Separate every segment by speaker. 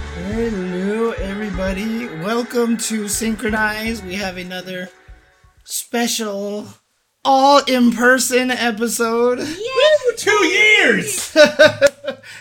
Speaker 1: Hello, everybody. Welcome to Synchronize. We have another special all in person episode.
Speaker 2: Woo, two years!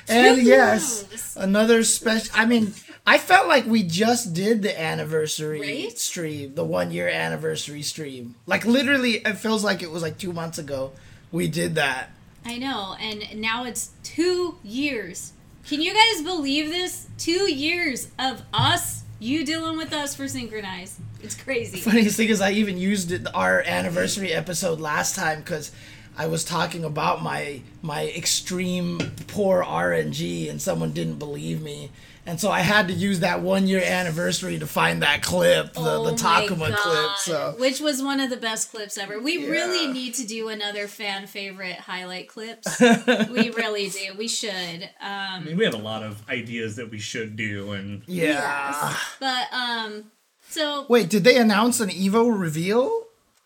Speaker 1: And
Speaker 3: Two
Speaker 1: yes,
Speaker 3: years.
Speaker 1: another special. I mean, I felt like we just did the anniversary
Speaker 3: Right?
Speaker 1: stream, the one year anniversary stream. Like, literally, it feels like it was like two months ago we did that.
Speaker 3: I know, and now it's two years. Can you guys believe this? Two years of us, you dealing with us for synchronize. It's crazy.
Speaker 1: funniest thing is I even used it our anniversary episode last time because I was talking about my my extreme poor RNG and someone didn't believe me. And so I had to use that one year anniversary to find that clip, the,
Speaker 3: Oh
Speaker 1: the
Speaker 3: my
Speaker 1: Takuma clip.
Speaker 3: God.
Speaker 1: So
Speaker 3: Which was one of the best clips ever. We
Speaker 1: Yeah.
Speaker 3: really need to do another fan favorite highlight clips. we really do. We should. Um,
Speaker 2: I mean, we have a lot of ideas that we should do, and
Speaker 1: yeah.
Speaker 3: but um, so
Speaker 1: Wait, did they announce an Evo reveal?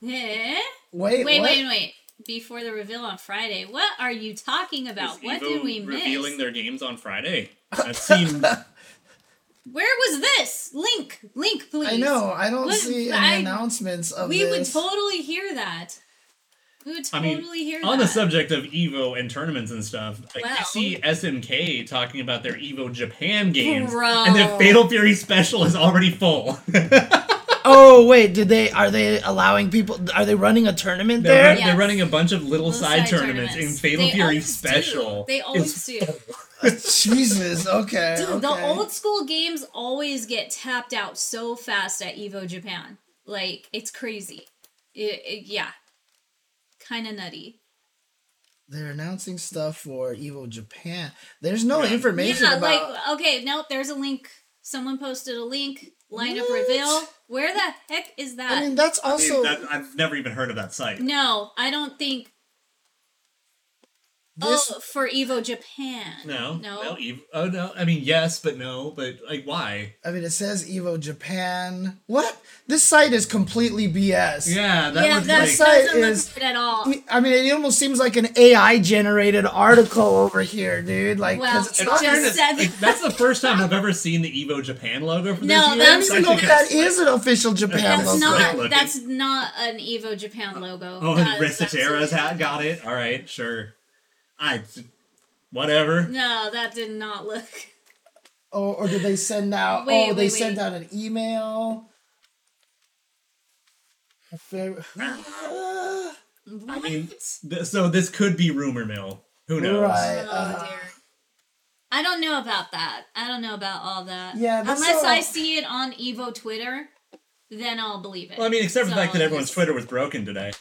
Speaker 3: Eh?
Speaker 1: Wait,
Speaker 3: wait,
Speaker 1: what?
Speaker 3: wait, wait. Before the reveal on Friday, what are you talking about? What did we miss?
Speaker 2: Revealing their games on Friday. That seemed
Speaker 3: Where was this? Link, link, please.
Speaker 1: I know. I don't
Speaker 3: What-
Speaker 1: see any
Speaker 3: I-
Speaker 1: announcements of
Speaker 3: We would
Speaker 1: this.
Speaker 3: totally hear that. We would
Speaker 2: I
Speaker 3: totally
Speaker 2: mean,
Speaker 3: hear
Speaker 2: on
Speaker 3: that.
Speaker 2: the subject of Evo and tournaments and stuff, like, I
Speaker 3: Wow.
Speaker 2: see SMK talking about their Evo Japan games,
Speaker 3: Bro.
Speaker 2: and their Fatal Fury special is already full.
Speaker 1: oh wait, did they? Are they allowing people? Are they running a tournament
Speaker 2: they're,
Speaker 1: there?
Speaker 2: run- they're
Speaker 3: Yes.
Speaker 2: running a bunch of little,
Speaker 3: Little
Speaker 2: side, tournaments, in Fatal
Speaker 3: They
Speaker 2: Fury
Speaker 3: always do.
Speaker 2: special.
Speaker 3: They always do.
Speaker 1: Jesus. Okay.
Speaker 3: Dude,
Speaker 1: okay.
Speaker 3: the old school games always get tapped out so fast at Evo Japan. Like it's crazy. It, it- yeah, kind of nutty.
Speaker 1: They're announcing stuff for Evo Japan. There's no
Speaker 2: Yeah.
Speaker 1: information
Speaker 3: yeah,
Speaker 1: about.
Speaker 3: like okay, nope. There's a link. Someone posted a link. Lineup
Speaker 1: What?
Speaker 3: reveal. Where the heck is that?
Speaker 1: I mean, that's also.
Speaker 2: I've, I've never even heard of that site.
Speaker 3: no, I don't think
Speaker 1: this,
Speaker 3: oh, for Evo Japan.
Speaker 2: No,
Speaker 3: No.
Speaker 2: Well, Ev- oh no. I mean, yes, but no, but like, why?
Speaker 1: I mean, it says Evo Japan. What? This site is completely BS.
Speaker 2: Yeah, that
Speaker 3: yeah,
Speaker 2: was
Speaker 3: that
Speaker 2: like.
Speaker 1: site
Speaker 3: doesn't look
Speaker 1: is-
Speaker 3: good at all.
Speaker 1: I mean, it almost seems like an AI generated article over here, dude. Like,
Speaker 3: Well,
Speaker 1: because it's
Speaker 3: it
Speaker 1: not.
Speaker 3: just
Speaker 1: even-
Speaker 3: said-
Speaker 2: Like, that's the first time I've ever seen the Evo Japan logo for this
Speaker 3: No,
Speaker 2: year.
Speaker 1: I don't
Speaker 3: that's-
Speaker 2: It's
Speaker 1: even know
Speaker 2: actually
Speaker 1: if that
Speaker 2: kinda-
Speaker 1: is an official Japan
Speaker 2: That's
Speaker 3: That's
Speaker 1: logo.
Speaker 2: like
Speaker 3: not
Speaker 2: looking.
Speaker 3: that's not an Evo Japan logo.
Speaker 2: Oh, and
Speaker 3: That is
Speaker 2: Recitera's
Speaker 3: absolutely-
Speaker 2: hat got it. All right, sure. I, whatever.
Speaker 3: No, that did not look.
Speaker 1: Oh, Or, or did they send out? oh, they
Speaker 3: Wait, wait,
Speaker 1: sent
Speaker 3: wait.
Speaker 1: out an email. A fair- Ah,
Speaker 2: I mean, th- so this could be rumor mill. Who knows?
Speaker 1: right.
Speaker 3: Oh
Speaker 1: uh,
Speaker 3: dear. I don't know about that. I don't know about all that.
Speaker 1: Yeah, that's
Speaker 3: unless
Speaker 1: all-
Speaker 3: I see it on Evo Twitter, then I'll believe it.
Speaker 2: Well, I mean, except for the
Speaker 3: So
Speaker 2: fact that
Speaker 3: it
Speaker 2: everyone's
Speaker 3: is-
Speaker 2: Twitter was broken today.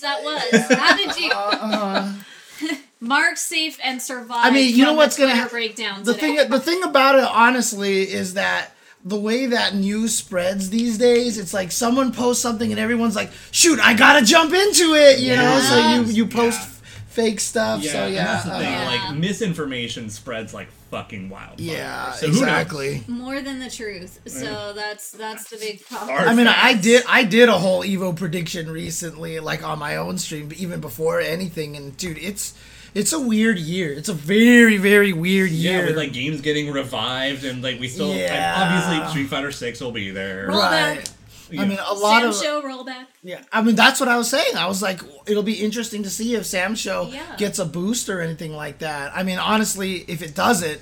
Speaker 3: that was. How did you
Speaker 1: uh-huh.
Speaker 3: mark safe and survive?
Speaker 1: I mean, you know
Speaker 3: from the
Speaker 1: what's gonna
Speaker 3: Twitter
Speaker 1: hap-
Speaker 3: breakdown
Speaker 1: the
Speaker 3: today?
Speaker 1: thing the thing about it honestly is that the way that news spreads these days it's like someone posts something and everyone's like shoot i gotta jump into it you know so you you post
Speaker 2: Yeah.
Speaker 1: f- fake stuff
Speaker 2: Yeah,
Speaker 1: so
Speaker 2: and
Speaker 1: yeah
Speaker 2: that's the
Speaker 1: uh,
Speaker 2: thing.
Speaker 3: Yeah.
Speaker 2: Like misinformation spreads like fucking wildfire.
Speaker 1: yeah
Speaker 2: So who knows?
Speaker 1: exactly
Speaker 3: more than the truth. So that's that's the big problem.
Speaker 2: Sorry.
Speaker 1: I mean, I
Speaker 2: Facts.
Speaker 1: did I did a whole Evo prediction recently, like on my own stream, even before anything. And dude, it's it's a weird year. It's a very very weird year.
Speaker 2: Yeah, with like games getting revived and like we still like,
Speaker 1: Yeah.
Speaker 2: obviously Street Fighter Six will be there.
Speaker 3: Roll back.
Speaker 1: right.
Speaker 2: You
Speaker 1: I
Speaker 2: know.
Speaker 1: mean, a lot
Speaker 3: Sam
Speaker 1: of
Speaker 3: show rollback.
Speaker 1: Yeah, I mean that's what I was saying. I was like, it'll be interesting to see if Sam Show
Speaker 3: Yeah.
Speaker 1: gets a boost or anything like that. I mean, honestly, if it doesn't,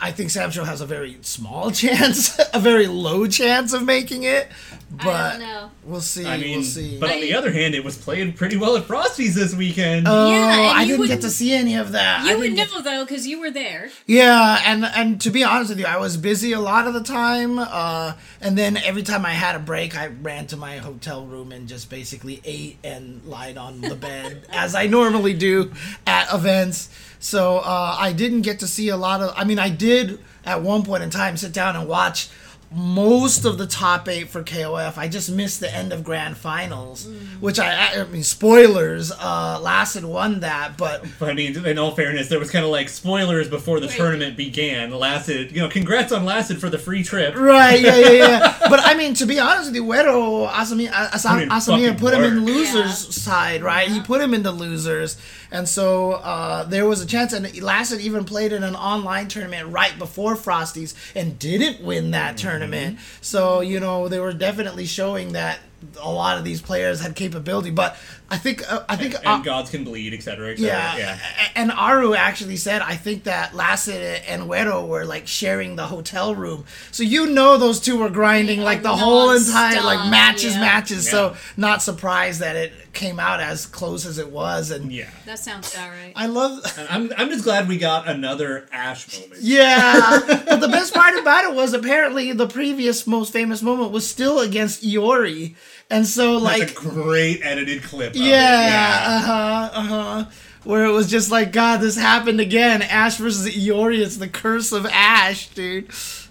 Speaker 1: I think Sam Show has a very small chance, a very low chance of making it. But
Speaker 3: I don't know.
Speaker 1: we'll see.
Speaker 2: I mean,
Speaker 1: we'll see.
Speaker 2: but on the other hand, it was played pretty well at Frosty's this weekend.
Speaker 1: Oh,
Speaker 3: Yeah, and
Speaker 1: I
Speaker 3: you
Speaker 1: didn't get
Speaker 3: wouldn't-
Speaker 1: to see any of that. I
Speaker 3: You would
Speaker 1: didn't get-
Speaker 3: know though, because you were there.
Speaker 1: Yeah, and and to be honest with you, I was busy a lot of the time, uh, and then every time I had a break, I ran to my hotel room and just basically ate and lied on the bed as I normally do at events. So uh, I didn't get to see a lot of. I mean, I did at one point in time sit down and watch most of the top eight for KOF. I just missed the end of grand finals, which I, I mean, spoilers. Uh, Lassen won that, but
Speaker 2: But I mean, in all fairness, there was kind of like spoilers before the
Speaker 3: Right.
Speaker 2: tournament began. Lasted, you know, congrats on Lasted for the free trip.
Speaker 1: Right, yeah, yeah, yeah. but I mean, to be honest with you, Wero Asami, As-
Speaker 2: Put in
Speaker 1: Asami
Speaker 2: fucking
Speaker 1: put him in
Speaker 2: work.
Speaker 1: losers' side, right? He put him in the losers, And so uh, there was a chance, and Lassett even played in an online tournament right before Frosties and didn't win that
Speaker 2: Mm-hmm.
Speaker 1: tournament. So, you know, they were definitely showing that a lot of these players had capability. But I think, uh, I think.
Speaker 2: And
Speaker 1: uh,
Speaker 2: gods can bleed, etc. etc.
Speaker 1: yeah,
Speaker 2: yeah.
Speaker 1: a- and Aru actually said, I think that Lassett and Wero were like sharing the hotel room. So you know those two were grinding
Speaker 3: They
Speaker 1: like the
Speaker 3: are
Speaker 1: whole entire, like
Speaker 3: nonstop,
Speaker 1: matches,
Speaker 3: yeah.
Speaker 1: matches.
Speaker 2: Yeah.
Speaker 1: So not surprised that it came out as close as it was. And
Speaker 2: Yeah.
Speaker 3: That sounds about right.
Speaker 1: I love.
Speaker 2: I'm, I'm just glad we got another Ash moment.
Speaker 1: Yeah, but the best part about it was apparently the previous most famous moment was still against Iori, and so
Speaker 2: That's a
Speaker 1: like
Speaker 2: great edited clip. of it.
Speaker 1: yeah, uh huh, uh huh, where it was just like God, this happened again. Ash versus Iori, it's the curse of Ash, dude.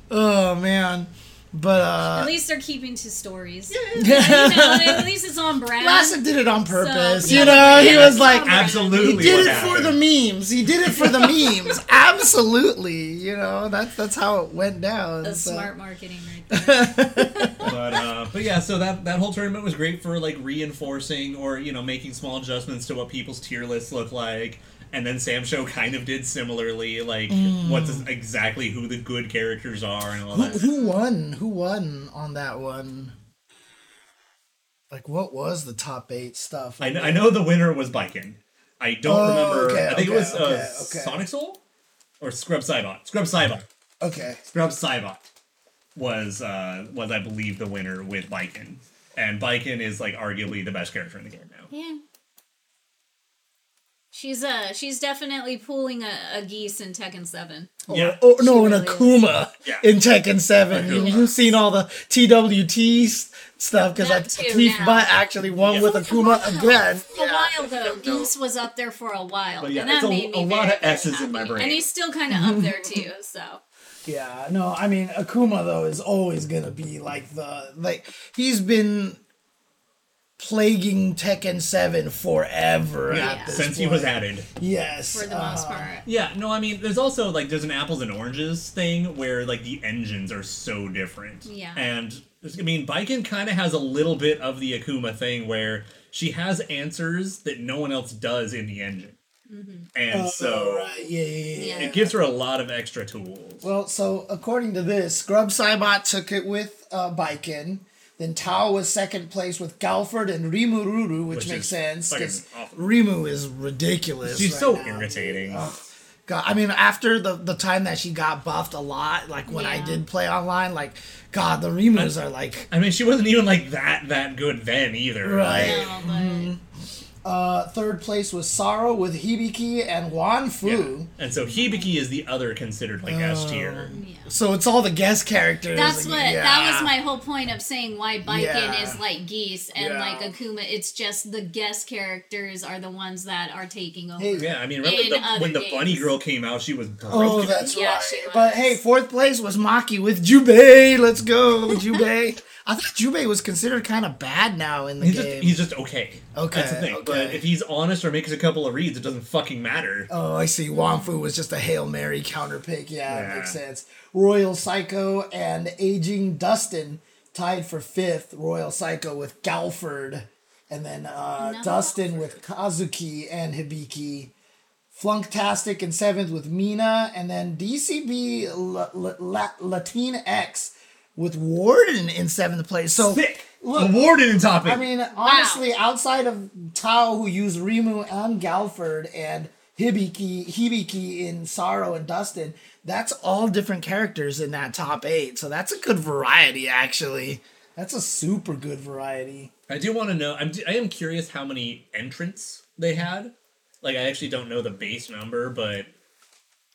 Speaker 1: Oh man, but uh,
Speaker 3: At least they're keeping to stories. You know, at least it's on brand.
Speaker 1: Lassett did it on purpose.
Speaker 3: So-
Speaker 1: you know, he
Speaker 2: Yeah.
Speaker 1: was like,
Speaker 2: Absolutely.
Speaker 1: He did
Speaker 2: what
Speaker 1: it
Speaker 2: happened.
Speaker 1: for the memes. He did it for the memes. Absolutely, you know that's that's how it went down.
Speaker 3: That's
Speaker 1: so.
Speaker 3: smart marketing right there.
Speaker 2: but uh, but yeah, so that that whole tournament was great for like reinforcing or you know making small adjustments to what people's tier lists look like. And then Sam Show kind of did similarly, like what's exactly who the good characters are and
Speaker 1: Mm.
Speaker 2: all
Speaker 1: Who,
Speaker 2: that.
Speaker 1: who won? Who won on that one? Like, what was the top eight stuff?
Speaker 2: I, kn- I know the winner was Biken. I don't
Speaker 1: Oh,
Speaker 2: remember.
Speaker 1: okay,
Speaker 2: I think
Speaker 1: okay,
Speaker 2: it was uh,
Speaker 1: okay, okay.
Speaker 2: Sonic Soul or Scrub Cybot. Scrub Cybot.
Speaker 1: okay.
Speaker 2: Scrub Cybot was uh, was I believe the winner with Biken, and Biken is like arguably the best character in the game now.
Speaker 3: Yeah. She's uh she's definitely pooling a, a geese in Tekken Seven.
Speaker 2: Yeah.
Speaker 1: Or, or Oh, no,
Speaker 3: She
Speaker 1: an
Speaker 3: really is.
Speaker 1: Akuma
Speaker 2: Yeah.
Speaker 1: in Tekken Seven. You,
Speaker 2: Akuma.
Speaker 1: have seen all the TWT s- stuff because
Speaker 3: That
Speaker 1: I
Speaker 3: too,
Speaker 1: Keith
Speaker 3: now.
Speaker 1: Butt actually won
Speaker 2: Yeah.
Speaker 1: with Akuma again.
Speaker 3: For a while though, Geese was up there for a while,
Speaker 2: But yeah,
Speaker 3: and that
Speaker 2: it's a-
Speaker 3: made me
Speaker 2: a lot
Speaker 3: very,
Speaker 2: of S's
Speaker 3: very
Speaker 2: in my
Speaker 3: happy.
Speaker 2: brain.
Speaker 3: And he's still kind of up there too. So
Speaker 1: Yeah, no, I mean Akuma though is always gonna be like the like he's been plaguing Tekken Seven forever
Speaker 2: Yeah,
Speaker 1: at this
Speaker 2: since he
Speaker 1: point.
Speaker 2: was added.
Speaker 1: Yes,
Speaker 3: for the
Speaker 1: uh,
Speaker 3: most part,
Speaker 2: Yeah, no, I mean, there's also like there's an apples and oranges thing where like the engines are so different.
Speaker 3: Yeah.
Speaker 2: And I mean, Biken kind of has a little bit of the Akuma thing where she has answers that no one else does in the engine,
Speaker 3: Mm-hmm.
Speaker 2: and so
Speaker 1: Oh, right, yeah, yeah, yeah.
Speaker 3: Yeah.
Speaker 2: it gives her a lot of extra tools.
Speaker 1: Well, so according to this, Scrub Saibot took it with uh, Biken. Then Tao was second place with Galford and Rimu Ruru, which,
Speaker 2: Which
Speaker 1: makes
Speaker 2: is
Speaker 1: sense
Speaker 2: fucking
Speaker 1: because
Speaker 2: awful.
Speaker 1: Rimu is ridiculous.
Speaker 2: She's
Speaker 1: right
Speaker 2: so
Speaker 1: now. Oh.
Speaker 2: irritating.
Speaker 1: God, I mean, after the the time that she got buffed a lot, like when I
Speaker 3: Yeah.
Speaker 1: did play online, like God, the Rimus are like
Speaker 2: I mean, she wasn't even like that that good then either.
Speaker 1: Right.
Speaker 2: Like,
Speaker 3: No, but
Speaker 2: mm-hmm.
Speaker 1: uh, third place was Sorrow with Hibiki and Wanfu.
Speaker 2: yeah. And so Hibiki is the other considered like S tier.
Speaker 3: yeah.
Speaker 1: So it's all the guest characters.
Speaker 3: That's
Speaker 1: like,
Speaker 3: what
Speaker 1: yeah.
Speaker 3: that was my whole point of saying why Biken
Speaker 1: Yeah.
Speaker 3: is like geese and
Speaker 1: Yeah.
Speaker 3: like Akuma. It's just the guest characters are the ones that are taking over.
Speaker 1: Hey,
Speaker 2: Yeah, I mean, remember
Speaker 3: In
Speaker 2: the,
Speaker 3: other
Speaker 2: when the bunny
Speaker 3: games.
Speaker 2: girl came out, she was broken.
Speaker 1: Oh, that's
Speaker 3: Yeah,
Speaker 1: right.
Speaker 3: she was.
Speaker 1: But hey, fourth place was Maki with Jubei. Let's go, Jubei. I thought Jubei was considered kind of bad now in the
Speaker 2: He's just,
Speaker 1: game.
Speaker 2: he's just okay.
Speaker 1: Okay,
Speaker 2: That's the thing. But
Speaker 1: okay.
Speaker 2: if he's honest or makes a couple of reads, it doesn't fucking matter.
Speaker 1: oh, I see. Wanfu was just a Hail Mary counter pick. Yeah, it
Speaker 2: Yeah.
Speaker 1: makes sense. Royal Psycho and Aging Dustin tied for fifth. Royal Psycho with Galford. And then uh,
Speaker 3: No.
Speaker 1: Dustin with Kazuki and Hibiki. Flunktastic in seventh with Mina, and then DCB La- La- La- Latin X with Warden in seventh place. So
Speaker 2: Sick.
Speaker 1: Oh, Look,
Speaker 2: Awarded in topic.
Speaker 1: I mean, honestly, outside of Tao, who used Rimu and Galford, and Hibiki, Hibiki in Sorrow and Dustin, that's all different characters in that top eight. So that's a good variety, actually. That's a super good variety.
Speaker 2: I do want to know. I'm, I am curious how many entrants they had. Like, I actually don't know the base number, but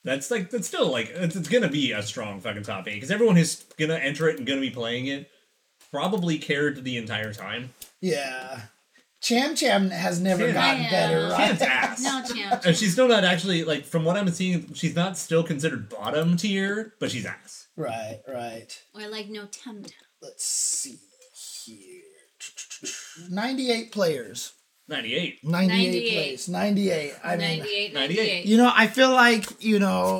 Speaker 2: that's like that's still like it's, it's gonna be a strong fucking top eight because everyone who's gonna enter it and gonna be playing it probably cared the entire time.
Speaker 1: Yeah. Cham Cham has never
Speaker 2: Cham-
Speaker 1: gotten
Speaker 3: Yeah.
Speaker 1: better, right?
Speaker 2: Chance ass.
Speaker 3: No champ.
Speaker 2: And she's still not actually like from what I'm seeing, she's not still considered bottom tier, but she's ass.
Speaker 1: Right, right.
Speaker 3: Or like no tum
Speaker 1: Let's see here. 98 players.
Speaker 2: 98.
Speaker 1: 98,
Speaker 3: 98.
Speaker 1: plays. 98. I mean,
Speaker 3: 98,
Speaker 2: 98.
Speaker 3: 98.
Speaker 1: you know, I feel like, you know,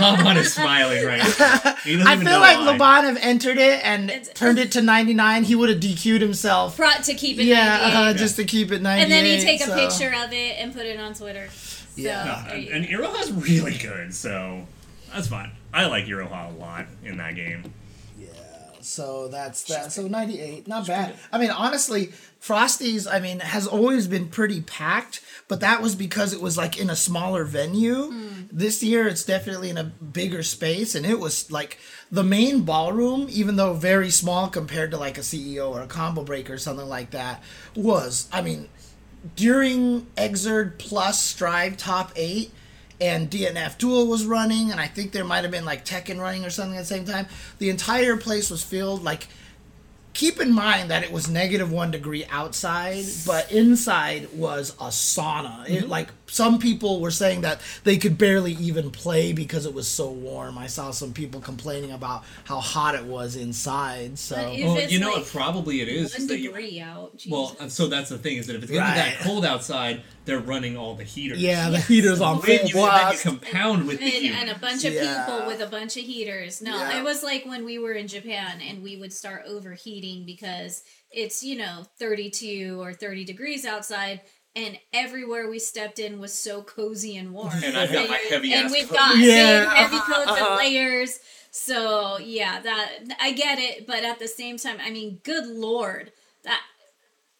Speaker 2: Laban is smiling right now. He doesn't
Speaker 1: I
Speaker 2: even
Speaker 1: feel
Speaker 2: know
Speaker 1: like
Speaker 2: why.
Speaker 1: Laban have entered it and
Speaker 3: It's-
Speaker 1: turned it to 99. He would have DQ'd himself.
Speaker 3: Pro- to keep it.
Speaker 1: Yeah, uh,
Speaker 3: 98.
Speaker 1: just to keep it 98.
Speaker 3: and then you take a
Speaker 1: so-
Speaker 3: picture of it and put it on Twitter. So,
Speaker 1: Yeah.
Speaker 3: there
Speaker 2: And,
Speaker 3: you
Speaker 2: and Iroha's really good, so that's fine. I like Iroha a lot in that game.
Speaker 1: So that's that. So 98, not bad. I mean, honestly, Frosty's, I mean, has always been pretty packed, but that was because it was like in a smaller venue.
Speaker 3: Hmm.
Speaker 1: This year, it's definitely in a bigger space, and it was like the main ballroom, even though very small compared to like a CEO or a combo breaker or something like that, was, I mean, during Exerd plus Strive top eight and DNF Duel was running, and I think there might have been like Tekken running or something at the same time. The entire place was filled. Like, keep in mind that it was negative one degree outside, but inside was a sauna.
Speaker 2: Mm-hmm.
Speaker 1: It, like, some people were saying that they could barely even play because it was so warm. I saw some people complaining about how hot it was inside. So,
Speaker 3: But if
Speaker 2: Well,
Speaker 3: it's
Speaker 2: you know
Speaker 3: like
Speaker 2: what? Probably it is.
Speaker 3: one
Speaker 2: is that you-
Speaker 3: degree out. Jesus.
Speaker 2: well, uh, and so that's the thing is that if it's gonna be
Speaker 1: Right.
Speaker 2: that cold outside, they're running all the heaters.
Speaker 1: yeah, the
Speaker 3: Yes.
Speaker 1: heater's on
Speaker 2: When
Speaker 1: full
Speaker 2: you, then you
Speaker 1: blast.
Speaker 2: compound with the
Speaker 3: and,
Speaker 2: heat.
Speaker 3: and a bunch of
Speaker 1: Yeah.
Speaker 3: people with a bunch of heaters. No,
Speaker 1: Yeah.
Speaker 3: it was like when we were in Japan and we would start overheating because it's, you know, 32 or 30 degrees outside. And everywhere we stepped in was so cozy and warm.
Speaker 2: And I've got my heavy
Speaker 3: And
Speaker 2: ass
Speaker 3: we've
Speaker 2: coat.
Speaker 3: got big
Speaker 1: Yeah.
Speaker 3: heavy coats and layers. So yeah, that I get it, but at the same time, I mean, good lord, that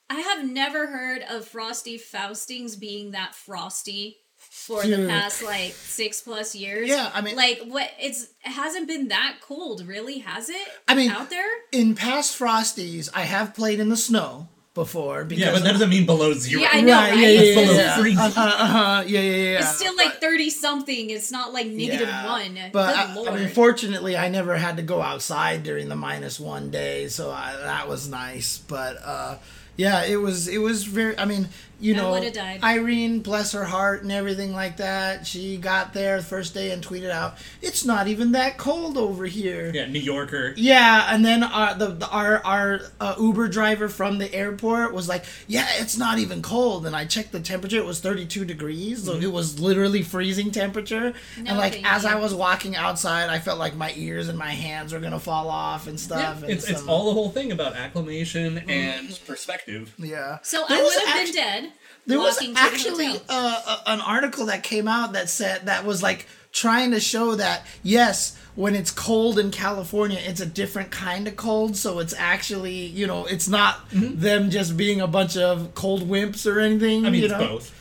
Speaker 3: I have never heard of Frosty Faustings being that frosty for the
Speaker 1: Dude.
Speaker 3: past like six plus years.
Speaker 1: Yeah, I mean-
Speaker 3: like what it's it hasn't been that cold, really, has it?
Speaker 1: I mean-
Speaker 3: out there.
Speaker 1: in past Frosties, I have played in the snow before. Because
Speaker 2: yeah, but that doesn't mean below zero.
Speaker 3: Yeah, I know,
Speaker 1: Right,
Speaker 3: right?
Speaker 1: yeah, yeah,
Speaker 2: It's below
Speaker 1: yeah.
Speaker 2: freezing.
Speaker 1: uh, yeah, yeah, yeah.
Speaker 3: It's still like thirty something. It's not like negative
Speaker 1: Yeah,
Speaker 3: one.
Speaker 1: But
Speaker 3: Good
Speaker 1: I,
Speaker 3: lord.
Speaker 1: I mean, fortunately, I never had to go outside during the minus one day, so I, that was nice. But uh, yeah, it was it was very. I mean, you
Speaker 3: I
Speaker 1: know,
Speaker 3: would've died.
Speaker 1: Irene, bless her heart and everything like that. She got there the first day and tweeted out, "It's not even that cold over here."
Speaker 2: Yeah, New Yorker.
Speaker 1: Yeah, and then our the, the our our uh, Uber driver from the airport was like, "Yeah, it's not even cold." And I checked the temperature; it was 32 degrees,
Speaker 2: Mm-hmm.
Speaker 1: so it was literally freezing temperature.
Speaker 3: No,
Speaker 1: and like
Speaker 3: thank
Speaker 1: as
Speaker 3: you.
Speaker 1: I was walking outside, I felt like my ears and my hands were gonna fall off and stuff. and
Speaker 2: It's, it's
Speaker 1: so- Mm-hmm.
Speaker 2: all the whole thing about acclimation and perspective.
Speaker 1: yeah.
Speaker 3: so
Speaker 1: There
Speaker 3: I
Speaker 1: was
Speaker 3: would have
Speaker 1: act-
Speaker 3: been dead.
Speaker 1: There was
Speaker 3: walking to the
Speaker 1: actually
Speaker 3: hotel.
Speaker 1: uh, a, an article that came out that said that was like trying to show that yes, when it's cold in California, it's a different kind of cold. So it's actually you know it's not them just being a bunch of cold wimps or anything.
Speaker 2: Mm-hmm. I mean,
Speaker 1: you
Speaker 2: it's
Speaker 1: know?
Speaker 2: both.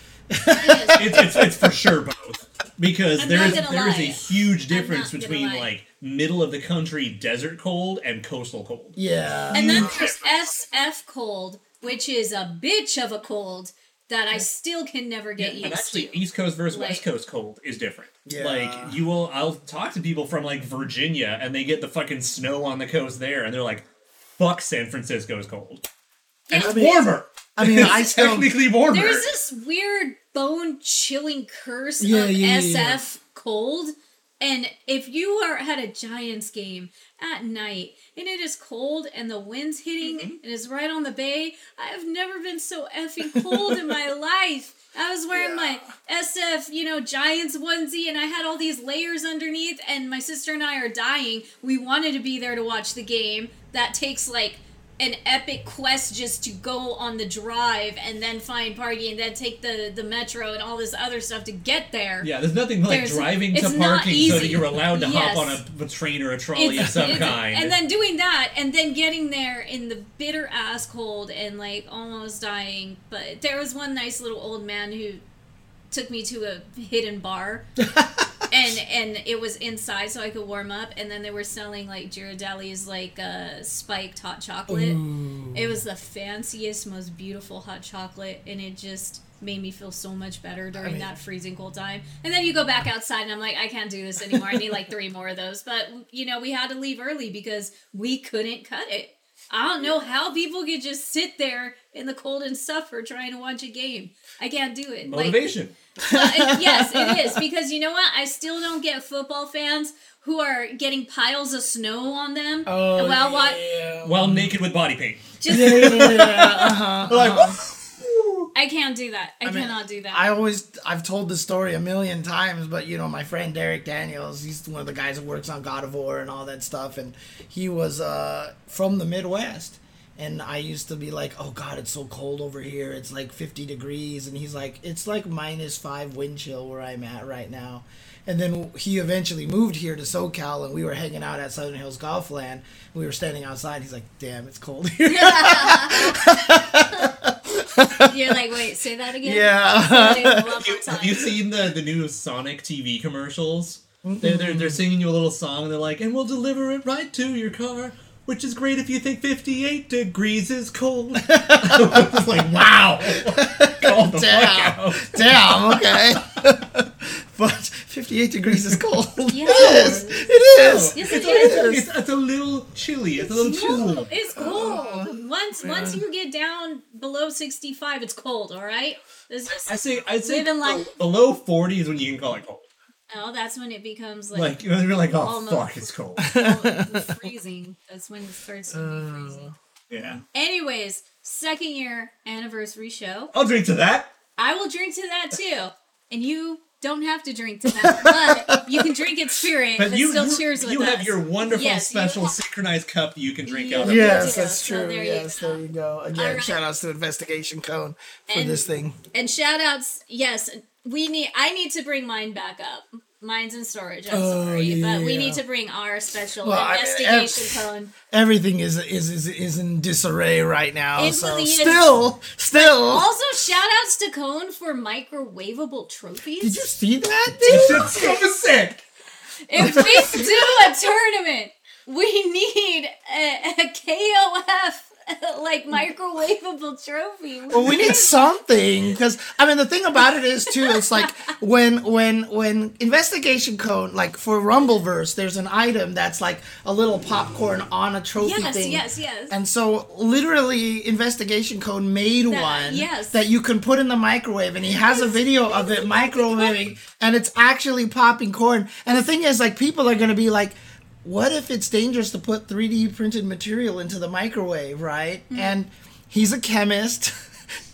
Speaker 2: it's, it's, it's for sure both. Because
Speaker 3: I'm
Speaker 2: there
Speaker 3: not
Speaker 2: is
Speaker 3: gonna
Speaker 2: there is a
Speaker 3: lie.
Speaker 2: huge difference
Speaker 3: not gonna
Speaker 2: between
Speaker 3: lie.
Speaker 2: like middle of the country desert cold and coastal cold.
Speaker 1: Yeah.
Speaker 3: And then there's SF cold, which is a bitch of a cold that I still can never get
Speaker 2: and
Speaker 3: used
Speaker 2: actually,
Speaker 3: to.
Speaker 2: East Coast versus
Speaker 3: Like-
Speaker 2: West Coast cold is different.
Speaker 1: Yeah.
Speaker 2: Like you will, I'll talk to people from like Virginia, and they get the fucking snow on the coast there, and they're like, "Fuck, San Francisco's cold." And
Speaker 3: Yeah.
Speaker 2: it's warmer.
Speaker 1: I mean,
Speaker 2: It's
Speaker 1: I still-
Speaker 2: technically warmer.
Speaker 3: There's this weird bone chilling curse
Speaker 1: Yeah,
Speaker 3: of
Speaker 1: yeah, yeah,
Speaker 3: SF
Speaker 1: yeah.
Speaker 3: cold. And if you are at a Giants game at night and it is cold and the wind's hitting and it's right on the bay, I have never been so effing cold in my life. I was wearing my SF, you know, Giants onesie and I had all these layers underneath and my sister and I are dying. We wanted to be there to watch the game. That takes like an epic quest just to go on the drive and then find parking and then take the the metro and all this other stuff to get there.
Speaker 2: yeah, there's nothing like
Speaker 3: There's-
Speaker 2: driving to
Speaker 3: it's not
Speaker 2: parking so that
Speaker 3: easy.
Speaker 2: you're allowed to
Speaker 3: Yes.
Speaker 2: hop on a, a train or a trolley
Speaker 3: It's-
Speaker 2: of some
Speaker 3: it's-
Speaker 2: kind.
Speaker 3: And then doing that and then getting there in the bitter ass cold and like almost dying. But there was one nice little old man who took me to a hidden bar. and and it was inside so I could warm up and then they were selling like Girardelli's like uh spiked hot chocolate.
Speaker 1: Mm.
Speaker 3: It was the fanciest, most beautiful hot chocolate, and it just made me feel so much better during
Speaker 1: mean-
Speaker 3: that freezing cold time. And then you go back outside, and I'm like, I can't do this anymore. I need like three more of those. But you know, we had to leave early because we couldn't cut it. I don't know how people could just sit there in the cold and suffer trying to watch a game. I can't do it. Like,
Speaker 2: Motivation.
Speaker 3: uh, yes, it is because you know what? I still don't get football fans who are getting piles of snow on them
Speaker 1: Oh,
Speaker 3: while wa-
Speaker 1: yeah.
Speaker 2: While naked with body paint.
Speaker 3: just
Speaker 1: yeah, yeah, yeah, uh-huh.
Speaker 2: Like,
Speaker 3: I can't do that. I,
Speaker 1: mean,
Speaker 3: cannot do that.
Speaker 1: I always I've told the story a million times, but you know my friend Derek Daniels, he's one of the guys that works on God of War and all that stuff, and he was uh, from the Midwest, and I used to be like, oh God, it's so cold over here, it's like fifty degrees, and he's like, it's like minus five wind chill where I'm at right now, and then he eventually moved here to SoCal, and we were hanging out at Southern Hills Golf Land, we were standing outside, and he's like, damn, it's cold here.
Speaker 3: You're like, wait, say that again.
Speaker 1: yeah.
Speaker 3: Say it one more
Speaker 2: You,
Speaker 3: time.
Speaker 2: have you seen the, the new Sonic TV commercials? They're, they're, they're singing you a little song and they're like, and we'll deliver it right to your car, which is great if you think 58 degrees is cold. it's like, wow. Called the fuck
Speaker 1: Damn.
Speaker 2: out.
Speaker 1: Damn, okay. but 58 degrees is cold.
Speaker 3: Yeah.
Speaker 1: It is. It is.
Speaker 3: Yes, it
Speaker 2: It's,
Speaker 3: is.
Speaker 2: it's, it's a little chilly. It's a little
Speaker 3: No,
Speaker 2: chill.
Speaker 3: it's
Speaker 2: Oh,
Speaker 3: cold. Once once you get down below sixty five, it's cold. All right. It's just,
Speaker 2: I say, I say,
Speaker 3: Live and let-
Speaker 2: below 40 is when you can call it cold.
Speaker 3: oh, that's when it becomes
Speaker 2: Like,
Speaker 3: like,
Speaker 2: you're like, oh,
Speaker 3: Almost.
Speaker 2: fuck, it's cold.
Speaker 3: freezing. That's when it starts to
Speaker 2: Oh.
Speaker 3: be freezing.
Speaker 2: Yeah.
Speaker 3: Anyways, second year anniversary show.
Speaker 2: I'll drink to that.
Speaker 3: I will drink to that too, and you don't have to drink to that, but you can drink in spirit. But,
Speaker 2: But you,
Speaker 3: still
Speaker 2: you,
Speaker 3: cheers with
Speaker 2: you have
Speaker 3: us.
Speaker 2: your wonderful
Speaker 3: Yes, you
Speaker 2: special
Speaker 3: have-
Speaker 2: synchronized cup that you can drink
Speaker 3: Yeah.
Speaker 2: out of.
Speaker 3: Yeah.
Speaker 1: Yes,
Speaker 3: Oh, Yeah,
Speaker 1: that's
Speaker 3: so
Speaker 1: true.
Speaker 3: there you
Speaker 1: yes,
Speaker 3: go.
Speaker 1: there you go. Again,
Speaker 3: Alright.
Speaker 1: shout outs to Investigation Cone for
Speaker 3: And-
Speaker 1: this thing.
Speaker 3: And shout outs, yes, we need I need to bring mine back up. Mine's in storage, I'm
Speaker 1: Oh,
Speaker 3: sorry.
Speaker 1: yeah,
Speaker 3: but we
Speaker 1: yeah.
Speaker 3: need to bring our special
Speaker 1: Well, I-
Speaker 3: investigation cone.
Speaker 1: Everything is is is, is in disarray right now.
Speaker 3: It
Speaker 1: so
Speaker 3: really is. Oh.
Speaker 1: still, still.
Speaker 3: Also, shout outs to Cone for microwavable trophies.
Speaker 1: Did you see that?
Speaker 2: It's
Speaker 1: Dude?
Speaker 2: just so sick.
Speaker 3: if we do a tournament, we need a, a KOF like microwavable trophy.
Speaker 1: Well, we need something because I mean the thing about it is too. It's like when when when investigation code like for Rumbleverse, there's an item that's like a little popcorn on a trophy
Speaker 3: yes,
Speaker 1: thing.
Speaker 3: yes, yes.
Speaker 1: And so, literally, Investigation Code made
Speaker 3: That-
Speaker 1: one
Speaker 3: yes.
Speaker 1: that you can put in the microwave, and he has a video of it microwaving, and it's actually popping corn. And the thing is, like, people are going to be like, what if it's dangerous to put 3D printed material into the microwave, right? And he's a chemist.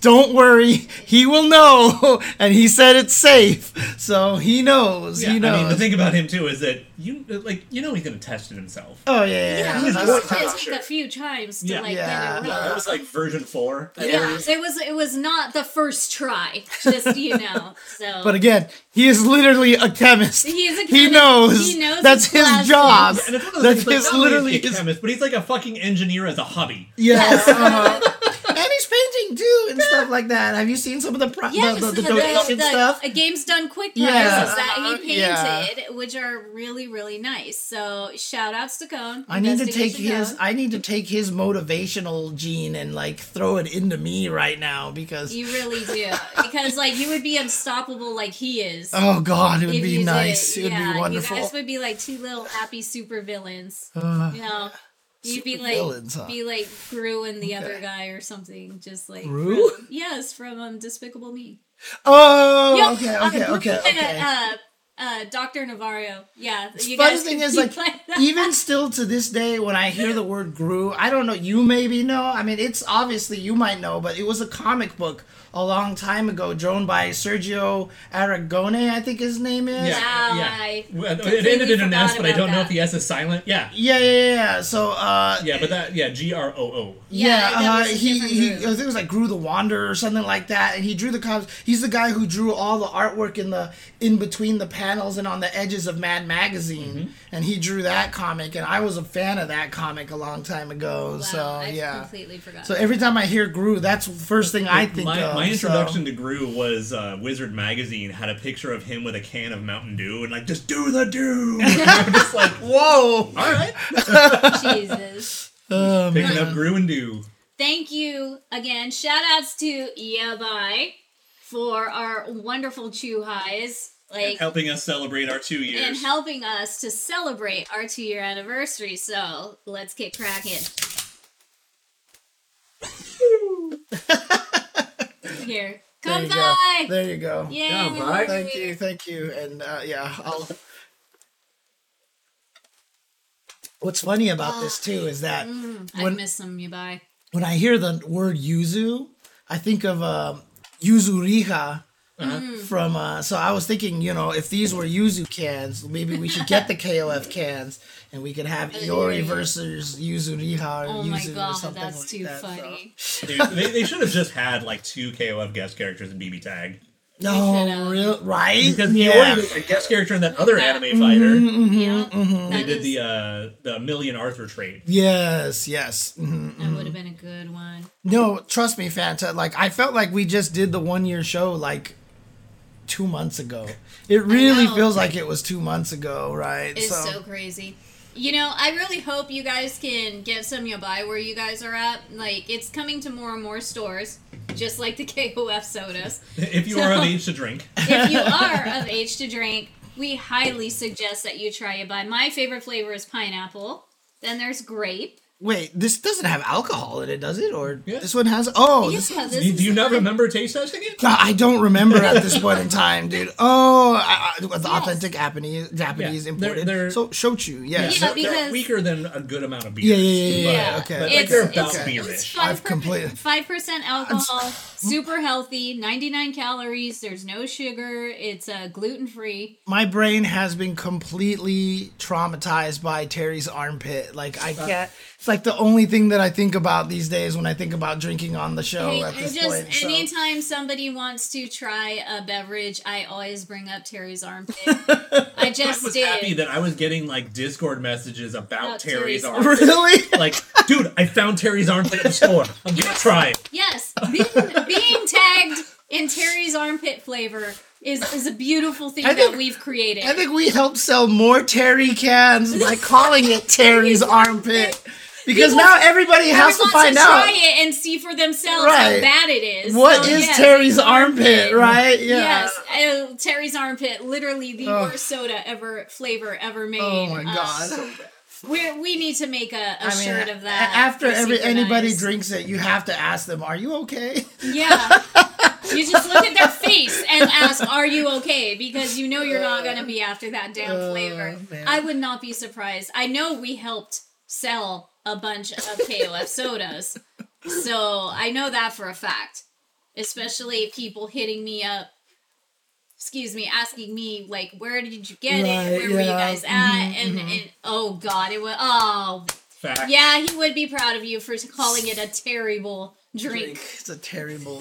Speaker 1: Don't worry, he will know. And he said it's safe. So he knows.
Speaker 2: Yeah,
Speaker 1: he knows.
Speaker 2: I mean, the thing about him too is that you like you know he's gonna test it himself.
Speaker 1: oh, yeah. yeah, yeah.
Speaker 3: yeah, he
Speaker 2: that's-
Speaker 3: was
Speaker 2: that's
Speaker 3: tested
Speaker 2: sure.
Speaker 3: a few times to
Speaker 2: Yeah.
Speaker 3: like
Speaker 1: Yeah.
Speaker 3: get it right.
Speaker 2: That was like version four.
Speaker 3: Yeah, it was it was not the first try. Just you know, so
Speaker 1: But again, he is literally a chemist.
Speaker 3: He is a
Speaker 1: He
Speaker 3: chemist.
Speaker 1: knows.
Speaker 3: He knows
Speaker 1: That's
Speaker 3: his
Speaker 1: his,
Speaker 3: classes.
Speaker 1: job.
Speaker 2: And it's one of those
Speaker 1: That's
Speaker 2: things, like,
Speaker 1: his
Speaker 2: not only is
Speaker 1: literally
Speaker 2: he a
Speaker 1: his.
Speaker 2: chemist, but he's like a fucking engineer as a hobby.
Speaker 1: Yes. uh-huh. and he's painting too and stuff like that. Have you seen some of the pro-
Speaker 3: yes,
Speaker 1: the, the, the
Speaker 3: the-
Speaker 1: donation
Speaker 3: the-
Speaker 1: stuff?
Speaker 3: A game's done quick prizes
Speaker 1: Yeah. Uh,
Speaker 3: that he
Speaker 1: Yeah.
Speaker 3: painted, which are really really nice. So shout outs to Cone.
Speaker 1: I need to take
Speaker 3: Investigation
Speaker 1: his.
Speaker 3: Cone.
Speaker 1: I need to take his motivational gene and like throw it into me right now because
Speaker 3: You really do because like you would be unstoppable like he is.
Speaker 1: oh god, it would
Speaker 3: if you
Speaker 1: be
Speaker 3: did-
Speaker 1: nice. It would
Speaker 3: yeah,
Speaker 1: be wonderful.
Speaker 3: You guys would be like two little happy supervillains.
Speaker 1: Uh,
Speaker 3: You know, you'd be like
Speaker 1: supervillains, huh?
Speaker 3: be like Gru and the other guy or something, just like
Speaker 1: Gru?
Speaker 3: from- yes, from um, Despicable Me.
Speaker 1: oh,
Speaker 3: Yeah,
Speaker 1: okay,
Speaker 3: uh,
Speaker 1: okay,
Speaker 3: Gru
Speaker 1: okay,
Speaker 3: and,
Speaker 1: okay.
Speaker 3: Uh, uh, Doctor Navarro. Yeah, you
Speaker 1: funny
Speaker 3: guys
Speaker 1: thing
Speaker 3: could
Speaker 1: is,
Speaker 3: be
Speaker 1: like,
Speaker 3: that.
Speaker 1: even still to this day when i hear the word gru i don't know you maybe know i mean it's obviously you might know but it was a comic book a long time ago drawn by sergio aragone i think his name is
Speaker 2: Yeah,
Speaker 3: Wow,
Speaker 2: yeah.
Speaker 3: I
Speaker 2: Well, it
Speaker 3: completely
Speaker 2: ended in an
Speaker 3: forgot
Speaker 2: S, but I
Speaker 3: about
Speaker 2: don't know
Speaker 3: that.
Speaker 2: if the S is silent. Yeah,
Speaker 1: yeah yeah yeah, yeah. so uh
Speaker 2: yeah, but that yeah, G R O O.
Speaker 1: Yeah,
Speaker 3: Yeah, that
Speaker 1: uh,
Speaker 3: was a
Speaker 1: he,
Speaker 3: different
Speaker 1: he I
Speaker 3: group.
Speaker 1: think it was like Grew the Wanderer or something like that, and he drew the comics. He's the guy who drew all the artwork in the in between the panels and on the edges of Mad Magazine,
Speaker 2: Mm-hmm.
Speaker 1: and he drew that comic. And I was a fan of that comic a long time ago.
Speaker 3: Wow,
Speaker 1: so
Speaker 3: I
Speaker 1: yeah,
Speaker 3: completely forgot.
Speaker 1: so every time I hear Grew, that's the first thing I think
Speaker 2: My,
Speaker 1: of.
Speaker 2: my
Speaker 1: so-
Speaker 2: introduction to Gru was uh, Wizard magazine had a picture of him with a can of Mountain Dew and like just do the Dew. And I'm just like
Speaker 1: Whoa!
Speaker 2: all right,
Speaker 3: Jesus.
Speaker 1: Um,
Speaker 2: picking up Gru and Dew.
Speaker 3: Thank you again. Shout outs to Yabai for our wonderful chew highs. Like
Speaker 2: helping us celebrate our two years.
Speaker 3: and helping us to celebrate our two year anniversary. So let's get cracking. Here.
Speaker 1: there
Speaker 3: Come
Speaker 1: you go.
Speaker 3: by.
Speaker 1: There you go.
Speaker 3: Yay.
Speaker 4: Come
Speaker 3: we
Speaker 4: by.
Speaker 3: love
Speaker 1: Thank you, thank you, and uh, yeah, I'll. What's funny about this too is that
Speaker 3: Mm, I
Speaker 1: When-
Speaker 3: miss them, Yabai.
Speaker 1: when I hear the word yuzu, I think of uh, Yuzu Riha
Speaker 3: Mm.
Speaker 1: from. Uh, so I was thinking, you know, if these were Yuzu cans, maybe we should get the KLF cans and we could have Iori versus Yuzu Riha or
Speaker 3: Oh my
Speaker 1: Yuzu or
Speaker 3: god,
Speaker 1: something
Speaker 3: that's
Speaker 1: like
Speaker 3: too
Speaker 1: that, so-
Speaker 3: funny.
Speaker 2: Dude, they, they should have just had like two KOF guest characters in BB Tag.
Speaker 3: They should,
Speaker 1: No,
Speaker 3: uh,
Speaker 1: real right?
Speaker 2: Because
Speaker 1: yeah. Mm-hmm.
Speaker 2: Iori was a guest character in that other anime fighter.
Speaker 3: yeah,
Speaker 2: They did the uh, the Million Arthur trade.
Speaker 1: Yes, yes. Mhm.
Speaker 3: that would have been a
Speaker 1: mm-hmm.
Speaker 3: good one.
Speaker 1: No, trust me, Fanta. Like I felt like we just did the one year show like two months ago. It really
Speaker 3: know.
Speaker 1: feels like it was two months ago, right?
Speaker 3: It's so. crazy. You know, I really hope you guys can get some by where you guys are at. Like, it's coming to more and more stores, just like the KOF sodas.
Speaker 2: If you
Speaker 3: So-
Speaker 2: are of age to drink,
Speaker 3: if you are of age to drink, we highly suggest that you try it by. My favorite flavor is pineapple. Then there's grape.
Speaker 1: Wait, this doesn't have alcohol in it, does it? Or
Speaker 2: Yeah.
Speaker 1: this one has? Oh,
Speaker 3: Yeah,
Speaker 1: this.
Speaker 3: this
Speaker 2: do, do you
Speaker 3: is
Speaker 2: not
Speaker 3: fun.
Speaker 2: remember taste testing it?
Speaker 1: God, I don't remember at this point in time, dude. Oh, I, I, with the
Speaker 3: Yes.
Speaker 1: authentic Japanese, Japanese
Speaker 2: Yeah, they're-
Speaker 1: imported.
Speaker 2: they're-
Speaker 1: so shochu, yes.
Speaker 3: Yeah,
Speaker 2: They're- they're
Speaker 3: because-
Speaker 2: weaker than a good amount of beers.
Speaker 1: Yeah, yeah, yeah, yeah,
Speaker 3: Yeah,
Speaker 1: yeah. Okay.
Speaker 2: But, like,
Speaker 3: it's,
Speaker 2: they're
Speaker 3: it's-
Speaker 2: about
Speaker 3: it's
Speaker 2: beer-ish.
Speaker 3: five
Speaker 1: I've
Speaker 3: per-
Speaker 1: completed-
Speaker 3: five percent alcohol, super healthy, ninety nine calories. There's no sugar. It's uh, gluten free.
Speaker 1: my brain has been completely traumatized by Terry's armpit. Like
Speaker 2: Uh,
Speaker 1: I can't. It's like the only thing that I think about these days when I think about drinking on the show
Speaker 3: Hey,
Speaker 1: Oh, at
Speaker 3: I
Speaker 1: this
Speaker 3: just
Speaker 1: point. so-
Speaker 3: anytime somebody wants to try a beverage, I always bring up Terry's armpit. I just
Speaker 2: I was
Speaker 3: did.
Speaker 2: happy that I was getting like Discord messages about
Speaker 3: About Terry's
Speaker 2: Terry's arm.
Speaker 1: really?
Speaker 2: like, dude, I found Terry's armpit at the store. I'm gonna try it.
Speaker 3: Yes, being, being tagged in Terry's armpit flavor is is a beautiful thing
Speaker 1: I think-
Speaker 3: that we've created.
Speaker 1: I think we helped sell more Terry cans by calling it Terry's armpit because
Speaker 3: People-
Speaker 1: now everybody has to
Speaker 3: Everyone
Speaker 1: find
Speaker 3: should
Speaker 1: out
Speaker 3: try it and see for themselves how
Speaker 1: Right.
Speaker 3: bad it is.
Speaker 1: what
Speaker 3: So,
Speaker 1: is
Speaker 3: yes,
Speaker 1: Terry's armpit, right? Yeah.
Speaker 3: Yes, uh, Terry's armpit, literally the
Speaker 1: Ugh.
Speaker 3: worst soda ever flavor ever made.
Speaker 1: Oh my
Speaker 3: Uh,
Speaker 1: god.
Speaker 3: we we need to make a, a
Speaker 1: I mean,
Speaker 3: shirt of
Speaker 1: a-
Speaker 3: that.
Speaker 1: After
Speaker 3: for
Speaker 1: every anybody
Speaker 3: Synchronized.
Speaker 1: drinks it, you have to ask them, "Are you okay?"
Speaker 3: Yeah. you just look at their face and ask, Are you okay? Because you know you're not going to be after that damn
Speaker 1: Oh,
Speaker 3: flavor.
Speaker 1: man.
Speaker 3: I would not be surprised. I know we helped sell a bunch of KOF sodas. So I know that for a fact. Especially people hitting me up. Excuse me, asking me like, where did you get
Speaker 1: Right,
Speaker 3: it? Where were you
Speaker 1: yeah. Mm-hmm,
Speaker 3: guys at? and, and oh god, it was oh
Speaker 2: Fact.
Speaker 3: yeah, he would be proud of you for calling it a terrible drink.
Speaker 1: It's a terrible.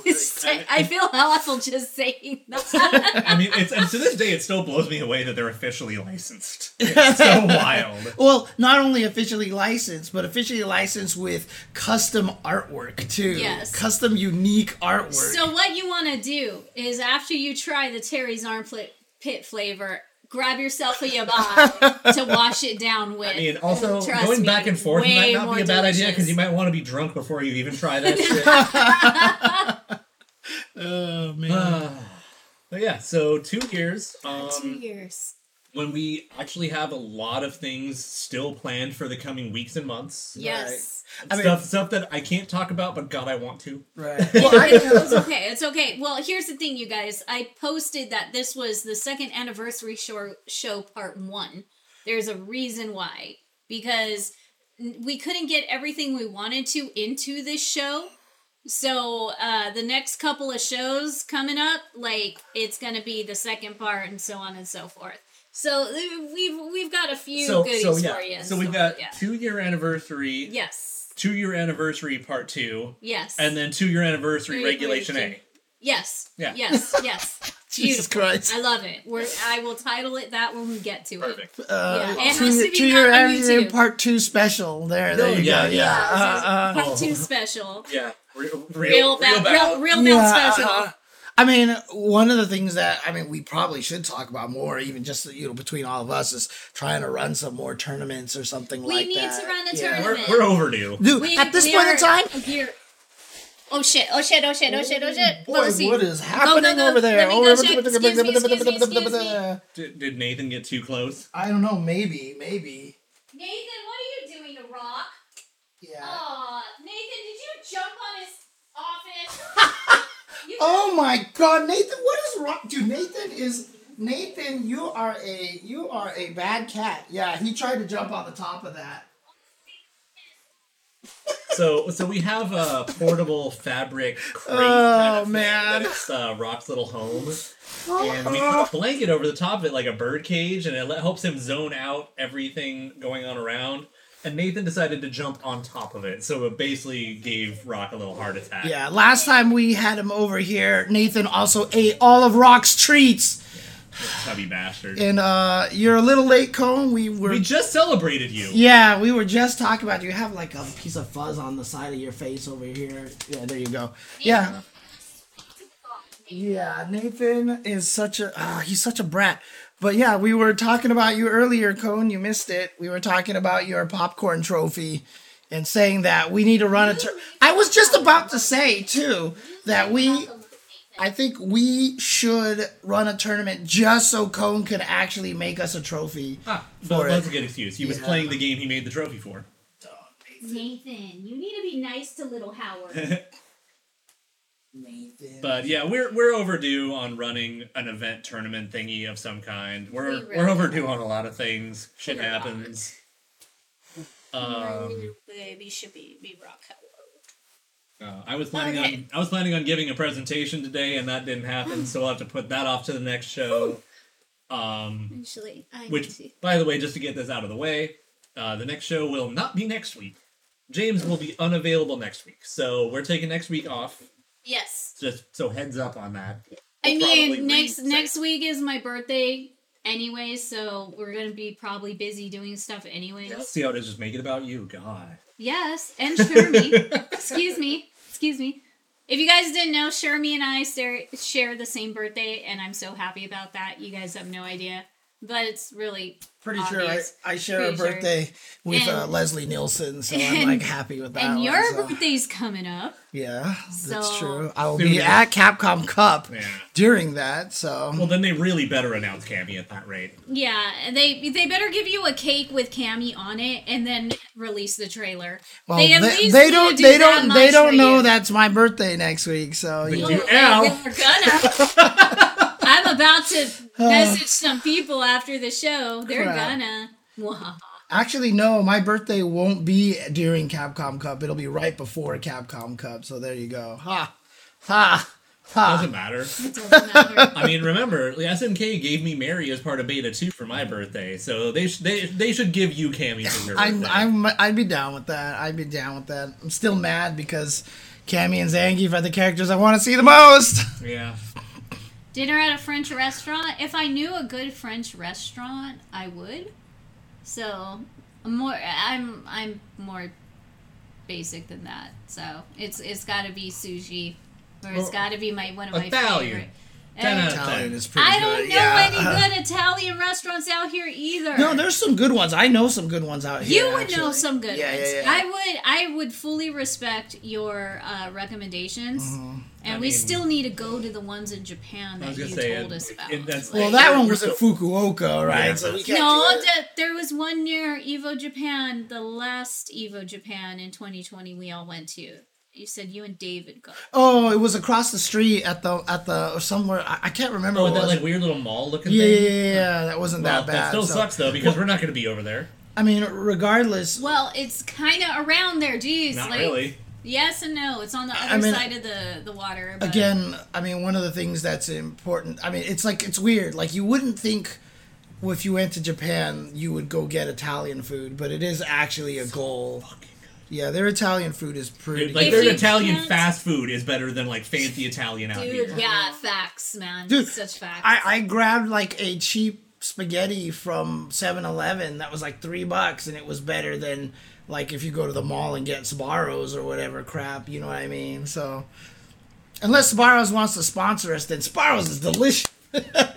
Speaker 3: I feel awful just saying that.
Speaker 2: I mean, it's, and to this day, it still blows me away that they're officially licensed. It's so wild.
Speaker 1: Well, not only officially licensed, but officially licensed with custom artwork too.
Speaker 3: Yes.
Speaker 1: Custom unique artwork.
Speaker 3: so what you want to do is after you try the Terry's armpit pit flavor, grab yourself a yabai to wash it down with.
Speaker 2: I mean, also
Speaker 3: Trust
Speaker 2: going
Speaker 3: me,
Speaker 2: back and forth might
Speaker 3: way
Speaker 2: not
Speaker 3: more
Speaker 2: be a bad idea because
Speaker 3: delicious.
Speaker 2: you might want to be drunk before you even try that shit.
Speaker 1: oh man.
Speaker 2: but yeah, so two years.
Speaker 3: Two
Speaker 2: Um,
Speaker 3: years.
Speaker 2: when we actually have a lot of things still planned for the coming weeks and months.
Speaker 3: Yes.
Speaker 1: I mean-
Speaker 2: stuff, stuff that I can't talk about, but God, I want to.
Speaker 1: right.
Speaker 3: Well, it's okay. It's okay. Well, here's the thing, you guys. I posted that this was the second anniversary show, show part one. There's a reason why. Because n- we couldn't get everything we wanted to into this show. So uh, the next couple of shows coming up, like it's gonna be the second part, and so on and so forth. So uh, we've we've got a few
Speaker 2: so,
Speaker 3: goodies
Speaker 2: so yeah.
Speaker 3: for you. and
Speaker 2: So we've
Speaker 3: stuff,
Speaker 2: got
Speaker 3: yeah.
Speaker 2: two year anniversary,
Speaker 3: yes,
Speaker 2: two year anniversary part two,
Speaker 3: yes,
Speaker 2: and then two year anniversary
Speaker 3: Three
Speaker 2: regulation A.
Speaker 3: regulation. yes,
Speaker 2: Yeah.
Speaker 3: yes, yes.
Speaker 1: Jesus
Speaker 3: Beautiful.
Speaker 1: Christ.
Speaker 3: I love it. We're, I will title it that when we get to it.
Speaker 2: Perfect.
Speaker 1: Uh,
Speaker 3: Yeah, it
Speaker 1: two
Speaker 3: has
Speaker 1: year,
Speaker 3: to be
Speaker 1: two year
Speaker 3: not on
Speaker 1: anniversary
Speaker 3: YouTube.
Speaker 1: part two special. There, there
Speaker 2: No,
Speaker 1: you
Speaker 2: yeah,
Speaker 1: go.
Speaker 2: yeah.
Speaker 1: Yeah. Uh, uh,
Speaker 3: Part two special.
Speaker 2: Yeah. Real,
Speaker 3: Real,
Speaker 2: real,
Speaker 3: bad,
Speaker 2: bad.
Speaker 3: real, real
Speaker 1: Yeah,
Speaker 3: bad special.
Speaker 1: uh, I mean, one of the things that I mean we probably should talk about more, even just you know between all of us, is trying to run some more tournaments or something
Speaker 3: We
Speaker 1: like
Speaker 3: need
Speaker 1: that.
Speaker 3: to run a
Speaker 1: Yeah.
Speaker 3: tournament.
Speaker 2: We're, we're overdue.
Speaker 1: Dude,
Speaker 3: We-
Speaker 1: at this
Speaker 3: we
Speaker 1: point in
Speaker 3: are
Speaker 1: time,
Speaker 3: a year- Oh shit! Oh shit! Oh shit! Oh shit! Oh shit!
Speaker 1: Boy,
Speaker 3: Let's see.
Speaker 1: what is happening
Speaker 3: go.
Speaker 1: over there? Oh,
Speaker 3: Let me go
Speaker 1: Over-
Speaker 3: check. Excuse me, excuse me, excuse me.
Speaker 2: Did, did Nathan get too close?
Speaker 1: I don't know. Maybe, maybe.
Speaker 3: Nathan, what are you doing to Rock?
Speaker 1: Yeah.
Speaker 3: Aw, Nathan, did you jump on his office? You-
Speaker 1: Oh my God, Nathan! What is wrong, dude? Nathan is Nathan. You are a you are a bad cat. Yeah, he tried to jump on the top of that.
Speaker 2: So so we have a portable fabric crate.
Speaker 1: Oh,
Speaker 2: kind of thing
Speaker 1: man.
Speaker 2: That's uh, Rock's little home, and we put
Speaker 1: Ah.
Speaker 2: a blanket over the top of it like a bird cage, and it le- helps him zone out everything going on around. And Nathan decided to jump on top of it, so it basically gave Rock a little heart attack.
Speaker 1: Yeah, last time we had him over here, Nathan also ate all of Rock's treats.
Speaker 2: chubby bastard.
Speaker 1: And uh you're a little late, Cone. We were
Speaker 2: we just celebrated you.
Speaker 1: Yeah, we were just talking about you have like a piece of fuzz on the side of your face over here. Yeah, there you go. Yeah. Yeah, Nathan is such a ah, he's such a brat. But yeah, we were talking about you earlier, Cone. You missed it. We were talking about your popcorn trophy and saying that we need to run a tur- I was just about to say too that we I think we should run a tournament just so Cone could actually make us a trophy.
Speaker 2: Ah,
Speaker 1: For
Speaker 2: but that's
Speaker 1: it.
Speaker 2: a good excuse. He was
Speaker 1: Yeah.
Speaker 2: playing the game he made the trophy for.
Speaker 4: Nathan, you need to be nice to little Howard.
Speaker 1: Nathan.
Speaker 2: But yeah, we're we're overdue on running an event tournament thingy of some kind. We're
Speaker 3: We really
Speaker 2: we're overdue on a lot of things. Shit
Speaker 3: We're not.
Speaker 2: happens. Um,
Speaker 3: Baby should be, be rock howard.
Speaker 2: uh, I was planning
Speaker 3: Okay.
Speaker 2: on I was planning on giving a presentation today, and that didn't happen, so I'll have to put that off to the next show. Um,
Speaker 3: Actually, I need
Speaker 2: which,
Speaker 3: to.
Speaker 2: by the way, just to get this out of the way, uh, the next show will not be next week. James will be unavailable next week, so we're taking next week off.
Speaker 3: Yes.
Speaker 2: Just so heads up on that.
Speaker 3: I
Speaker 2: We'll probably
Speaker 3: mean, next
Speaker 2: reset.
Speaker 3: next week is my birthday anyway, so we're gonna be probably busy doing stuff anyways.
Speaker 2: See how it is. Just make it about you, God.
Speaker 3: Yes, and Shermie. Excuse me. Excuse me. If you guys didn't know, Shermie and I share, share the same birthday, and I'm so happy about that. You guys have no idea. But it's really
Speaker 1: Pretty
Speaker 3: obvious.
Speaker 1: sure I, I share
Speaker 3: Pretty
Speaker 1: a
Speaker 3: sure.
Speaker 1: birthday with uh,
Speaker 3: And-
Speaker 1: Leslie Nielsen, so I'm
Speaker 3: and-
Speaker 1: like happy with that. uh,
Speaker 3: And
Speaker 1: one,
Speaker 3: your
Speaker 1: so-
Speaker 3: birthday's coming up.
Speaker 1: yeah, that's
Speaker 3: So-
Speaker 1: true. I will
Speaker 2: Soon
Speaker 1: be
Speaker 2: as-
Speaker 1: at Capcom Cup
Speaker 2: Yeah.
Speaker 1: during that, so
Speaker 2: Well, then they really better announce Cammy at that rate.
Speaker 3: Yeah, and they they better give you a cake with Cammy on it, and then release the trailer.
Speaker 1: well,
Speaker 3: they
Speaker 1: they,
Speaker 3: at least
Speaker 1: they
Speaker 3: need to
Speaker 1: don't
Speaker 3: do
Speaker 1: they
Speaker 3: that
Speaker 1: don't
Speaker 3: much
Speaker 1: they
Speaker 3: for
Speaker 1: don't know
Speaker 3: you.
Speaker 1: that's my birthday next week, so you
Speaker 2: do.
Speaker 1: know.
Speaker 3: Well,
Speaker 2: Ow.
Speaker 3: They're gonna. I'm about to message some people after the show. They're
Speaker 1: Uh. Crap.
Speaker 3: gonna. Mwahaha.
Speaker 1: actually no, my birthday won't be during Capcom Cup. It'll be right before Capcom Cup. So there you go. Ha, ha, ha.
Speaker 2: Doesn't matter.
Speaker 3: Doesn't matter.
Speaker 2: I mean, remember, the SMK gave me Mary as part of Beta 2 for my birthday, so they sh- they they should give you Cammy for your
Speaker 1: I'm,
Speaker 2: birthday.
Speaker 1: I'm, I'd be down with that. I'd be down with that. I'm still mad because Cammy and Zangief are the characters I want to see the most.
Speaker 2: Yeah.
Speaker 3: Dinner at a French restaurant. If I knew a good French restaurant, I would. So, I'm more I'm I'm more basic than that. So, it's it's got to be sushi or it's
Speaker 2: Well,
Speaker 3: got to be my one of my
Speaker 2: Italian.
Speaker 3: favorite.
Speaker 2: Ten
Speaker 3: Uh,
Speaker 2: out of ten.
Speaker 1: Italian is pretty
Speaker 3: I
Speaker 1: good.
Speaker 3: don't know
Speaker 1: yeah.
Speaker 3: any good Italian restaurants out here either.
Speaker 1: No, there's some good ones. I know some good ones out
Speaker 3: You
Speaker 1: here.
Speaker 3: would know
Speaker 1: actually.
Speaker 3: some good
Speaker 1: yeah,
Speaker 3: ones.
Speaker 1: Yeah, yeah.
Speaker 3: I would. I would fully respect your uh, recommendations,
Speaker 1: Mm-hmm.
Speaker 3: and
Speaker 2: I
Speaker 3: we
Speaker 2: mean-
Speaker 3: still need to go to the ones in Japan
Speaker 2: I
Speaker 3: that
Speaker 2: was
Speaker 3: you
Speaker 2: gonna say,
Speaker 3: told
Speaker 2: and-
Speaker 3: us about.
Speaker 2: and that's-
Speaker 1: well, that
Speaker 2: We're-
Speaker 1: one
Speaker 2: we're
Speaker 1: was in
Speaker 2: still-
Speaker 1: Fukuoka, right?
Speaker 2: Yeah.
Speaker 1: So we can't
Speaker 3: no,
Speaker 1: do it.
Speaker 3: that there was one near Evo Japan, the last Evo Japan in 2020. We all went to. You said you and David go.
Speaker 1: Oh, it was across the street at the at the or somewhere. I, I can't remember.
Speaker 2: Oh,
Speaker 1: what
Speaker 2: that
Speaker 1: it was.
Speaker 2: like weird little mall looking
Speaker 1: yeah, yeah,
Speaker 2: thing?
Speaker 1: yeah, yeah. That wasn't
Speaker 2: Well,
Speaker 1: that bad.
Speaker 2: still
Speaker 1: so-
Speaker 2: sucks though because we're not going to be over there.
Speaker 1: I mean, regardless.
Speaker 3: Well, it's kind of around there. Geez,
Speaker 2: Not
Speaker 3: like
Speaker 2: really.
Speaker 3: yes and no. It's on the other
Speaker 1: I mean,
Speaker 3: side of the the water. but-
Speaker 1: Again, I mean, one of the things that's important. I mean, it's like it's weird. Like you wouldn't think if you went to Japan, you would go get Italian food, but it is actually a goal. Yeah, their Italian food is pretty.
Speaker 2: Dude, like
Speaker 3: If
Speaker 2: their
Speaker 3: you
Speaker 2: Italian
Speaker 3: can't-
Speaker 2: fast food is better than like fancy Italian out
Speaker 3: dude,
Speaker 2: here.
Speaker 3: yeah, facts, man,
Speaker 1: Dude,
Speaker 3: such facts.
Speaker 1: I, I grabbed like a cheap spaghetti from 7-Eleven that was like three bucks, and it was better than like if you go to the mall and get Sbarro's or whatever crap. You know what I mean? So, unless Sbarro's wants to sponsor us, then Sbarro's is delicious.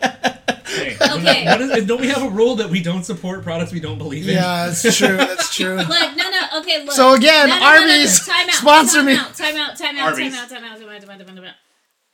Speaker 2: Hey,
Speaker 3: Okay.
Speaker 2: what is- don't we have a rule that we don't support products we don't believe in?
Speaker 1: Yeah, that's true. That's true.
Speaker 3: Look, no, no, okay, look.
Speaker 1: So again,
Speaker 3: No, no, no, no, no,
Speaker 1: Arby's,
Speaker 3: time out,
Speaker 1: sponsor
Speaker 3: time
Speaker 1: me.
Speaker 3: Out, time out, time out, time
Speaker 2: Arby's.
Speaker 3: out, time out, time out, time out, time out, time out.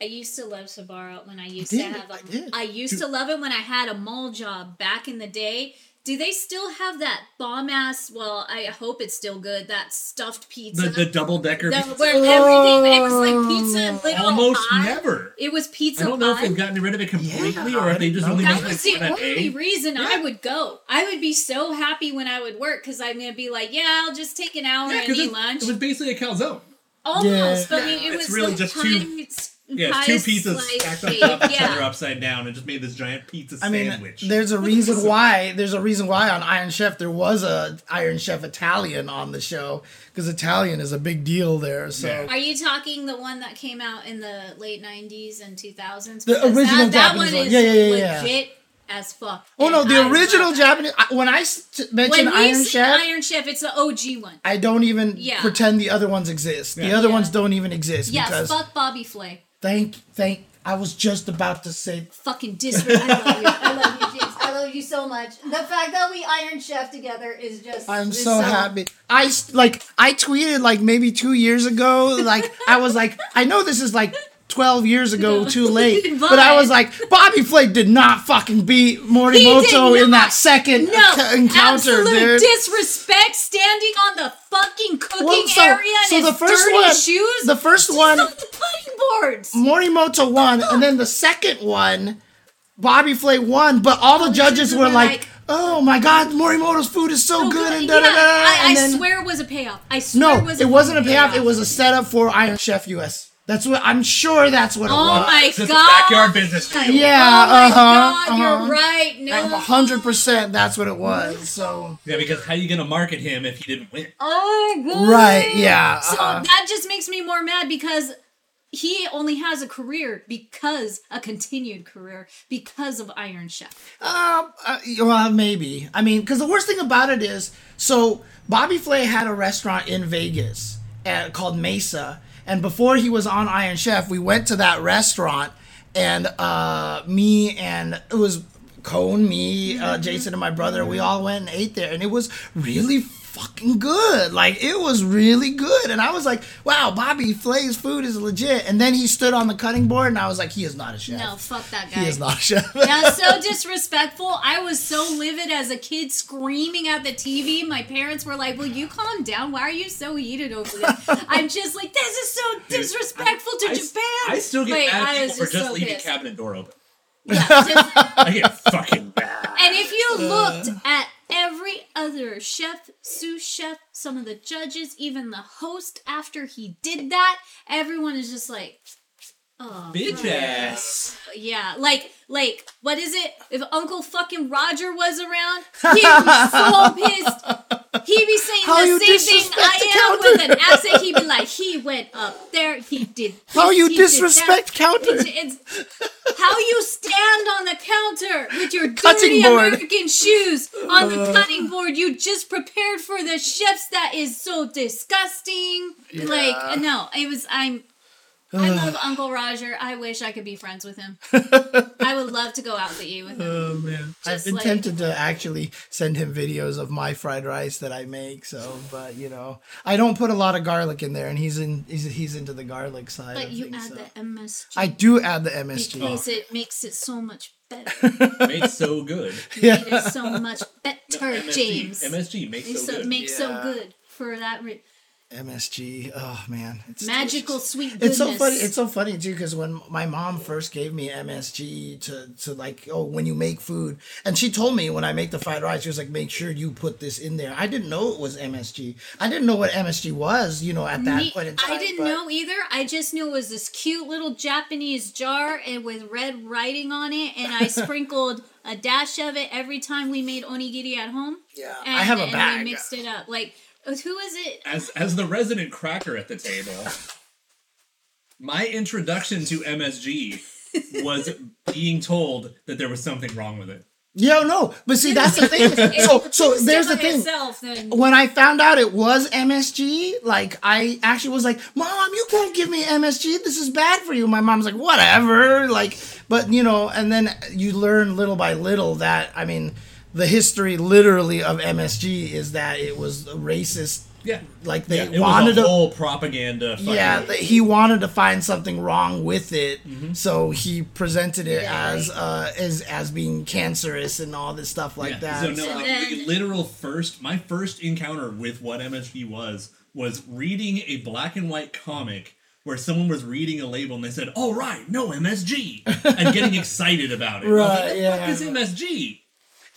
Speaker 3: I used to love Sbarro when I used
Speaker 1: did,
Speaker 3: to have
Speaker 1: I
Speaker 3: a.
Speaker 1: did.
Speaker 3: I used to love it when I had a mall job back in the day. Do they still have that bomb ass? Well, I hope it's still good. That stuffed pizza.
Speaker 2: The, the double decker.
Speaker 3: That- where everything it was like pizza and little
Speaker 2: Almost
Speaker 3: pie.
Speaker 2: never.
Speaker 3: It was
Speaker 2: I
Speaker 3: pizza
Speaker 2: don't know if
Speaker 3: pie.
Speaker 2: they've gotten rid of it completely or
Speaker 1: I
Speaker 2: if they just
Speaker 1: don't
Speaker 2: only
Speaker 1: know.
Speaker 2: make
Speaker 3: that
Speaker 2: like
Speaker 3: was the
Speaker 2: one a
Speaker 3: only
Speaker 2: day.
Speaker 3: reason I would go. I would be so happy when I would work because I'm gonna be like, yeah, I'll just take an hour
Speaker 2: Yeah,
Speaker 3: and
Speaker 2: 'cause
Speaker 3: eat
Speaker 2: it,
Speaker 3: lunch.
Speaker 2: it was basically a calzone.
Speaker 3: Almost,
Speaker 1: Yeah.
Speaker 3: but I mean, it
Speaker 2: It's
Speaker 3: was
Speaker 2: really
Speaker 3: the
Speaker 2: just
Speaker 3: pie,
Speaker 2: two-
Speaker 3: s-
Speaker 2: Yeah,
Speaker 3: pie
Speaker 2: it's two pizzas
Speaker 3: slice
Speaker 2: stacked on
Speaker 3: shape.
Speaker 2: top of each
Speaker 3: yeah.
Speaker 2: other upside down and just made this giant pizza
Speaker 1: I mean,
Speaker 2: sandwich.
Speaker 1: there's a reason why there's a reason why on Iron Chef there was a Iron Chef Italian on the show because Italian is a big deal there. So
Speaker 2: Yeah.
Speaker 3: Are you talking the one that came out in the late '90s and 2000s?
Speaker 1: The
Speaker 3: Because
Speaker 1: original
Speaker 3: that, that
Speaker 1: Japanese
Speaker 3: one
Speaker 1: one.
Speaker 3: is
Speaker 1: Yeah, yeah, yeah, yeah.
Speaker 3: legit as fuck.
Speaker 1: oh no,
Speaker 3: And
Speaker 1: the
Speaker 3: I
Speaker 1: original
Speaker 3: love it.
Speaker 1: Japanese. I- When I s- t- mention
Speaker 3: When we
Speaker 1: Iron
Speaker 3: say
Speaker 1: Chef,
Speaker 3: Iron Chef, it's the OG one.
Speaker 1: I don't even
Speaker 3: Yeah.
Speaker 1: pretend the other ones exist. The
Speaker 2: Yeah.
Speaker 1: other
Speaker 3: Yeah.
Speaker 1: ones don't even exist
Speaker 3: Yes,
Speaker 1: because
Speaker 3: fuck Bobby Flay.
Speaker 1: thank thank. I was just about to say
Speaker 3: Fucking disrespect.
Speaker 4: I love you. I love you, James. I love you so much. The fact that we Iron Chef together is just.
Speaker 1: I'm
Speaker 4: is
Speaker 1: so happy. I s- like I tweeted like maybe two years ago. Like I was like I know this is like twelve years ago too late, but, I was
Speaker 3: But-
Speaker 1: like Bobby Flay did not fucking beat
Speaker 3: He did
Speaker 1: Morimoto in that
Speaker 3: not.
Speaker 1: second
Speaker 3: no
Speaker 1: enc- encounter,
Speaker 3: absolute
Speaker 1: dude.
Speaker 3: disrespect. Standing on the fucking cooking
Speaker 1: Well, so-
Speaker 3: area in
Speaker 1: so
Speaker 3: his
Speaker 1: the first
Speaker 3: dirty
Speaker 1: one-
Speaker 3: shoes.
Speaker 1: the first
Speaker 3: He's
Speaker 1: one-
Speaker 3: on the putting boards.
Speaker 1: Morimoto won, and then the second one, Bobby Flay won, but all the judges were like, "Oh my God, Morimoto's food is so
Speaker 3: Oh,
Speaker 1: good!"
Speaker 3: God,
Speaker 1: And da da da.
Speaker 3: yeah,
Speaker 1: da,
Speaker 3: I,
Speaker 1: and
Speaker 3: I
Speaker 1: then-
Speaker 3: swear it was a payoff. I swear
Speaker 1: No,
Speaker 3: it was.
Speaker 1: it wasn't a payoff. It was a setup for Iron Chef US. That's what I'm sure. That's what it
Speaker 3: Oh
Speaker 1: was.
Speaker 3: my
Speaker 2: It's just a
Speaker 3: god!
Speaker 2: backyard business. deal.
Speaker 1: Yeah,
Speaker 3: Oh my
Speaker 1: uh-huh,
Speaker 3: god!
Speaker 1: uh-huh.
Speaker 3: You're right. No,
Speaker 1: I'm 100% that's what it was. So,
Speaker 2: Yeah, because how you gonna market him if he didn't win?
Speaker 3: Oh god!
Speaker 1: right, yeah.
Speaker 3: So
Speaker 1: uh-huh.
Speaker 3: that just makes me more mad because he only has a career because a continued career because of Iron Chef.
Speaker 1: Um, uh, well, maybe. I mean, because the worst thing about it is, so Bobby Flay had a restaurant in Vegas uh, called Mesa, and before he was on Iron Chef, we went to that restaurant, and uh, me and it was Cone, me, uh, Jason, and my brother. We all went and ate there, and it was really fucking good. Like it was really good, and I was like, "Wow, Bobby Flay's food is legit." And then he stood on the cutting board, and I was like, "He is not a chef.
Speaker 3: No, fuck that guy.
Speaker 1: he is not a chef."
Speaker 3: That's so disrespectful. I was so livid as a kid screaming at the TV. My parents were like, Will you calm down? Why are you so heated over this? I'm just like, This is so disrespectful to
Speaker 2: I, s-
Speaker 3: Japan.
Speaker 2: I still get
Speaker 3: Like,
Speaker 2: mad at
Speaker 3: I was
Speaker 2: people for just
Speaker 3: so
Speaker 2: leaving
Speaker 3: pissed.
Speaker 2: cabinet door open.
Speaker 3: Yeah, just-
Speaker 2: I get fucking mad.
Speaker 3: and if
Speaker 2: Uh.
Speaker 3: you looked at every other chef, sous chef, some of the judges, even the host after he did that, everyone is just like, Oh,
Speaker 2: Bitch ass.
Speaker 3: Yeah, like like what is it? If Uncle fucking Roger was around, he'd be so pissed. He'd be saying
Speaker 1: How you
Speaker 3: the same thing
Speaker 1: disrespect
Speaker 3: I
Speaker 1: the
Speaker 3: am with
Speaker 1: counter.
Speaker 3: an accent. He'd be like, he went up there, he did. This,
Speaker 1: How you
Speaker 3: he did that."
Speaker 1: disrespect counter.
Speaker 3: It's, it's- how you stand on the counter with your
Speaker 1: Cutting
Speaker 3: dirty
Speaker 1: board.
Speaker 3: American shoes on
Speaker 1: Uh.
Speaker 3: the cutting board. You just prepared for the chefs. That is so disgusting.
Speaker 1: Yeah.
Speaker 3: Like uh, no, it was I'm I love Uncle Roger. I wish I could be friends with him. I would love to go out to eat with him.
Speaker 1: Oh man, I've
Speaker 3: Just
Speaker 1: been
Speaker 3: like-
Speaker 1: tempted to actually send him videos of my fried rice that I make. So, but you know, I don't put a lot of garlic in there, and he's in he's, he's into the garlic side.
Speaker 3: But
Speaker 1: of
Speaker 3: you
Speaker 1: things,
Speaker 3: add
Speaker 1: Uh, so.
Speaker 3: the MSG
Speaker 1: I do add the MSG.
Speaker 3: because it makes it so much better.
Speaker 2: Made so good.
Speaker 1: Yeah.
Speaker 3: It is so much better,
Speaker 2: MSG,
Speaker 3: James.
Speaker 2: MSG makes
Speaker 3: It's
Speaker 2: so,
Speaker 3: so,
Speaker 2: good.
Speaker 3: makes
Speaker 1: Yeah.
Speaker 3: so good for that re-
Speaker 1: MSG. Oh man, it's
Speaker 3: magical
Speaker 1: delicious.
Speaker 3: sweet
Speaker 1: It's
Speaker 3: goodness.
Speaker 1: so funny. It's so funny too, because when my mom first gave me MSG to to like, oh, when you make food, and she told me when I make the fried rice, she was like, make sure you put this in there. I didn't know it was MSG. I didn't know what MSG was, you know, at that
Speaker 3: Me-
Speaker 1: point in time.
Speaker 3: I didn't
Speaker 1: but-
Speaker 3: know either. I just knew it was this cute little Japanese jar and with red writing on it, and I sprinkled a dash of it every time we made onigiri at home.
Speaker 1: Yeah,
Speaker 3: and,
Speaker 1: I have a
Speaker 3: and
Speaker 1: bag.
Speaker 3: we mixed it up. Like uh, who is it?
Speaker 2: As as the resident cracker at the table, my introduction to MSG was being told that there was something wrong with it.
Speaker 1: Yeah, no, but see, that's the thing. So, so there's the thing. Oh,
Speaker 3: Itself, then.
Speaker 1: When I found out it was MSG, like I actually was like, "Mom, you can't give me MSG. This is bad for you." My mom's like, "Whatever." Like, but you know, and then you learn little by little that I mean, the history literally of MSG is that it was a racist
Speaker 2: Yeah.
Speaker 1: Like they
Speaker 2: it
Speaker 1: wanted
Speaker 2: was a
Speaker 1: to-
Speaker 2: whole propaganda. Fucking,
Speaker 1: Yeah, th- he wanted to find something wrong with it,
Speaker 2: Mm-hmm.
Speaker 1: so he presented it
Speaker 4: Yeah.
Speaker 1: as uh, as as being cancerous and all this stuff like
Speaker 2: Yeah.
Speaker 1: that.
Speaker 2: So no,
Speaker 3: And
Speaker 2: like the
Speaker 3: then-
Speaker 2: literal first, my first encounter with what MSG was was reading a black and white comic where someone was reading a label and they said, "All right, no MSG," and getting excited about it. I was like,
Speaker 1: Right,
Speaker 2: "The
Speaker 1: yeah.
Speaker 2: fuck is MSG?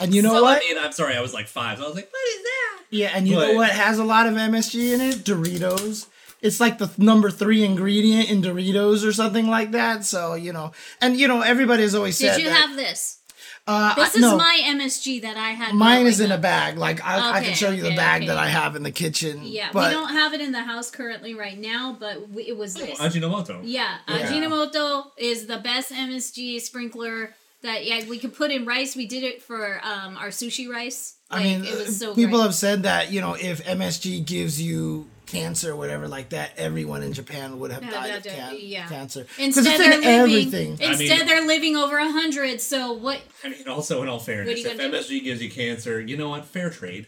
Speaker 1: and you know
Speaker 2: So, I
Speaker 1: what?
Speaker 2: mean, I'm sorry, I was like five. So I was like, "What is that?"
Speaker 1: Yeah, and you
Speaker 2: But-
Speaker 1: know what has a lot of MSG in it? Doritos. It's like the th- number three ingredient in Doritos or something like that. So you know, and you know, everybody's always said
Speaker 3: Did you
Speaker 1: that,
Speaker 3: have this?
Speaker 1: uh,
Speaker 3: This
Speaker 1: I-
Speaker 3: is
Speaker 1: no,
Speaker 3: my MSG that I had.
Speaker 1: Mine is in
Speaker 3: growing
Speaker 1: a
Speaker 3: up.
Speaker 1: bag. Like I, I can
Speaker 3: Okay,
Speaker 1: show you the
Speaker 3: okay,
Speaker 1: bag
Speaker 3: okay.
Speaker 1: that I have in the kitchen.
Speaker 3: Yeah,
Speaker 1: but
Speaker 3: we don't have it in the house currently right now, but we, it was this.
Speaker 2: Ajinomoto.
Speaker 3: yeah,
Speaker 1: Yeah.
Speaker 3: Ajinomoto is the best MSG sprinkler that yeah we could put in rice. We did it for um, our sushi rice.
Speaker 1: I mean,
Speaker 3: it was so
Speaker 1: people
Speaker 3: great.
Speaker 1: have said that you know if MSG gives you cancer or whatever like that, everyone in Japan would have
Speaker 3: Yeah,
Speaker 1: died
Speaker 3: yeah,
Speaker 1: of can-
Speaker 3: yeah.
Speaker 1: cancer because it's
Speaker 3: Instead, they're
Speaker 1: in
Speaker 3: living.
Speaker 1: everything.
Speaker 3: Instead,
Speaker 2: mean-
Speaker 3: they're living over a hundred. So what?
Speaker 2: I mean, also in all
Speaker 3: What are
Speaker 2: fairness,
Speaker 3: you
Speaker 2: if
Speaker 3: gonna do?
Speaker 2: MSG gives you cancer, you know what? Fair trade.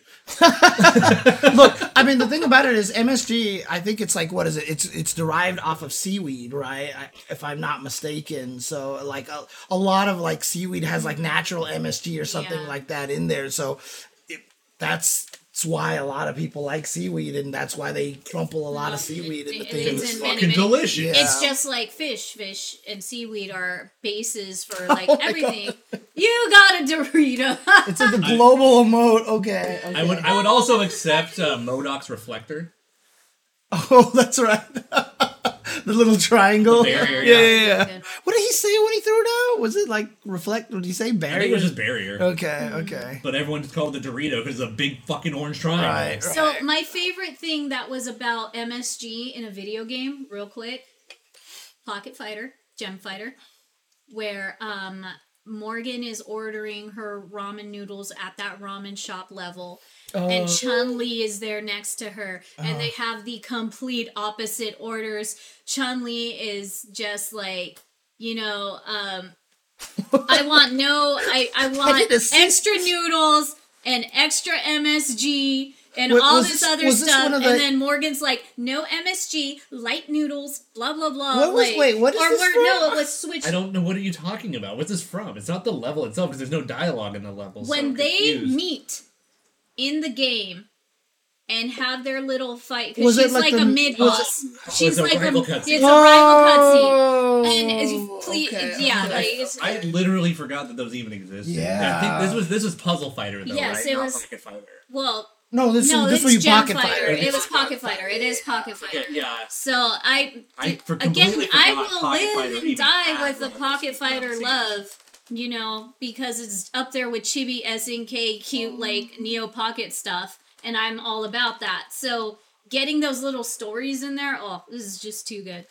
Speaker 1: Look, I mean, the thing about it is MSG. I think it's like what is it? It's it's derived off of seaweed, right? I, if I'm not mistaken. So like a, a lot of like seaweed has like natural MSG or something
Speaker 3: Yeah.
Speaker 1: like that in there. So it, that's. It's why a lot of people like seaweed, and that's why they crumple a lot of seaweed in the
Speaker 3: It-
Speaker 1: thing.
Speaker 3: it's
Speaker 2: It was
Speaker 3: in many,
Speaker 2: fucking
Speaker 3: many-
Speaker 2: delicious.
Speaker 1: Yeah.
Speaker 3: It's just like fish. Fish and seaweed are bases for like
Speaker 1: Oh my God.
Speaker 3: everything. You got a Dorito.
Speaker 1: It's in the global mode. Okay. okay.
Speaker 2: I would, I would also accept uh, Modoc's reflector.
Speaker 1: Oh, that's right. the little triangle.
Speaker 3: Oh,
Speaker 2: barrier,
Speaker 1: yeah,
Speaker 2: yeah.
Speaker 1: yeah, yeah.
Speaker 3: Good.
Speaker 1: What did he say when he threw it out? Was it like reflect? Did he say
Speaker 2: I think it
Speaker 1: barrier?
Speaker 2: was just barrier.
Speaker 3: Oh.
Speaker 1: okay,
Speaker 3: Mm-hmm.
Speaker 1: okay.
Speaker 2: But everyone just called it the Dorito because it's a big fucking orange triangle.
Speaker 1: Right, right.
Speaker 3: So my favorite thing that was about MSG in a video game, real quick, Pocket Fighter, Gem Fighter, where um, Morgan is ordering her ramen noodles at that ramen shop level,
Speaker 1: Oh.
Speaker 3: and Chun Li is there next to her, and they have the complete opposite orders. Chun Li is just like, you know, um, I want no, I I want
Speaker 1: did a six-
Speaker 3: extra noodles and extra MSG and
Speaker 1: Wait,
Speaker 3: all
Speaker 1: was
Speaker 3: this
Speaker 1: this-
Speaker 3: other
Speaker 1: was this
Speaker 3: stuff.
Speaker 1: one of the-
Speaker 3: And then Morgan's like, no MSG, light noodles, blah blah blah.
Speaker 1: What was-
Speaker 3: like-
Speaker 1: wait, what is
Speaker 3: or
Speaker 1: this
Speaker 3: were-
Speaker 1: from?
Speaker 3: No, it was switched.
Speaker 2: I don't know. What are you talking about? What's this from? It's not the level itself because there's no dialogue in the level. so
Speaker 3: when
Speaker 2: I'm
Speaker 3: they
Speaker 2: confused.
Speaker 3: meet in the game and have their little fight because
Speaker 1: Was it
Speaker 3: she's
Speaker 1: like
Speaker 3: like,
Speaker 1: the-
Speaker 3: a
Speaker 1: was
Speaker 3: mid boss. She's
Speaker 2: a
Speaker 3: like a,
Speaker 2: rival
Speaker 3: it's a rival
Speaker 2: cutscene.
Speaker 3: cutscene. And
Speaker 1: cutscene.
Speaker 3: it's- please, yeah, like it's,
Speaker 2: I literally forgot that those even existed.
Speaker 1: Yeah.
Speaker 2: I think this was this was Puzzle Fighter though.
Speaker 3: Yes,
Speaker 2: right?
Speaker 3: it
Speaker 2: Not
Speaker 3: was-
Speaker 2: Pocket Fighter.
Speaker 3: well,
Speaker 1: No, this
Speaker 3: no,
Speaker 1: is this
Speaker 3: it's
Speaker 1: will be
Speaker 3: Gem
Speaker 1: pocket
Speaker 3: Fighter.
Speaker 1: fire.
Speaker 3: It was Pocket Fighter. It is Pocket Fighter.
Speaker 2: Yeah, yeah.
Speaker 3: So I,
Speaker 2: I for
Speaker 3: again,
Speaker 2: completely
Speaker 3: I
Speaker 2: forgot
Speaker 3: will
Speaker 2: Pocket Fighter
Speaker 3: live
Speaker 2: even
Speaker 3: and die
Speaker 2: had
Speaker 3: with the
Speaker 2: one.
Speaker 3: Pocket Fighter
Speaker 2: Cutscenes.
Speaker 3: love, you know, because it's up there with Chibi SNK cute like Neo Pocket stuff, and I'm all about that. So getting those little stories in there, oh, this is just too good.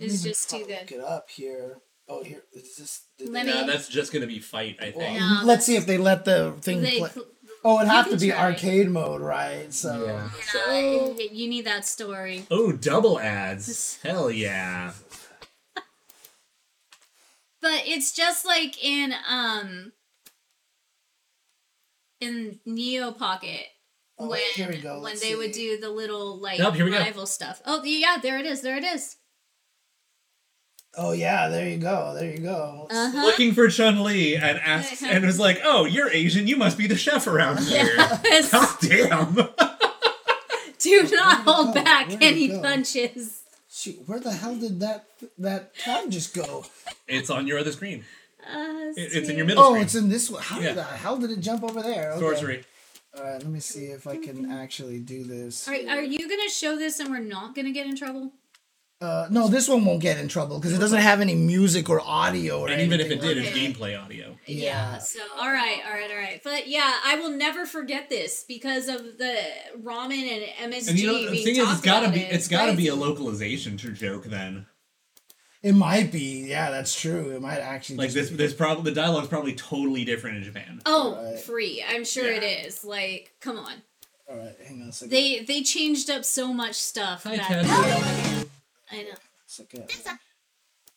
Speaker 3: It's
Speaker 2: Mm-hmm.
Speaker 3: just too
Speaker 1: Look
Speaker 3: good.
Speaker 1: it up here. Oh, here. It's just. did
Speaker 3: Let
Speaker 1: they-
Speaker 2: Yeah,
Speaker 3: me-
Speaker 2: that's just gonna be fight. I think.
Speaker 3: No,
Speaker 1: Let's see if they let the thing
Speaker 3: They-
Speaker 1: play. Oh, it'd have
Speaker 3: can
Speaker 1: to be
Speaker 3: try.
Speaker 1: arcade mode, right? So.
Speaker 2: Yeah.
Speaker 3: yeah, you need that story.
Speaker 2: Oh, double ads! Hell yeah!
Speaker 3: But it's just like in um in Neo Pocket
Speaker 1: Oh,
Speaker 3: when
Speaker 1: here we go.
Speaker 3: when
Speaker 1: Let's
Speaker 3: they would
Speaker 1: see.
Speaker 3: do the little like
Speaker 2: Nope, here we go.
Speaker 3: rival stuff. Oh yeah, there it is, there it is.
Speaker 1: Oh yeah, there you go. There you go.
Speaker 3: Uh huh.
Speaker 2: Looking for Chun Li and asks and was like, "Oh, you're Asian. You must be the chef around here." God damn!
Speaker 3: do not
Speaker 1: go?
Speaker 3: hold back
Speaker 1: Where'd it
Speaker 3: any
Speaker 1: go?
Speaker 3: punches.
Speaker 1: Shoot, where the hell did that that tab just go?
Speaker 2: It's on your other screen.
Speaker 3: Uh,
Speaker 2: It- it's in
Speaker 3: see.
Speaker 2: your middle
Speaker 1: Oh,
Speaker 2: screen.
Speaker 1: it's in this one. How
Speaker 2: Yeah.
Speaker 1: did the hell did it jump over there? Okay.
Speaker 2: Sorcery.
Speaker 1: All right, let me see if I can actually do this.
Speaker 3: Are, are you gonna show this and we're not gonna get in trouble?
Speaker 1: Uh, no, this one won't get in trouble because it doesn't have any music or audio or
Speaker 2: And even if it
Speaker 1: anything.
Speaker 2: did, it's
Speaker 3: Okay.
Speaker 2: gameplay audio.
Speaker 1: Yeah.
Speaker 3: So all right, all right, all right. But yeah, I will never forget this because of the ramen and MSG.
Speaker 2: And you know, the
Speaker 3: being
Speaker 2: thing is, it's
Speaker 3: talked
Speaker 2: gotta
Speaker 3: about
Speaker 2: be,
Speaker 3: it.
Speaker 2: it's gotta be a
Speaker 3: Crazy.
Speaker 2: localization to joke then.
Speaker 1: it might be. Yeah, that's true. It might actually
Speaker 2: Like
Speaker 1: just
Speaker 2: this,
Speaker 1: be-
Speaker 2: this probably the dialogue's probably totally different in Japan.
Speaker 3: Oh,
Speaker 1: Right.
Speaker 3: free. I'm sure
Speaker 2: Yeah.
Speaker 3: it is. Like, come on.
Speaker 1: All right, hang on a second.
Speaker 3: They they changed up so much stuff.
Speaker 2: Hi,
Speaker 3: that-
Speaker 2: Ted.
Speaker 3: I know.
Speaker 1: It's okay.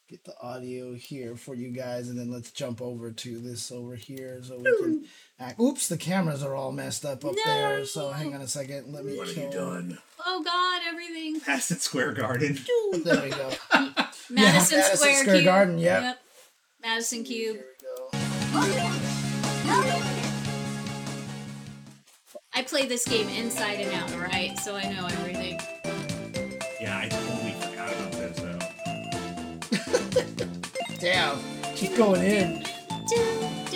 Speaker 1: get the audio here for you guys, and then let's jump over to this over here so we can. Act. Oops, the cameras are all messed up up there. So hang on a second. Let me.
Speaker 2: What have
Speaker 1: kill-
Speaker 2: you done?
Speaker 3: Oh God, everything.
Speaker 2: Acid Square Garden.
Speaker 1: There we go.
Speaker 3: Madison,
Speaker 1: Madison
Speaker 3: Square,
Speaker 1: Square
Speaker 3: Cube.
Speaker 1: Garden, yep.
Speaker 3: Madison Cube.
Speaker 1: Here we go.
Speaker 3: I play this game inside and out, right? So I know everything.
Speaker 2: Yeah, I totally forgot about this though.
Speaker 1: Damn, she's going in.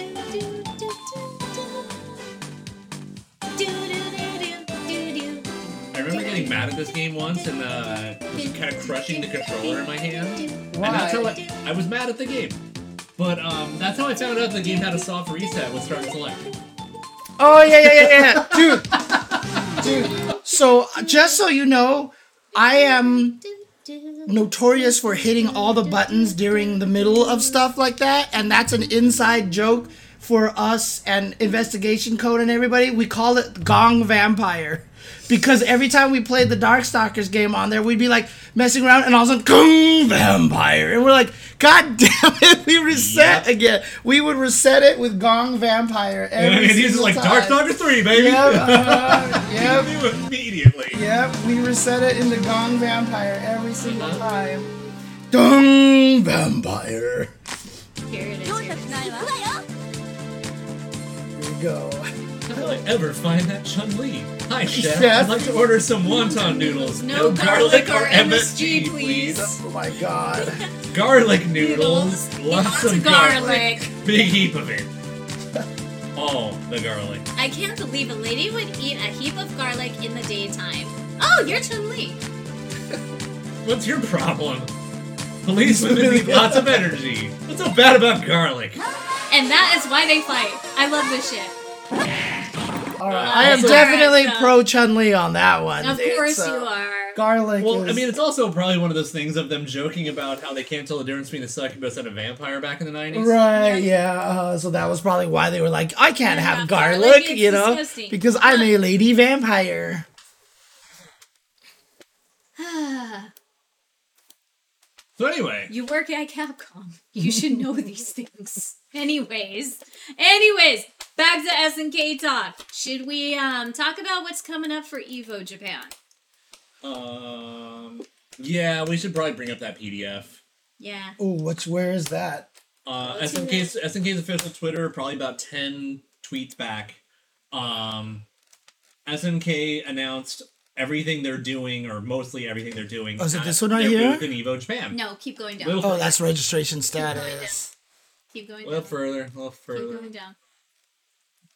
Speaker 2: I remember getting mad at this game once and uh, just kind of crushing the controller in my hand. And that's how
Speaker 1: Why?
Speaker 2: I, I was mad at the game. But um, that's how I found out the game had a soft reset with Start and Select.
Speaker 1: Oh yeah, yeah, yeah, yeah, dude, dude. So just so you know, I am notorious for hitting all the buttons during the middle of stuff like that, and that's an inside joke for us and investigation code and everybody. We call it Gong Vampire. Because every time we played the Darkstalkers game on there, we'd be like messing around and all of a sudden, Gong Vampire. And we're like, God damn it, we reset
Speaker 2: Yep.
Speaker 1: again. We would reset it with Gong Vampire.
Speaker 2: And
Speaker 1: every
Speaker 2: he's
Speaker 1: single
Speaker 2: like,
Speaker 1: time.
Speaker 2: Dark Stalker 3, baby!
Speaker 1: Yep, uh, yep.
Speaker 2: I knew immediately.
Speaker 1: Yep, we reset it into Gong Vampire every single time. Gong Vampire.
Speaker 3: Here it is. Here it is.
Speaker 1: Here we go.
Speaker 2: How do I ever find that Chun Li? Hi, Chef.
Speaker 1: Chef.
Speaker 2: I'd like to order some wonton noodles.
Speaker 3: No garlic or MSG,
Speaker 1: Oh my god.
Speaker 2: Garlic noodles.
Speaker 3: Lots of garlic.
Speaker 2: Big heap of it. All the garlic.
Speaker 3: I can't believe a lady would eat a heap of garlic in the daytime. Oh, you're Chun Li.
Speaker 2: What's your problem? Policewomen need lots of energy. What's so bad about garlic?
Speaker 3: And that is why they fight. I love this shit.
Speaker 1: Alright, I am
Speaker 3: Also-
Speaker 1: definitely
Speaker 3: Alright, so-
Speaker 1: pro Chun Li on that one.
Speaker 3: Of
Speaker 1: dude,
Speaker 3: course
Speaker 1: so-
Speaker 3: you are.
Speaker 1: Garlic
Speaker 2: Well,
Speaker 1: is.
Speaker 2: I mean, it's also probably one of those things of them joking about how they can't tell the difference between a succubus and a vampire back in the 90s.
Speaker 1: Right, yeah. Uh, so that was probably why they were like, I can't
Speaker 3: Yeah,
Speaker 1: have
Speaker 3: garlic
Speaker 1: garlic,
Speaker 3: is
Speaker 1: you know?
Speaker 3: disgusting.
Speaker 1: Because I'm a lady vampire.
Speaker 2: So, anyway,
Speaker 3: You work at Capcom. You should know these things. Anyways, anyways, back to SNK talk. Should we um talk about what's coming up for Evo Japan?
Speaker 2: um, yeah, we should probably bring up that PDF.
Speaker 3: Yeah.
Speaker 1: Ooh, what's where is that?
Speaker 2: Uh,
Speaker 3: Let's do
Speaker 2: SMK's, SMK's official Twitter, probably about 10 tweets back. Um, SMK announced everything they're doing, or mostly everything they're doing.
Speaker 1: Oh, is it
Speaker 2: at
Speaker 1: this one right
Speaker 2: their
Speaker 1: here?
Speaker 2: booth in Evo Japan.
Speaker 3: No, keep going
Speaker 2: A
Speaker 3: down.
Speaker 2: little,
Speaker 1: Oh, that's registration status.
Speaker 3: keep going
Speaker 2: a little
Speaker 3: down.
Speaker 2: further, a little
Speaker 3: keep
Speaker 2: further.
Speaker 3: going down.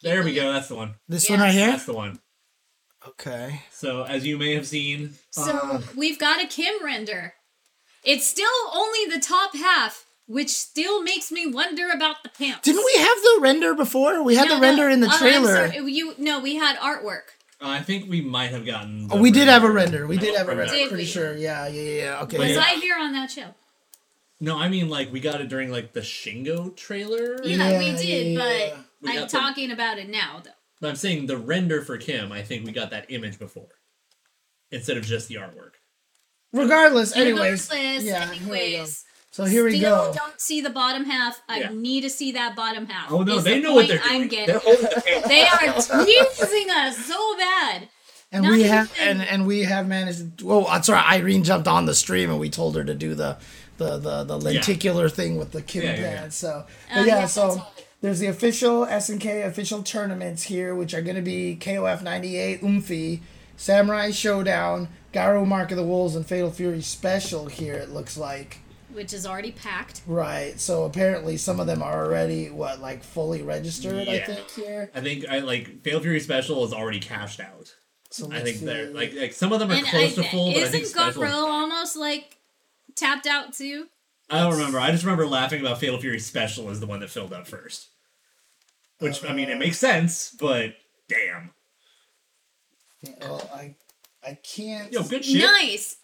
Speaker 2: There we go, that's the one.
Speaker 1: This
Speaker 3: Yeah.
Speaker 1: one right here?
Speaker 2: That's the one.
Speaker 1: Okay.
Speaker 2: So, as you may have seen,
Speaker 3: So
Speaker 1: Uh.
Speaker 3: we've got a Kim render. It's still only the top half, which still makes me wonder about the pants.
Speaker 1: Didn't we have the render before? We had
Speaker 3: No,
Speaker 1: the
Speaker 3: no.
Speaker 1: render in the
Speaker 3: Oh, I'm
Speaker 1: trailer.
Speaker 3: sorry. You no, we had artwork.
Speaker 2: I think we might have gotten. the
Speaker 1: Oh, we did have a
Speaker 2: render.
Speaker 1: render. We
Speaker 2: I
Speaker 1: did
Speaker 2: don't
Speaker 1: have a
Speaker 2: remember.
Speaker 1: render.
Speaker 3: Did
Speaker 1: pretty
Speaker 3: we?
Speaker 1: sure. Yeah, yeah, yeah, yeah. Okay.
Speaker 3: Was
Speaker 2: Yeah.
Speaker 3: I here on that show?
Speaker 2: No, I mean like we got it during like the Shingo trailer.
Speaker 3: Yeah,
Speaker 1: Yeah,
Speaker 3: we did,
Speaker 1: yeah,
Speaker 3: but
Speaker 1: yeah.
Speaker 2: We
Speaker 3: I'm
Speaker 2: got them.
Speaker 3: talking about it now, though.
Speaker 2: But I'm saying the render for Kim. I think we got that image before, instead of just the artwork.
Speaker 1: Regardless, anyways.
Speaker 3: Regardless,
Speaker 1: yeah, here we go.
Speaker 3: anyways.
Speaker 1: So here we
Speaker 3: Still
Speaker 1: go.
Speaker 3: don't see the bottom half. I
Speaker 2: Yeah.
Speaker 3: need to see that bottom half.
Speaker 2: Oh no,
Speaker 3: is
Speaker 2: they
Speaker 3: the
Speaker 2: know what
Speaker 3: point
Speaker 2: they're doing.
Speaker 3: I'm getting.
Speaker 2: They're holding the camera.
Speaker 3: They are teasing us so bad.
Speaker 1: And
Speaker 3: not
Speaker 1: we have
Speaker 3: even-
Speaker 1: and, and we have managed to, Whoa, I'm sorry. Irene jumped on the stream and we told her to do the the the, the lenticular thing with the kid
Speaker 2: Yeah, yeah, yeah.
Speaker 1: pants. So but
Speaker 3: Um,
Speaker 1: yeah,
Speaker 3: yeah, that's
Speaker 1: so
Speaker 3: all.
Speaker 1: there's the official SNK official tournaments here, which are going to be KOF 98 Umfi, Samurai Showdown, Garu Mark of the Wolves, and Fatal Fury Special. Here it looks like.
Speaker 3: Which is already packed.
Speaker 1: Right. So apparently some of them are already what like fully registered. I
Speaker 2: Yeah.
Speaker 1: think here.
Speaker 2: I think I like Fail Fury Special is already cashed out.
Speaker 1: So
Speaker 2: I
Speaker 1: let's
Speaker 2: think
Speaker 1: see.
Speaker 2: they're like like some of them are
Speaker 3: And I,
Speaker 2: close to full, but I think
Speaker 3: isn't
Speaker 2: special.
Speaker 3: GoPro almost like tapped out too?
Speaker 2: I don't remember. I just remember laughing about Fatal Fury Special is the one that filled up first. Which I mean, it makes sense, but damn,
Speaker 1: Well, I I can't.
Speaker 2: yo, good shit.
Speaker 3: Nice.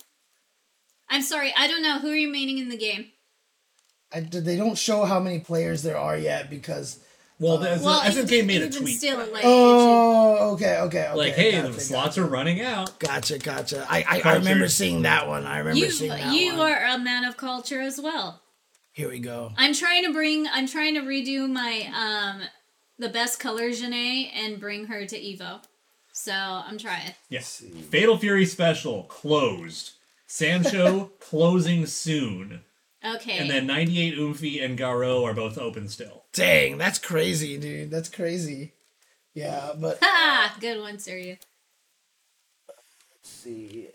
Speaker 3: I'm sorry, I don't know who are remaining in the game.
Speaker 1: I, they don't show how many players there are yet because.
Speaker 2: Well, the, the
Speaker 3: well,
Speaker 2: SNK
Speaker 3: even-
Speaker 2: made a
Speaker 3: even
Speaker 2: tweet.
Speaker 3: Still, like,
Speaker 1: Oh, okay, okay, okay.
Speaker 2: like, hey,
Speaker 1: gotcha,
Speaker 2: the slots are running out.
Speaker 1: Gotcha, gotcha. I I, I
Speaker 2: Culture.
Speaker 1: remember seeing that one. I remember
Speaker 3: you
Speaker 1: seeing that
Speaker 3: you
Speaker 1: one.
Speaker 3: are a man of culture as well.
Speaker 1: Here we go.
Speaker 3: I'm trying to bring. I'm trying to redo my um, the best color Janae and bring her to Evo. So I'm trying.
Speaker 2: Yes. Fatal Fury special closed. Sam show closing soon.
Speaker 3: Okay.
Speaker 2: And then 98 Oomphy and Garo are both open still.
Speaker 1: Dang, that's crazy, dude. That's crazy. Yeah, but
Speaker 3: ha! Good one, Siri.
Speaker 1: see.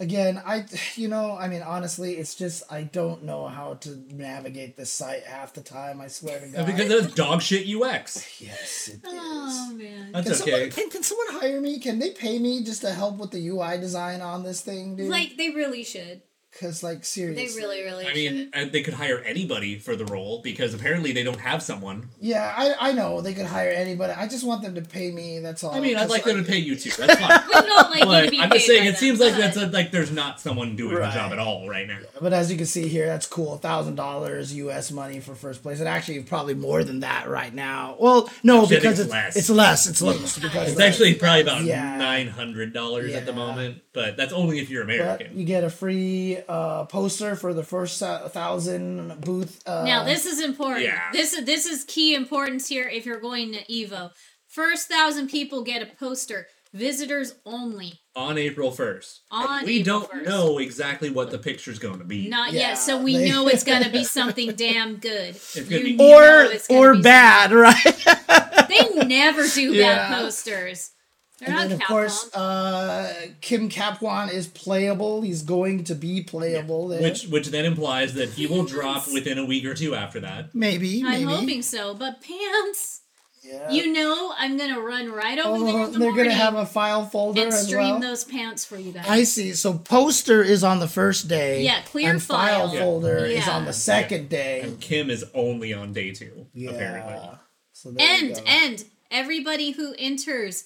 Speaker 1: Again, I you know, I mean honestly, it's just I don't know how to navigate this site half the time, I swear to
Speaker 2: And
Speaker 1: god.
Speaker 2: Because that's dog shit UX.
Speaker 1: yes, it
Speaker 3: Oh
Speaker 1: is. Can
Speaker 3: man.
Speaker 2: That's
Speaker 1: someone
Speaker 2: okay.
Speaker 1: can, can someone hire me? Can they pay me just to help with the UI design on this thing, dude?
Speaker 3: Like they really should.
Speaker 1: cuz like
Speaker 3: They
Speaker 1: seriously.
Speaker 3: really, really
Speaker 2: I mean, uh, they could hire anybody for the role because apparently they don't have someone.
Speaker 1: Yeah, I I know they could hire anybody. I just want them to pay me, that's all.
Speaker 2: I mean, I'd
Speaker 1: 'Cause
Speaker 2: like them
Speaker 1: I-
Speaker 2: to pay you too. That's fine.
Speaker 3: should. We don't like you to
Speaker 2: but
Speaker 3: be
Speaker 2: I'm
Speaker 3: paid
Speaker 2: just saying,
Speaker 3: by
Speaker 2: it
Speaker 3: them,
Speaker 2: seems like
Speaker 3: but-
Speaker 2: that's a, like there's not someone doing
Speaker 1: Right.
Speaker 2: the job at all right now.
Speaker 1: But as you can see here, that's cool. Thousand dollars US money for first place, and actually probably more than that right now. Well, no,
Speaker 2: Actually, I think
Speaker 1: because
Speaker 2: it's
Speaker 1: it's
Speaker 2: less.
Speaker 1: it's less. It's less because
Speaker 2: It's actually probably about
Speaker 1: Yeah.
Speaker 2: nine hundred dollars at the
Speaker 1: Yeah.
Speaker 2: moment, but that's only if you're
Speaker 1: But
Speaker 2: American.
Speaker 1: you get a free uh, poster for the first uh, thousand booth. Uh,
Speaker 3: Now this is important.
Speaker 2: Yeah.
Speaker 3: This is this is key importance here if you're going to Evo. First thousand people get a poster. Visitors only.
Speaker 2: On April first,
Speaker 3: On
Speaker 2: we
Speaker 3: April
Speaker 2: don't
Speaker 3: 1st.
Speaker 2: know exactly what the picture's going to be.
Speaker 3: Not
Speaker 1: Yeah,
Speaker 3: yet, so we
Speaker 1: they-
Speaker 3: know it's gonna be something damn good.
Speaker 2: It's gonna be-
Speaker 3: know
Speaker 1: or
Speaker 3: it's gonna
Speaker 1: or
Speaker 3: be
Speaker 1: bad, right?
Speaker 3: something- They never do
Speaker 1: Yeah.
Speaker 3: bad posters. They're
Speaker 1: and
Speaker 3: not
Speaker 1: then of
Speaker 3: Capcom.
Speaker 1: course, uh, Kim Capwan is playable. He's going to be playable. there.
Speaker 2: Which which then implies that he will drop within a week or two after that.
Speaker 1: maybe
Speaker 3: I'm
Speaker 1: maybe.
Speaker 3: hoping so, but pants.
Speaker 1: Yeah.
Speaker 3: You know I'm gonna run right over there
Speaker 1: oh,
Speaker 3: in the
Speaker 1: they're
Speaker 3: morning
Speaker 1: gonna have a file folder
Speaker 3: and
Speaker 1: as
Speaker 3: stream
Speaker 1: well.
Speaker 3: those pants for you guys.
Speaker 1: I see. So poster is on the first day.
Speaker 3: Yeah, clear
Speaker 1: and file,
Speaker 3: file.
Speaker 2: Yeah.
Speaker 1: folder is
Speaker 3: Yeah.
Speaker 1: on the second day.
Speaker 2: And Kim is only on day two,
Speaker 1: Yeah.
Speaker 2: apparently.
Speaker 1: So there you
Speaker 3: and
Speaker 1: go.
Speaker 3: and everybody who enters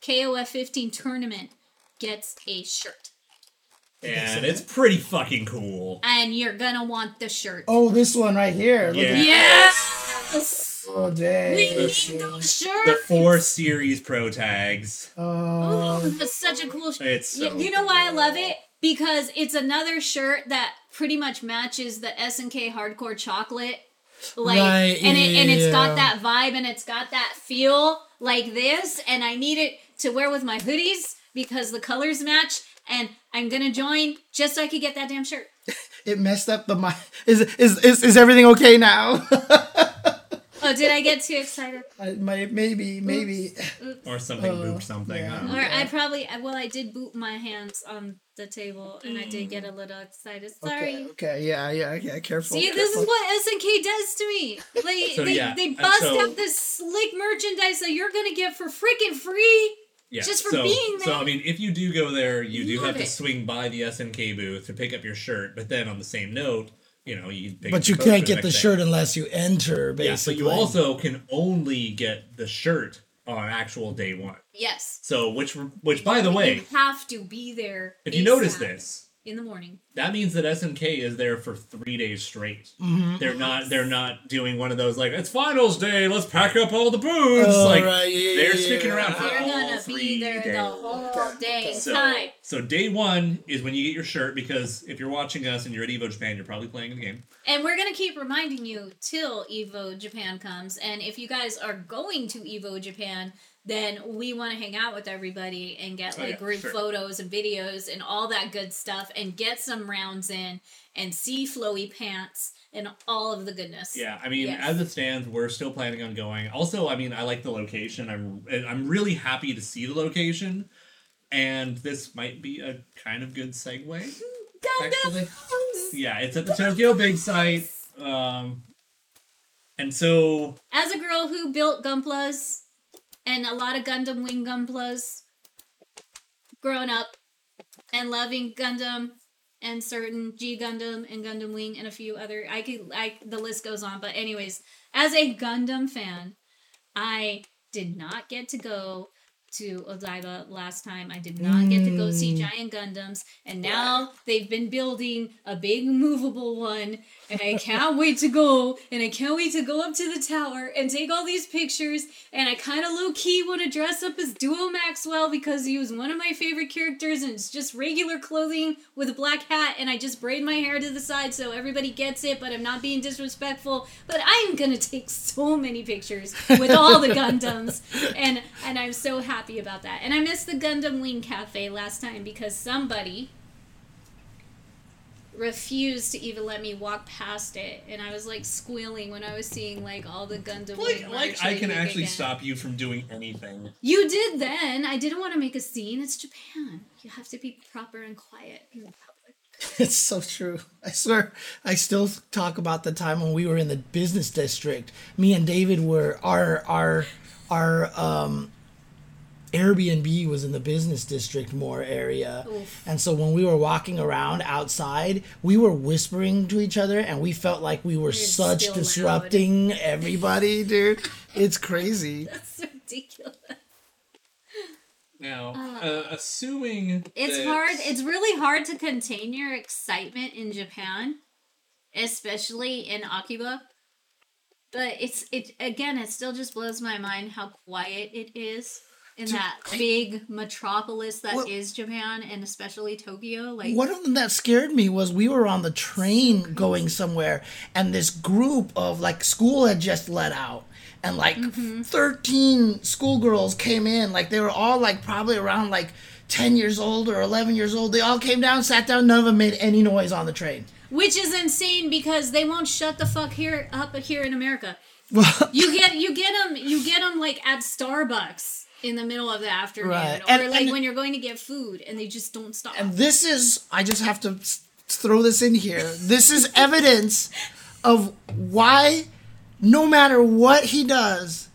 Speaker 3: KOF 15 tournament gets a shirt,
Speaker 2: And it's pretty fucking cool.
Speaker 3: and you're gonna want the shirt.
Speaker 1: oh, this one right here. Look
Speaker 2: Yeah.
Speaker 1: at
Speaker 3: Yes,
Speaker 1: oh, dang.
Speaker 3: we need those
Speaker 2: The
Speaker 3: shirts.
Speaker 2: four series pro tags.
Speaker 3: Oh,
Speaker 1: Oh,
Speaker 3: that's such a cool shirt.
Speaker 2: It's so
Speaker 3: you know why I love it because it's another shirt that pretty much matches the SNK Hardcore Chocolate. Like
Speaker 1: Right,
Speaker 3: and it and it's
Speaker 1: yeah.
Speaker 3: got that vibe and it's got that feel like this and I need it to wear with my hoodies because the colors match and I'm gonna join just so I could get that damn shirt.
Speaker 1: it messed up the mic. Is is is, is everything okay now?
Speaker 3: Oh, did I get too excited?
Speaker 1: I, my, maybe maybe.
Speaker 2: or something
Speaker 1: Uh,
Speaker 2: boop something. I don't know.
Speaker 3: Or I probably I- well I did boot my hands on the table and I did get a little excited. Sorry.
Speaker 1: Okay, okay, yeah, yeah, yeah. Careful.
Speaker 3: See, this is what SNK does to me. Like
Speaker 2: So,
Speaker 3: they,
Speaker 2: yeah,
Speaker 3: they
Speaker 2: and
Speaker 3: bust
Speaker 2: so-
Speaker 3: out this slick merchandise that you're gonna get for freaking free.
Speaker 2: Yeah,
Speaker 3: Just for
Speaker 2: so,
Speaker 3: being
Speaker 2: So
Speaker 3: there.
Speaker 2: I mean, if you do go there, you do
Speaker 3: Love
Speaker 2: have to
Speaker 3: it.
Speaker 2: swing by the SNK booth to pick up your shirt. But then on the same note, you know you. Can pick up
Speaker 1: But you
Speaker 2: your coat
Speaker 1: can't
Speaker 2: for
Speaker 1: get the
Speaker 2: next day.
Speaker 1: shirt unless you enter,
Speaker 2: Yeah,
Speaker 1: basically.
Speaker 2: but you also can only get the shirt on actual day one.
Speaker 3: Yes.
Speaker 2: So which which by the way,
Speaker 3: you have to be there.
Speaker 2: if you notice
Speaker 3: ASAP
Speaker 2: this,
Speaker 3: in the morning,
Speaker 2: that means that SNK is there for three days straight.
Speaker 1: Mm-hmm.
Speaker 2: They're not. They're not doing one of those like it's finals day. Let's pack up all the booths.
Speaker 1: Oh,
Speaker 2: like
Speaker 1: right, yeah,
Speaker 2: they're
Speaker 1: yeah,
Speaker 2: sticking
Speaker 1: yeah.
Speaker 2: around for
Speaker 3: you're
Speaker 2: all
Speaker 3: gonna
Speaker 2: three
Speaker 3: be there
Speaker 2: days.
Speaker 3: the whole day. It's
Speaker 2: So,
Speaker 3: time.
Speaker 2: so day one is when you get your shirt because if you're watching us and you're at Evo Japan, you're probably playing the game.
Speaker 3: And we're gonna keep reminding you till Evo Japan comes. And if you guys are going to Evo Japan, then we want to hang out with everybody and get
Speaker 2: Oh,
Speaker 3: like
Speaker 2: yeah,
Speaker 3: group
Speaker 2: sure.
Speaker 3: photos and videos and all that good stuff, and get some rounds in and see flowy pants and all of the goodness.
Speaker 2: Yeah, I mean,
Speaker 3: Yes.
Speaker 2: as it stands, we're still planning on going. Also, I mean, I like the location. I'm I'm really happy to see the location, and this might be a kind of good segue. Actually, yeah, it's at the Tokyo Big Site, um, and so
Speaker 3: As a girl who built Gumplas and a lot of Gundam Wing Gumplas, grown up and loving Gundam and certain G Gundam and Gundam Wing and a few other, I could, I the list goes on. But anyways, as a Gundam fan, I did not get to go to Odaiba last time. I did not get to go see Giant Gundams, and now they've been building a big movable one, and I can't wait to go. And I can't wait to go up to the tower and take all these pictures. And I kind of low key want to dress up as Duo Maxwell because he was one of my favorite characters, and it's just regular clothing with a black hat. And I just braid my hair to the side so everybody gets it, but I'm not being disrespectful. But I'm gonna take so many pictures with all the Gundams, and and I'm so happy about that. And I missed the Gundam Wing Cafe last time because somebody refused to even let me walk past it, and I was like squealing when I was seeing like all the Gundam.
Speaker 2: Like,
Speaker 3: Wing
Speaker 2: like
Speaker 3: merch
Speaker 2: I
Speaker 3: that
Speaker 2: can
Speaker 3: you could
Speaker 2: actually
Speaker 3: get.
Speaker 2: stop you from doing anything.
Speaker 3: You did then. I didn't want to make a scene. It's Japan. You have to be proper and quiet in the public.
Speaker 1: It's so true. I swear, I still talk about the time when we were in the business district. Me and David were our our our um, Airbnb was in the business district more area,
Speaker 3: Oof.
Speaker 1: and so when we were walking around outside, we were whispering to each other, and we felt like we were such
Speaker 3: still
Speaker 1: disrupting everybody, dude. It's crazy.
Speaker 3: That's ridiculous.
Speaker 2: Now, uh, assuming
Speaker 3: It's
Speaker 2: that-
Speaker 3: hard. It's really hard to contain your excitement in Japan, especially in Akiba. But it's it again. It still just blows my mind how quiet it is in that big metropolis that is
Speaker 1: Well-
Speaker 3: Japan, and especially Tokyo. Like
Speaker 1: One of them that scared me was we were on the train going somewhere, and this group of like school had just let out, and like 13 schoolgirls came in. Like they were all like probably around like 10 years old or 11 years old. They all came down, sat down, none of them made any noise on the train.
Speaker 3: which is insane because they won't shut the fuck here up here in America. you get you get them you get them like at Starbucks in the middle of the afternoon,
Speaker 1: Right.
Speaker 3: or
Speaker 1: And-
Speaker 3: like
Speaker 1: and-
Speaker 3: when you're going to get food, and they just don't stop.
Speaker 1: And this is, I just have to s- throw this in here. This is evidence of why, no matter what he does,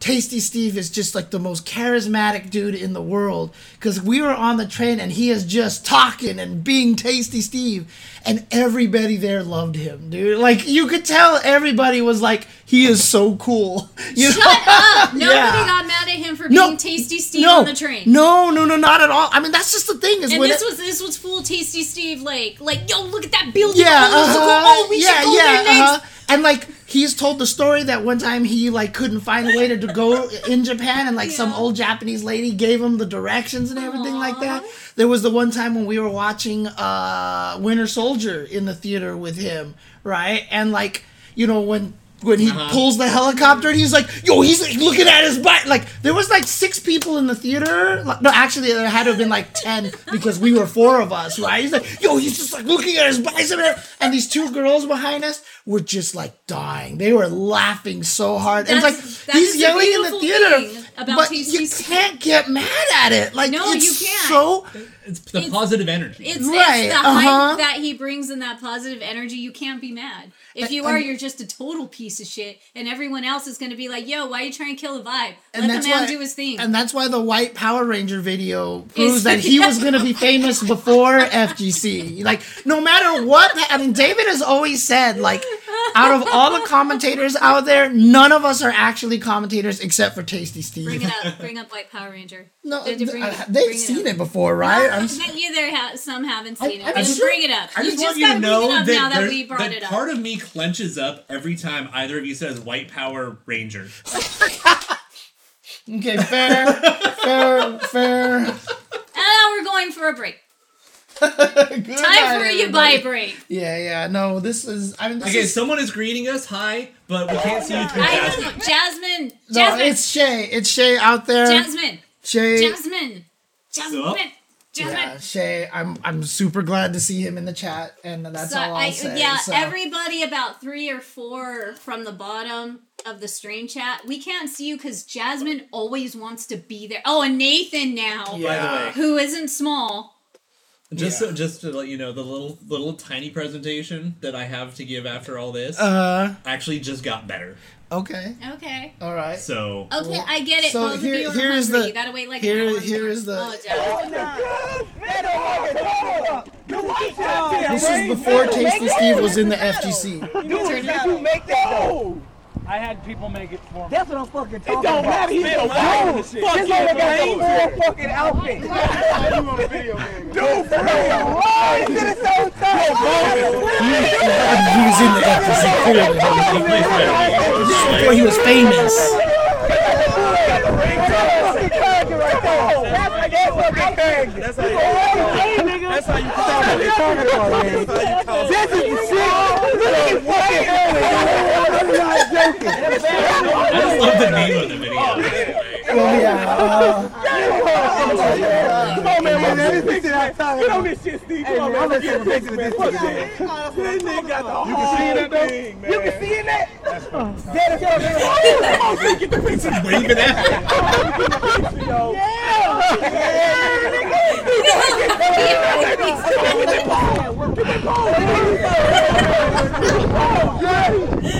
Speaker 1: Tasty Steve is just like the most charismatic dude in the world. Because we were on the train and he is just talking and being Tasty Steve. And everybody there loved him, dude. Like, you could tell everybody was like, he is so cool. You know?
Speaker 3: Shut up! Nobody
Speaker 1: Yeah.
Speaker 3: got mad at him for
Speaker 1: No,
Speaker 3: being Tasty Steve
Speaker 1: no,
Speaker 3: on the train.
Speaker 1: No, no, no, not at all. I mean, that's just the thing. Is
Speaker 3: And
Speaker 1: when
Speaker 3: this
Speaker 1: it-
Speaker 3: was this was full Tasty Steve, like like yo, look at that building.
Speaker 1: Yeah,
Speaker 3: Oh, it's so cool.
Speaker 1: uh-huh,
Speaker 3: Oh, we
Speaker 1: yeah,
Speaker 3: should go
Speaker 1: yeah,
Speaker 3: there next.
Speaker 1: uh-huh. And like he's told the story that one time he like couldn't find a way to, to go in Japan, and like some
Speaker 3: Yeah.
Speaker 1: old Japanese lady gave him the directions and everything like that.
Speaker 3: Aw.
Speaker 1: There was the one time when we were watching uh Winter Soldier in the theater with him, right? And like you know when. When he pulls the helicopter, and he's like, "Yo, he's like looking at his butt." Like there was like six people in the theater. Like, no, actually, there had to have been like ten because we were four of us, right? He's like, "Yo, he's just like looking at his bicep," and everything. and these two girls behind us were just like dying. They were laughing so hard. And
Speaker 3: That's-
Speaker 1: it's
Speaker 3: that
Speaker 1: like he's
Speaker 3: is the
Speaker 1: yelling in the
Speaker 3: beautiful
Speaker 1: theater,
Speaker 3: thing about
Speaker 1: but
Speaker 3: Tasty
Speaker 1: you
Speaker 3: Steve.
Speaker 1: can't get mad at it. Like
Speaker 3: No,
Speaker 1: it's
Speaker 3: you can't.
Speaker 1: So
Speaker 2: It's the positive energy.
Speaker 3: It's,
Speaker 1: Right,
Speaker 3: it's the
Speaker 1: uh-huh.
Speaker 3: hype that he brings and that positive energy. You can't be mad. If you are,
Speaker 1: and-
Speaker 3: you're just a total piece of shit, and everyone else is going to be like, "Yo, why are you trying to kill the vibe? Let
Speaker 1: and
Speaker 3: the
Speaker 1: that's
Speaker 3: man
Speaker 1: why,
Speaker 3: do his thing."
Speaker 1: And that's why the White Power Ranger video
Speaker 3: Is-
Speaker 1: proves that he was going to be famous before FGC. Like, no matter what, I mean, David has always said, like, out of all the commentators out there, none of us are actually commentators except for Tasty Steve.
Speaker 3: bring it up. Bring up White Power Ranger.
Speaker 1: No,
Speaker 3: Did you bring
Speaker 1: I-
Speaker 3: it-
Speaker 1: they've
Speaker 3: bring it
Speaker 1: seen
Speaker 3: up?
Speaker 1: it, before, right? I'm,
Speaker 3: I bet you there ha- some haven't
Speaker 1: I-
Speaker 3: seen
Speaker 1: I
Speaker 3: it. Just
Speaker 1: just-
Speaker 3: bring it up.
Speaker 2: I
Speaker 3: you
Speaker 2: just,
Speaker 3: just
Speaker 2: want you
Speaker 3: gotta
Speaker 2: to know
Speaker 3: bring it up
Speaker 2: that,
Speaker 3: now that
Speaker 2: there-
Speaker 3: we brought
Speaker 2: that
Speaker 3: it up.
Speaker 2: part of me clenches up every time either of you says "White Power Ranger."
Speaker 1: okay, fair, fair, fair.
Speaker 3: and now we're going for a break.
Speaker 1: Good
Speaker 3: Time for
Speaker 1: night,
Speaker 3: a you
Speaker 1: everybody.
Speaker 3: buy break.
Speaker 1: Yeah, yeah. No, this is. I mean, this
Speaker 2: Okay,
Speaker 1: is,
Speaker 2: someone is greeting us. Hi, but we can't see you through
Speaker 3: I
Speaker 2: Jasmine.
Speaker 3: Jasmine.
Speaker 1: no,
Speaker 3: Jasmine.
Speaker 1: it's Shay. It's Shay out there.
Speaker 3: Jasmine.
Speaker 1: Shay.
Speaker 3: Jasmine. Jasmine. Jasmine.
Speaker 1: Yeah, Shay, I'm I'm super glad to see him in the chat, and that's
Speaker 3: So
Speaker 1: all I'll
Speaker 3: I,
Speaker 1: say.
Speaker 3: yeah,
Speaker 1: so.
Speaker 3: everybody about three or four from the bottom of the stream chat. We can't see you because Jasmine always wants to be there. Oh, and Nathan now,
Speaker 1: Yeah.
Speaker 2: By the way,
Speaker 3: who isn't small.
Speaker 2: just
Speaker 1: Yeah.
Speaker 2: so, just to let you know, the little little tiny presentation that I have to give after all this
Speaker 1: Uh,
Speaker 2: actually just got better.
Speaker 1: okay,
Speaker 3: Okay.
Speaker 1: all right.
Speaker 2: So
Speaker 1: Oh.
Speaker 3: Okay, I get it.
Speaker 1: So
Speaker 3: Both
Speaker 1: here-
Speaker 3: of you are
Speaker 1: here is
Speaker 3: hungry.
Speaker 1: the-
Speaker 3: you gotta wait like
Speaker 1: here-
Speaker 3: an hour.
Speaker 1: here is the-
Speaker 3: Oh, Jasmine.
Speaker 1: This is before Tasty Steve was in the FGC.
Speaker 5: You make that I had people make it for me.
Speaker 6: That's what I'm fucking talking
Speaker 7: It don't matter. He's a fool. This nigga got the full fucking outfit. Dude, for real. Oh, he did it so tough.
Speaker 1: Using the emphasis clearly. This is Before he was famous.
Speaker 7: That's how you call it. That's how you call it. This is the shit. This is fucking I'm not joking.
Speaker 2: I just love the name of the video.
Speaker 1: Oh yeah. Uh,
Speaker 7: Oh, man, this picture outside. Get on this shit, Steve. Hey, man, I'm gonna take a picture of this picture. This nigga got the whole You can see that, though? You can see in that? That is your man. Oh, shit, get the picture.
Speaker 2: Waving at me.
Speaker 7: Yo. Yeah, nigga.
Speaker 3: To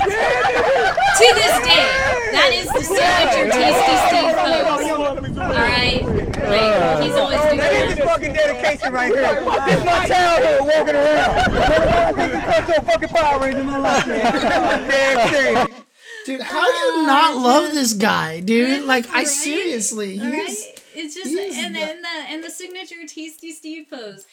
Speaker 3: this day, that is the signature Tasty Steve pose. Alright? Like, he's always doing
Speaker 7: That is
Speaker 3: that.
Speaker 7: this fucking dedication right here. This my childhood walking around. I think you cut your fucking Power Ranger in my life, man. Damn serious.
Speaker 1: dude, how do you not love this guy, dude? Like, I
Speaker 3: Right?
Speaker 1: seriously, he's
Speaker 3: Alright? It's just,
Speaker 1: he's
Speaker 3: and
Speaker 1: the-
Speaker 3: then the, and the signature Tasty Steve pose.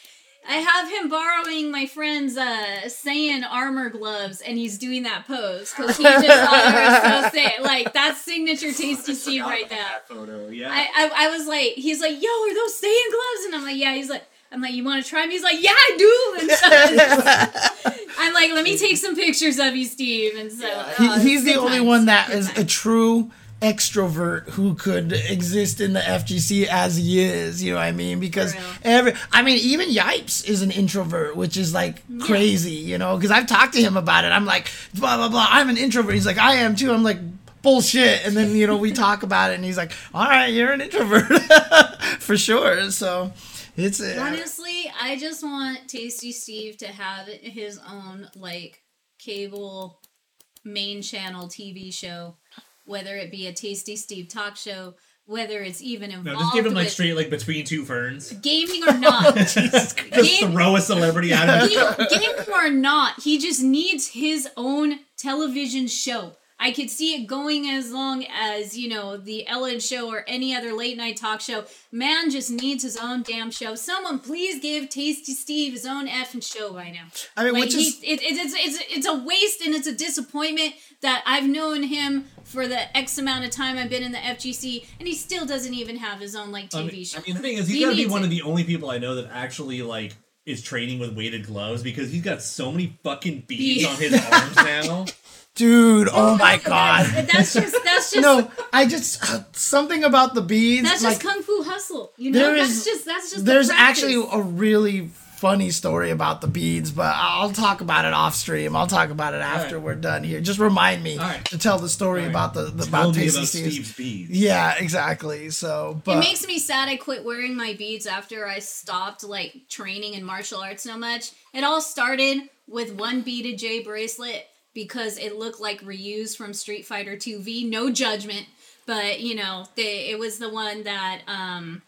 Speaker 3: I have him borrowing my friend's uh, Saiyan armor gloves, and he's doing that pose because he just thought it was so sick. Like that's signature Tasty Steve right there.
Speaker 2: Photo, yeah.
Speaker 3: I, I, I was like, he's like, yo, are those Saiyan gloves? And I'm like, yeah. He's like, I'm like, you want to try them? He's like, yeah, I do. And so- I'm like, let me take some pictures of you, Steve. And so
Speaker 1: He-
Speaker 3: oh,
Speaker 1: he's the
Speaker 3: good
Speaker 1: only
Speaker 3: times,
Speaker 1: one that
Speaker 3: good
Speaker 1: is a
Speaker 3: times.
Speaker 1: true extrovert who could exist in the FGC as he is, you know what I mean? Because
Speaker 3: For real.
Speaker 1: every I mean even Yipes is an introvert, which is like crazy, you know, because I've talked to him about it. I'm like, blah blah blah, I'm an introvert. He's like, I am too. I'm like bullshit. And then, you know, we talk about it and he's like, All right, you're an introvert for sure. So it's uh,
Speaker 3: Honestly, I just want Tasty Steve to have his own like cable main channel TV show, whether it be a Tasty Steve talk show, whether it's even involved
Speaker 2: no, just give him like Oh,
Speaker 3: with
Speaker 2: straight like between two ferns.
Speaker 3: gaming or not.
Speaker 2: Just
Speaker 3: Game-
Speaker 2: throw a celebrity out of it.
Speaker 3: Game- gaming or not, he just needs his own television show. I could see it going as long as, you know, the Ellen show or any other late night talk show. Man just needs his own damn show. Someone please give Tasty Steve his own effing show by now.
Speaker 1: I mean,
Speaker 3: Like,
Speaker 1: which
Speaker 3: he-
Speaker 1: is
Speaker 3: it, it, it's, it's, it's a waste and it's a disappointment that I've known him for the X amount of time I've been in the FGC and he still doesn't even have his own, like, TV
Speaker 2: I mean,
Speaker 3: show.
Speaker 2: I mean, the thing is, he's
Speaker 3: He
Speaker 2: got to be
Speaker 3: needs
Speaker 2: one
Speaker 3: it.
Speaker 2: of the only people I know that actually like is training with weighted gloves because he's got so many fucking beads
Speaker 3: Yeah.
Speaker 2: on his arms now.
Speaker 1: dude, oh my god.
Speaker 3: that's just, that's just,
Speaker 1: no, I just uh, something about the beads.
Speaker 3: That's
Speaker 1: like,
Speaker 3: just kung fu hustle. You know,
Speaker 1: there
Speaker 3: that's
Speaker 1: is-
Speaker 3: just that's just.
Speaker 1: there's
Speaker 3: the practice.
Speaker 1: actually a really funny story about the beads, but I- I'll talk about it off stream. I'll talk about it after
Speaker 2: right.
Speaker 1: we're done here. Just remind me
Speaker 2: All right.
Speaker 1: to tell the story
Speaker 2: right.
Speaker 1: about the, the
Speaker 2: Tell
Speaker 1: about
Speaker 2: me
Speaker 1: Tasty
Speaker 2: about
Speaker 1: Steve's.
Speaker 2: Steve's beads.
Speaker 1: Yeah, exactly. So, but
Speaker 3: It makes me sad. I quit wearing my beads after I stopped like training in martial arts so much. It all started with one beaded J bracelet because it looked like reused from Street Fighter 2V. No judgment, but you know, they, it was the one that um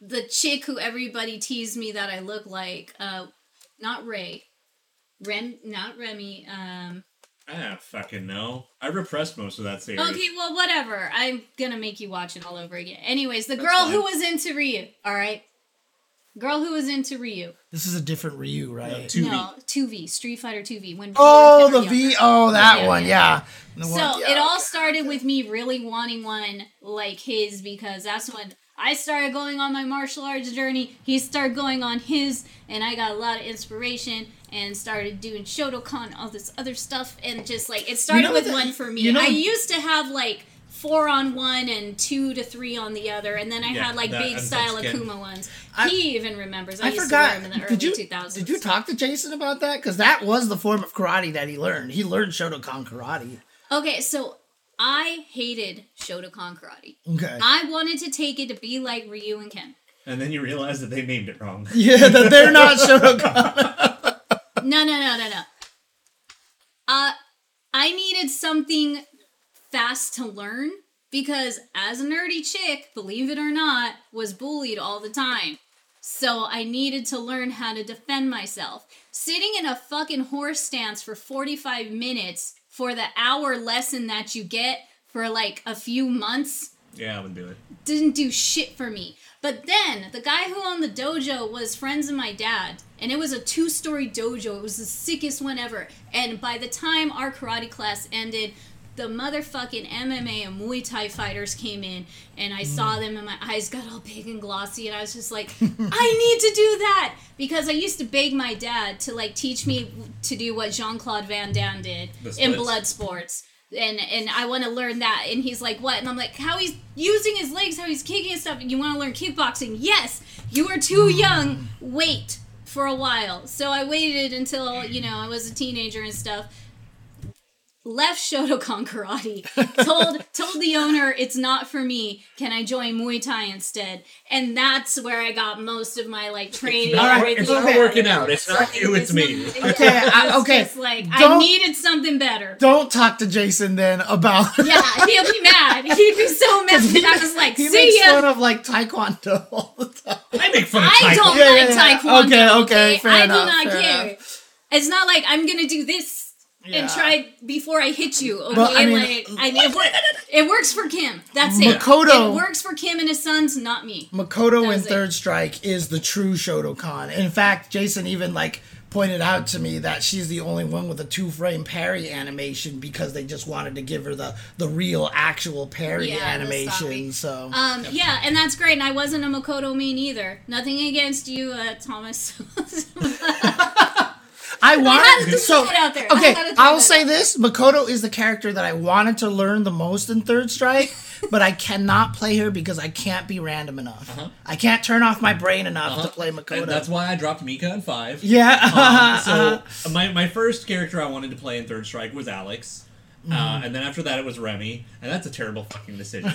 Speaker 3: the chick who everybody teased me that I look like uh not Ray. Rem not Remy. Um
Speaker 2: I don't fucking know. I repressed most of that series.
Speaker 3: Okay, well, whatever. I'm gonna make you watch it all over again. Anyways, the girl who was into Ryu, all right. Girl who was into Ryu.
Speaker 1: this is a different Ryu, right?
Speaker 2: Two
Speaker 3: No, two V, Street Fighter two V. When we
Speaker 1: Oh,
Speaker 3: were
Speaker 1: the
Speaker 3: younger.
Speaker 1: V. Oh, that
Speaker 3: Yeah,
Speaker 1: one. Yeah. The
Speaker 3: So
Speaker 1: one- yeah.
Speaker 3: it all started with me really wanting one like his because that's when I started going on my martial arts journey. He started going on his, and I got a lot of inspiration and started doing Shotokan, all this other stuff, and just like it started
Speaker 1: know
Speaker 3: with
Speaker 1: that-
Speaker 3: one for me.
Speaker 1: you know-
Speaker 3: I used to have like four on one and two to three on the other, and then I
Speaker 2: Yeah,
Speaker 3: had like
Speaker 2: that-
Speaker 3: big
Speaker 2: I'm
Speaker 3: style
Speaker 2: Mexican.
Speaker 3: Akuma ones.
Speaker 1: I-
Speaker 3: he even remembers.
Speaker 1: I
Speaker 3: I, used
Speaker 1: forgot.
Speaker 3: to wear them in the early
Speaker 1: did you
Speaker 3: 2000s.
Speaker 1: did you talk to Jason about that? Because that was the form of karate that he learned. He learned Shotokan karate.
Speaker 3: Okay, so I hated Shotokan karate.
Speaker 1: Okay.
Speaker 3: I wanted to take it to be like Ryu and Ken.
Speaker 2: And then you realize that they named it wrong.
Speaker 1: Yeah, that they're not Shotokan.
Speaker 3: No, no, no, no, no. Uh, I needed something fast to learn because as a nerdy chick, believe it or not, was bullied all the time. So I needed to learn how to defend myself. Sitting in a fucking horse stance for 45 minutes for the hour lesson that you get for like a few months
Speaker 2: Yeah, I would do it.
Speaker 3: didn't do shit for me. But then the guy who owned the dojo was friends of my dad, and it was a two story dojo. It was the sickest one ever. And by the time our karate class ended, the motherfucking MMA and Muay Thai fighters came in, and I
Speaker 2: Hmm.
Speaker 3: saw them, and my eyes got all big and glossy, and I was just like, I need to do that! Because I used to beg my dad to like teach me to do what Jean Claude Van Damme did
Speaker 2: The
Speaker 3: in
Speaker 2: splits.
Speaker 3: Blood blood sports and and I want to learn that and he's like what and I'm like how he's using his legs how he's kicking and stuff and you want to learn kickboxing yes you are too young wait for a while so I waited until you know I was a teenager and stuff left Shotokan karate told told the owner it's not for me can I join Muay Thai instead and that's where I got most of my like training
Speaker 1: All right,
Speaker 2: It's
Speaker 3: with
Speaker 2: not
Speaker 1: okay.
Speaker 2: working out. It's not you. It's me.
Speaker 3: not-
Speaker 1: Okay, I-
Speaker 3: It's
Speaker 1: okay.
Speaker 3: just like I
Speaker 1: Don't-
Speaker 3: needed something better
Speaker 1: Don't talk to Jason then about.
Speaker 3: Yeah, he'll be mad. He'd be so mad. And I was like,
Speaker 1: he
Speaker 3: see
Speaker 1: makes fun
Speaker 3: ya.
Speaker 1: of like Taekwondo all the time.
Speaker 2: I make fun of
Speaker 3: I don't
Speaker 2: Taekwondo.
Speaker 1: Yeah, yeah,
Speaker 3: like
Speaker 1: yeah. Okay,
Speaker 3: Taekwondo.
Speaker 1: okay, fair
Speaker 3: I
Speaker 1: enough,
Speaker 3: do not
Speaker 1: fair
Speaker 3: care. It's not like I'm gonna do this
Speaker 1: Yeah.
Speaker 3: and try before I hit you. Okay,
Speaker 1: But, I mean-
Speaker 3: like I, it, wor- it works for Kim. That's it.
Speaker 1: Makoto-
Speaker 3: It works for Kim and his sons, not me.
Speaker 1: Makoto in
Speaker 3: Does it.
Speaker 1: Third Strike is the true Shotokan. In fact, Jason even like pointed out to me that she's the only one with a two frame parry animation because they just wanted to give her the the real actual parry
Speaker 3: Yeah, the
Speaker 1: animation.
Speaker 3: stopping.
Speaker 1: So
Speaker 3: Um, yeah, and that's great. And I wasn't a Makoto mean either. Nothing against you, uh, Thomas.
Speaker 1: I
Speaker 3: had
Speaker 1: wanted
Speaker 3: to throw
Speaker 1: so
Speaker 3: that out there. I
Speaker 1: okay.
Speaker 3: had to throw
Speaker 1: I'll
Speaker 3: that
Speaker 1: say
Speaker 3: out.
Speaker 1: this: Makoto is the character that I wanted to learn the most in Third Strike, but I cannot play her because I can't be random enough. I can't turn off my brain enough to play Makoto.
Speaker 2: Uh-huh. And that's why I dropped Mika in five.
Speaker 1: yeah. Uh-huh,
Speaker 2: Um, so my, my first character I wanted to play in Third Strike was Alex, uh, and then after that it was Remy, and that's a terrible fucking decision.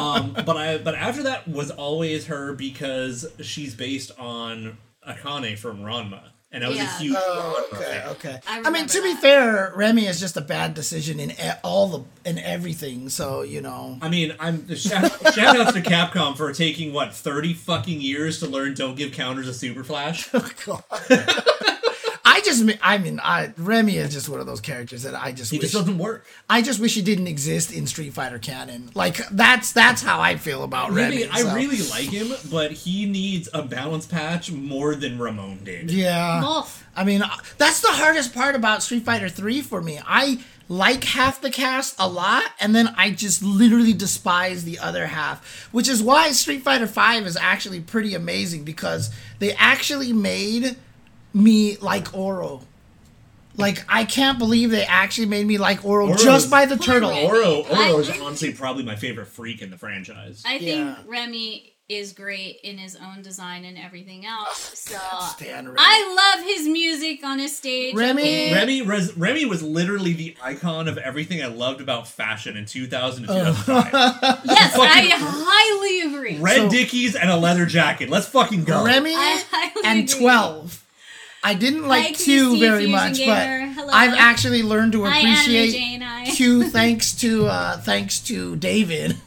Speaker 2: um, but I but after that was always her because she's based on Akane from Ranma, and I was
Speaker 3: Yeah.
Speaker 2: a huge
Speaker 1: Oh, okay, okay.
Speaker 3: I
Speaker 1: I, mean,
Speaker 3: remember
Speaker 1: to be
Speaker 3: that.
Speaker 1: fair, Remy is just a bad decision in e- all the in everything. So you know,
Speaker 2: I mean, I'm shout, shout out to Capcom for taking what thirty fucking years to learn. Don't give counters a super flash.
Speaker 1: Oh, God. I just, mi- I mean, I Remy is just one of those characters that I just
Speaker 2: It
Speaker 1: wish,
Speaker 2: just doesn't work.
Speaker 1: I just wish he didn't exist in Street Fighter canon. Like that's that's how I feel about
Speaker 2: Really,
Speaker 1: Remy. so-
Speaker 2: I really like him, but he needs a balance patch more than Ramon did.
Speaker 1: yeah.
Speaker 3: Wolf.
Speaker 1: I mean, uh, that's the hardest part about Street Fighter 3 for me. I like half the cast a lot, and then I just literally despise the other half, which is why Street Fighter 5 is actually pretty amazing because they actually made me like Oro. Like, I can't believe they actually made me like Oro
Speaker 2: Oro's-
Speaker 1: just by the
Speaker 3: Poor
Speaker 1: turtle.
Speaker 3: Oro.
Speaker 2: Oro, Oro is
Speaker 3: I-
Speaker 2: honestly probably my favorite freak in the franchise.
Speaker 3: I think
Speaker 1: Yeah.
Speaker 3: Remy is great in his own design and everything else. So
Speaker 1: Stan Remy.
Speaker 3: I love his music on his stage.
Speaker 1: Remy-
Speaker 3: And-
Speaker 2: Remy, res, Remy was literally the icon of everything I loved about fashion in 2000
Speaker 1: Oh.
Speaker 2: and 2005.
Speaker 3: Yes, I
Speaker 2: Fucking-
Speaker 3: highly agree.
Speaker 2: Red
Speaker 1: So-
Speaker 2: dickies and a leather jacket. Let's fucking go.
Speaker 1: Remy
Speaker 3: I highly
Speaker 1: and
Speaker 3: agree.
Speaker 1: 12. I didn't like
Speaker 3: Hi,
Speaker 1: Q
Speaker 3: QC
Speaker 1: very
Speaker 3: Fusion
Speaker 1: much,
Speaker 3: Gamer.
Speaker 1: but
Speaker 3: Hello.
Speaker 1: I've actually learned to
Speaker 3: Hi, Anime
Speaker 1: appreciate
Speaker 3: Jane. I.
Speaker 1: Q thanks to uh thanks to David.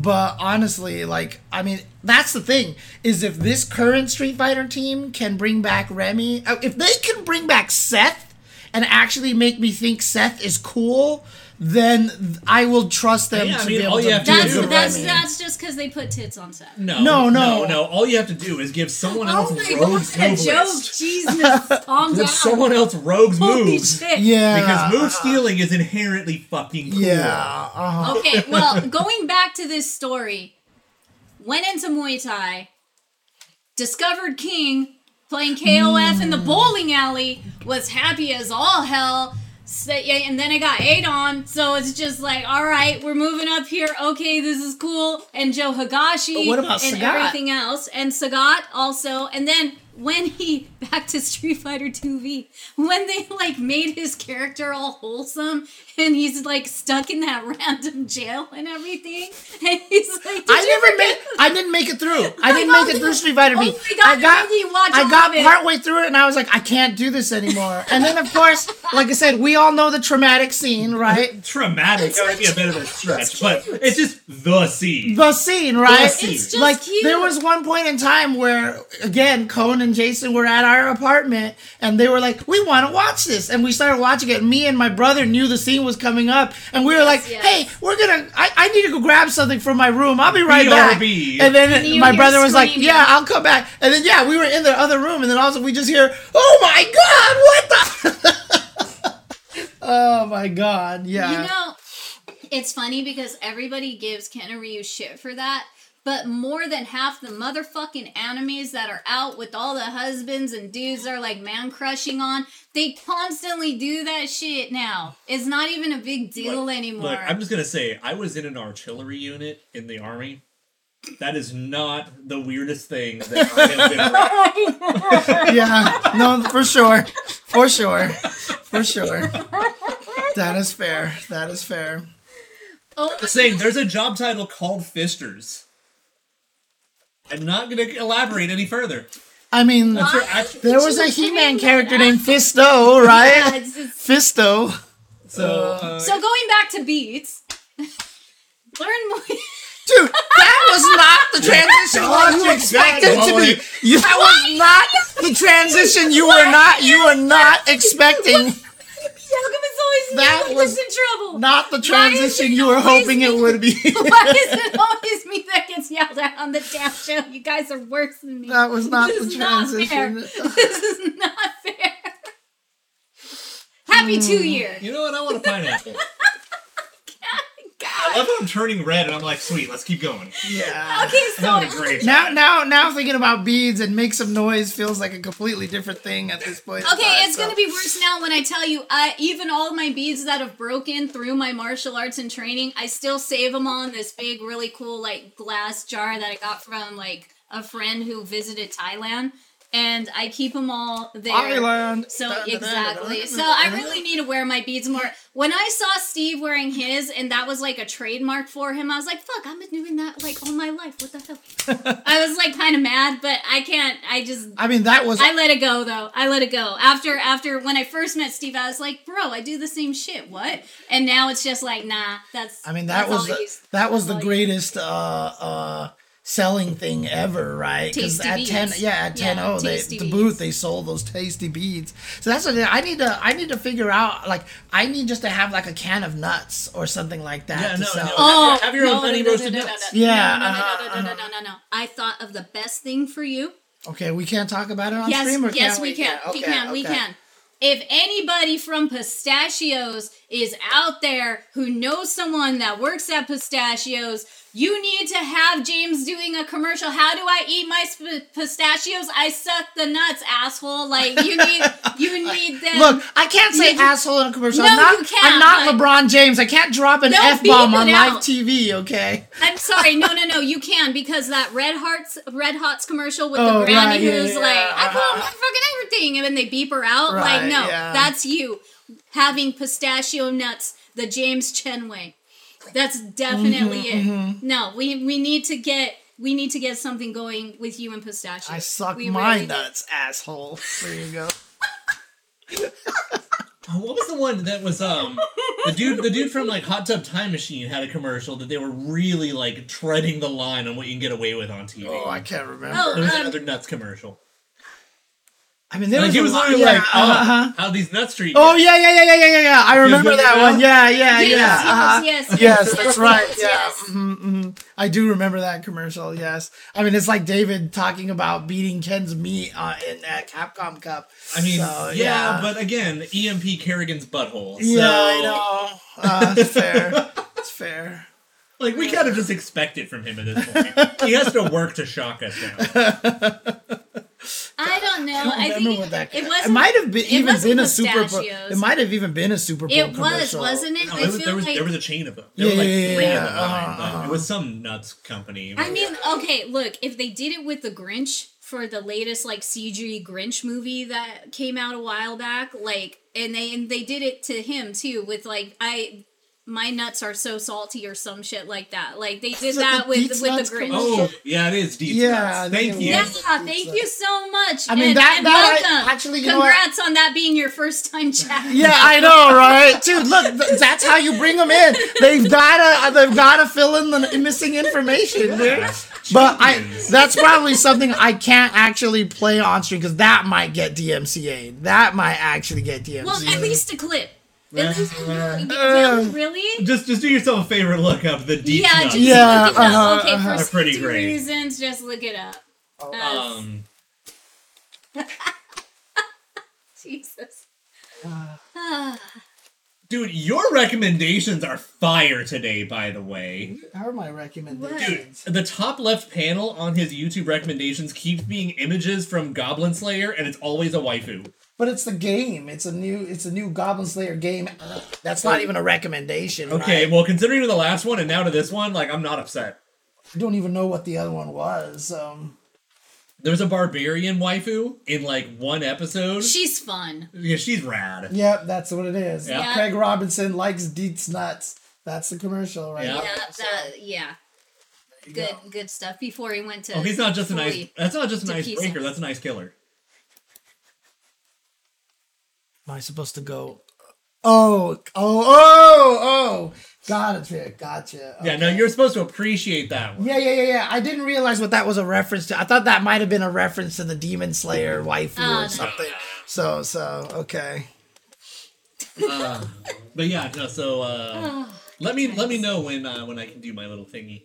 Speaker 1: But honestly, like I mean, that's the thing is if this current Street Fighter team can bring back Remy, uh, if they can bring back Seth and actually make me think Seth is cool, then th- I will trust them
Speaker 2: Yeah, I
Speaker 1: to
Speaker 2: mean,
Speaker 1: be able
Speaker 2: all
Speaker 1: to
Speaker 2: you have to
Speaker 1: do
Speaker 3: that's
Speaker 2: do
Speaker 1: Remy.
Speaker 3: that's that's just because they put tits on set.
Speaker 2: No,
Speaker 1: No, no.
Speaker 2: no, no. All you have to do is give someone else
Speaker 3: Oh my god,
Speaker 2: rogues
Speaker 3: what a
Speaker 2: move
Speaker 3: joke!
Speaker 2: list.
Speaker 3: Jesus, calm down.
Speaker 2: Give someone else rogues
Speaker 3: Holy
Speaker 2: moves.
Speaker 3: shit!
Speaker 1: yeah.
Speaker 2: Because move stealing is inherently fucking cool.
Speaker 1: yeah. uh-huh.
Speaker 3: Okay, well, going back to this story, went into Muay Thai, discovered King playing KOF in the
Speaker 1: Hmm.
Speaker 3: bowling alley, was happy as all hell. sa- yeah, And then I got eight on, so it's just like, all right, we're moving up here. Okay, this is cool. And Joe Higashi
Speaker 1: But what about
Speaker 3: and
Speaker 1: Sagat?
Speaker 3: everything else, and Sagat also. And then when he back to Street Fighter 2V, when they like made his character all wholesome and he's like stuck in that random jail and everything, and he's like,
Speaker 1: I never made I didn't make it through. I didn't
Speaker 3: God,
Speaker 1: make it
Speaker 3: you-
Speaker 1: through Street Fighter
Speaker 3: oh
Speaker 1: B.
Speaker 3: my God,
Speaker 1: I got,
Speaker 3: Randy, watch
Speaker 1: I
Speaker 3: all
Speaker 1: got
Speaker 3: of it.
Speaker 1: partway through it and I was like, I can't do this anymore. And then, of course, like I said, we all know the traumatic scene, right?
Speaker 2: Traumatic. That would be a bit of a stretch, but it's just the scene.
Speaker 1: The scene, right?
Speaker 2: scene. It's
Speaker 3: just
Speaker 1: like
Speaker 3: cute.
Speaker 1: there was one point in time where, again, Cone and Jason were at our apartment and they were like, "We want to watch this," and we started watching it. Me and my brother knew the scene was coming up, and we were like,
Speaker 3: yes.
Speaker 1: "Hey, we're gonna. I, I need to go grab something from my room. I'll be right back."
Speaker 2: BRB.
Speaker 1: And then
Speaker 3: you
Speaker 1: my
Speaker 3: hear
Speaker 1: brother was like,
Speaker 3: screaming.
Speaker 1: "Yeah, I'll come back." And then yeah, we were in the other room, and then also we just hear, "Oh my god, what the." Oh my god, yeah.
Speaker 3: You know, it's funny because everybody gives Ken and Ryu shit for that, but more than half the motherfucking animes that are out with all the husbands and dudes they're like man crushing on, they constantly do that shit now. It's not even a big deal anymore.
Speaker 2: Look, I'm just gonna say, I was in an artillery unit in the army. That is not the weirdest thing that I have been around.
Speaker 1: yeah, no, for sure, for sure, for sure. That is fair. That is fair.
Speaker 3: oh,
Speaker 2: Just saying there's a job title called fisters. I'm not gonna elaborate any further.
Speaker 1: I mean,
Speaker 2: That's your act-
Speaker 1: there was a He-Man character named Fisto, right?
Speaker 3: it's just-
Speaker 1: Fisto.
Speaker 2: so, uh,
Speaker 3: so going back to beats, learn more.
Speaker 1: Dude, that was not the transition you expected it to be. You- That was not the transition you were not you were not expecting.
Speaker 3: How come it's always
Speaker 1: That
Speaker 3: me
Speaker 1: was
Speaker 3: was in trouble?
Speaker 1: Not the transition you were hoping it would be.
Speaker 3: Why is it always me that gets yelled at on the damn show? You guys are worse than me.
Speaker 1: That was not
Speaker 3: This
Speaker 1: the
Speaker 3: is not fair.
Speaker 1: transition.
Speaker 3: this is not fair. Happy
Speaker 1: Hmm.
Speaker 3: two year.
Speaker 2: you know what? I want a pineapple. I
Speaker 3: God.
Speaker 2: love how I'm turning red, and I'm like, sweet, let's keep going.
Speaker 1: Yeah.
Speaker 3: Okay, so
Speaker 2: Having a great time.
Speaker 1: Now, now, now, thinking about beads and make some noise feels like a completely different thing at this point. in
Speaker 3: Okay,
Speaker 1: time,
Speaker 3: it's
Speaker 1: so-
Speaker 3: gonna be worse now when I tell you. I even all my beads that have broken through my martial arts and training, I still save them all in this big, really cool like glass jar that I got from like a friend who visited Thailand, and I keep them all there.
Speaker 1: Thailand.
Speaker 3: So
Speaker 1: Da- da- da-
Speaker 3: exactly.
Speaker 1: da-
Speaker 3: So I really need to wear my beads more. When I saw Steve wearing his, and that was like a trademark for him, I was like, "Fuck, I've been doing that like all my life. What the hell?" I was like kind of mad, but I can't. I just
Speaker 1: I mean, that was
Speaker 3: I let it go though. I let it go. After after when I first met Steve, I was like, "Bro, I do the same shit. What?" And now it's just like, "Nah, that's."
Speaker 1: I mean, that was
Speaker 3: that's all I
Speaker 1: the,
Speaker 3: use.
Speaker 1: that was the
Speaker 3: all you-
Speaker 1: greatest uh, uh, selling thing ever, right? Because
Speaker 3: Tasty
Speaker 1: at
Speaker 3: beads.
Speaker 1: ten, yeah, at
Speaker 3: Yeah,
Speaker 1: ten oh, they
Speaker 3: tasty
Speaker 1: the
Speaker 3: beads.
Speaker 1: booth they sold those tasty beads. So that's what I- I need to I need to figure out. Like, I need just to have like a can of nuts or something like that.
Speaker 2: Yeah,
Speaker 1: to
Speaker 2: no,
Speaker 1: sell.
Speaker 2: no.
Speaker 3: Oh,
Speaker 2: Have your
Speaker 3: no,
Speaker 2: own honey
Speaker 3: no, no, no,
Speaker 2: roasted
Speaker 3: no, no, no,
Speaker 2: nuts.
Speaker 3: no, no,
Speaker 1: Yeah,
Speaker 3: no, no,
Speaker 1: uh-huh,
Speaker 3: no, no, no, no, no, no. I thought of the best thing for you.
Speaker 1: Okay, we can't talk about it on
Speaker 3: yes,
Speaker 1: stream. Or
Speaker 3: yes,
Speaker 1: can
Speaker 3: we can.
Speaker 1: Yeah,
Speaker 3: we
Speaker 1: okay,
Speaker 3: can. We
Speaker 1: okay.
Speaker 3: can. If anybody from Pistachios is out there who knows someone that works at Pistachios, you need to have James doing a commercial. How do I eat my sp- pistachios? I suck the nuts, asshole. Like you need, you need them.
Speaker 1: Look, I can't say
Speaker 3: You-
Speaker 1: asshole in a commercial.
Speaker 3: No,
Speaker 1: I'm not,
Speaker 3: you can't,
Speaker 1: I'm not
Speaker 3: but-
Speaker 1: LeBron James. I can't drop an
Speaker 3: No,
Speaker 1: f bomb
Speaker 3: beep
Speaker 1: on
Speaker 3: it
Speaker 1: live
Speaker 3: out.
Speaker 1: TV. Okay.
Speaker 3: I'm sorry, no, no, no, you can because that Red Hearts, Red Hots commercial with
Speaker 1: Oh,
Speaker 3: the granny
Speaker 1: right, yeah,
Speaker 3: who's
Speaker 1: yeah,
Speaker 3: like,
Speaker 1: yeah.
Speaker 3: I put on fucking everything, and then they beep her out.
Speaker 1: Right,
Speaker 3: like, no,
Speaker 1: yeah.
Speaker 3: that's you having pistachio nuts the James Chen way. That's definitely
Speaker 1: Mm-hmm,
Speaker 3: it. No, we we need to get we need to get something going with you and pistachio.
Speaker 1: I suck
Speaker 3: We
Speaker 1: my
Speaker 3: really do.
Speaker 1: nuts, asshole. There you go.
Speaker 2: What was the one that was um the dude the dude from like Hot Tub Time Machine had a commercial that they were really like treading the line on what you can get away with on TV.
Speaker 1: Oh, I can't remember.
Speaker 2: it was
Speaker 3: Oh, um,
Speaker 2: another nuts commercial.
Speaker 1: I mean, there
Speaker 2: Like
Speaker 1: was,
Speaker 2: he
Speaker 1: a
Speaker 2: was
Speaker 1: lot-
Speaker 2: literally
Speaker 1: yeah,
Speaker 2: like, oh,
Speaker 1: uh-huh.
Speaker 2: how these nuts treat you.
Speaker 1: Oh yeah, yeah, yeah, yeah, yeah, yeah, yeah. I remember
Speaker 2: remember
Speaker 1: that
Speaker 2: that?
Speaker 1: one. Yeah, yeah,
Speaker 3: yes,
Speaker 1: yeah. uh-huh.
Speaker 3: yes, yes,
Speaker 1: Yes, that's right.
Speaker 3: yes,
Speaker 1: Yeah,
Speaker 3: yes.
Speaker 1: mhm, mhm. I do remember that commercial. Yes, I mean it's like David talking about beating Ken's meat uh, in that Capcom Cup.
Speaker 2: I mean,
Speaker 1: So,
Speaker 2: yeah, but again, EMP Kerrigan's butthole. So,
Speaker 1: yeah, I know. Uh, it's fair. It's fair.
Speaker 2: Like we kind of just expect it from him at this point. he has to work to shock us now.
Speaker 3: I don't know.
Speaker 1: I
Speaker 3: I
Speaker 1: don't
Speaker 3: think
Speaker 1: remember
Speaker 3: it,
Speaker 1: what that.
Speaker 3: it
Speaker 1: it
Speaker 3: wasn't.
Speaker 1: might have been even
Speaker 3: wasn't
Speaker 1: been a super. Bowl,
Speaker 3: pistachios.
Speaker 1: it might have even been a Super Bowl.
Speaker 3: It was,
Speaker 1: commercial.
Speaker 3: wasn't it?
Speaker 2: No,
Speaker 3: I
Speaker 2: there, was,
Speaker 3: feel
Speaker 2: there, was,
Speaker 3: like-
Speaker 2: there was a chain of them. There were
Speaker 1: Yeah,
Speaker 2: like
Speaker 1: yeah,
Speaker 2: three
Speaker 1: yeah,
Speaker 2: of them.
Speaker 1: uh-huh,
Speaker 2: but
Speaker 1: uh-huh.
Speaker 2: It was some nuts company.
Speaker 3: I mean, okay, look, if they did it with the Grinch for the latest like CG Grinch movie that came out a while back, like and they and they did it to him too with like I my nuts are so salty or some shit like that. Like they did
Speaker 1: Is it
Speaker 3: that
Speaker 1: the
Speaker 3: with
Speaker 1: Deets
Speaker 3: with
Speaker 1: Nuts
Speaker 3: the Grinch.
Speaker 1: commercial?
Speaker 2: Oh, yeah, it is deep.
Speaker 1: Yeah,
Speaker 2: cuts.
Speaker 1: they
Speaker 2: Thank
Speaker 1: were-
Speaker 2: you.
Speaker 3: Yeah,
Speaker 1: Yes.
Speaker 3: thank you so much.
Speaker 1: I mean,
Speaker 3: and,
Speaker 1: that-
Speaker 3: and
Speaker 1: that I-
Speaker 3: welcome.
Speaker 1: actually, you know what?
Speaker 3: congrats on that being your first time chat.
Speaker 1: Yeah, I know, right, dude? Look, th- that's how you bring them in. They've gotta, uh, they've gotta fill in the missing information, dude. But I, that's probably something I can't actually play on stream because that might get DMCA. That might actually get DMCA.
Speaker 3: Well, at least a clip.
Speaker 2: Yeah.
Speaker 3: At least you know, you-
Speaker 1: Uh,
Speaker 3: really, really?
Speaker 2: Just, just do yourself a favor. and Look up the deep
Speaker 3: Yeah,
Speaker 2: cuts.
Speaker 3: just
Speaker 1: Yeah,
Speaker 3: look it up.
Speaker 1: uh-huh,
Speaker 3: okay,
Speaker 1: uh-huh.
Speaker 3: for
Speaker 2: They're pretty
Speaker 3: safety
Speaker 2: great.
Speaker 3: reasons, just look it up. Uh,
Speaker 2: Um,
Speaker 3: Jesus. Ah,
Speaker 2: dude, your recommendations are fire today. By the way.
Speaker 1: How are my recommendations?
Speaker 2: The top left panel on his YouTube recommendations keeps being images from Goblin Slayer, and it's always a waifu.
Speaker 1: But it's the game. It's a new. It's a new Goblin Slayer game. Ugh, That's not even a recommendation.
Speaker 2: Okay,
Speaker 1: right?
Speaker 2: well, considering the last one and now to this one, like, I'm not upset.
Speaker 1: I don't even know what the other one was. Um,
Speaker 2: There's a barbarian waifu in like one episode.
Speaker 3: she's fun.
Speaker 2: yeah, she's rad.
Speaker 1: yep, that's what it is.
Speaker 2: Yeah.
Speaker 1: Craig Robinson likes Deets nuts. That's the commercial, right?
Speaker 2: Yeah.
Speaker 1: there.
Speaker 3: Yeah, that, yeah.
Speaker 1: There you
Speaker 3: Good,
Speaker 1: go.
Speaker 3: good stuff. Before he went to.
Speaker 2: Oh, he's not just a nice.
Speaker 3: fully-
Speaker 2: That's not just a
Speaker 3: To
Speaker 2: nice
Speaker 3: pieces.
Speaker 2: breaker. That's a nice killer.
Speaker 1: Am I supposed to go? Oh, oh, oh, oh! Gotcha, gotcha.
Speaker 2: Yeah, no, you're supposed to appreciate that one.
Speaker 1: Yeah, yeah, yeah, yeah. I didn't realize what that was a reference to. I thought that might have been a reference to the Demon Slayer waifu
Speaker 3: Oh,
Speaker 1: or
Speaker 3: no.
Speaker 1: something. So, so okay.
Speaker 2: Uh, but yeah, no. So uh,
Speaker 3: Oh,
Speaker 2: let me let me
Speaker 3: nice.
Speaker 2: know when uh, when I can do my little thingy.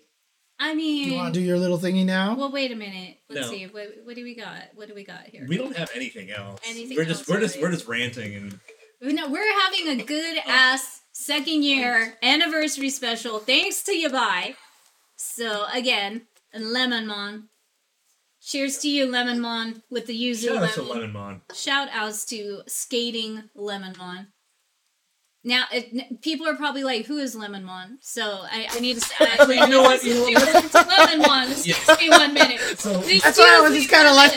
Speaker 3: I
Speaker 1: Do you
Speaker 3: mean,
Speaker 1: want to do your little thingy now?
Speaker 3: well, wait a minute. Let's
Speaker 2: No.
Speaker 3: see. What, what do we got? What do we got here?
Speaker 2: We don't have anything else.
Speaker 3: Anything
Speaker 2: we're just
Speaker 3: else,
Speaker 2: we're just
Speaker 3: really.
Speaker 2: we're just ranting and
Speaker 3: No, we're having a good
Speaker 2: Oh.
Speaker 3: ass second year anniversary special thanks to Yabai. So again, Lemon Mon. Cheers to you, Lemon Mon, with the user
Speaker 2: shout out to
Speaker 3: lemon.
Speaker 2: Lemonmon.
Speaker 3: Shout outs to skating Lemon Mon. Now, it, n- people are probably like, "Who is Lemon Mon?" So I, I need to. I actually
Speaker 2: You know what? You know
Speaker 3: need to do Lemon Mon. Just
Speaker 2: Yes.
Speaker 3: give me one minute.
Speaker 2: So
Speaker 1: That's why I was just kind of like,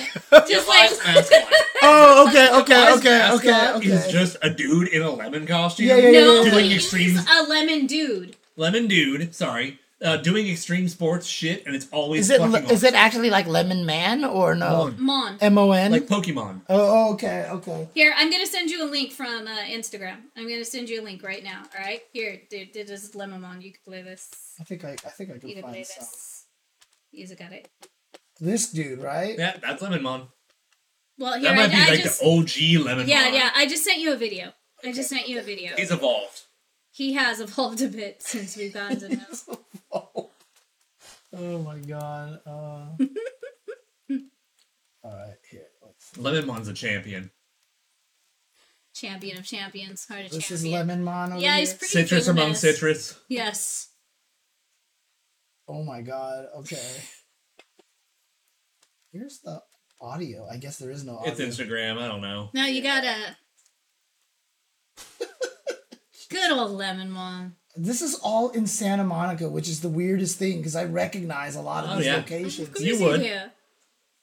Speaker 3: just
Speaker 2: Wise
Speaker 3: like
Speaker 2: mascot.
Speaker 1: oh, okay, okay,
Speaker 2: Wise
Speaker 1: okay, okay,
Speaker 2: mascot Is
Speaker 1: okay.
Speaker 2: just a dude in a lemon costume.
Speaker 1: Yeah, yeah, yeah.
Speaker 3: no,
Speaker 2: Doing
Speaker 3: he's
Speaker 2: extreme-
Speaker 3: a lemon dude.
Speaker 2: Lemon dude. Sorry, uh, doing extreme sports shit, and it's always
Speaker 1: Is it
Speaker 2: fucking
Speaker 1: is it actually like Lemon Man or no?
Speaker 3: Mon.
Speaker 2: Mon.
Speaker 1: M O N.
Speaker 2: like Pokemon?
Speaker 1: Oh, okay, okay.
Speaker 3: Here, I'm gonna send you a link from uh, Instagram. I'm gonna send you a link right now. All right, here, dude, this is Lemon. You can play this.
Speaker 1: I think I, I think I
Speaker 3: You
Speaker 1: can
Speaker 3: can play
Speaker 1: find some.
Speaker 3: this. You got it.
Speaker 1: This dude, right?
Speaker 2: Yeah, that's Lemonmon.
Speaker 3: Well, here
Speaker 2: That might
Speaker 3: I,
Speaker 2: be
Speaker 3: I
Speaker 2: like
Speaker 3: just
Speaker 2: the OG Lemon.
Speaker 3: yeah yeah. I just sent you a video. I just sent you a video.
Speaker 2: He's evolved.
Speaker 3: He has evolved a bit since we've gotten to know.
Speaker 1: Oh my god. Uh... All right, here. Let's see.
Speaker 2: Lemonmon's a champion.
Speaker 3: Champion of champions, heart of
Speaker 1: This
Speaker 3: champion.
Speaker 1: is Lemon Man over
Speaker 3: Yeah, he's
Speaker 1: here.
Speaker 3: pretty
Speaker 2: Citrus among
Speaker 3: famous.
Speaker 2: citrus.
Speaker 3: Yes.
Speaker 1: Oh my god. Okay. Here's the audio. I guess there is no audio.
Speaker 2: It's Instagram. I don't know.
Speaker 3: No, you gotta. Good old Lemon Mon.
Speaker 1: This is all in Santa Monica, which is the weirdest thing because I recognize a lot of
Speaker 2: Oh,
Speaker 1: these
Speaker 2: yeah.
Speaker 1: locations.
Speaker 2: You
Speaker 3: Yes,
Speaker 2: would.
Speaker 3: do.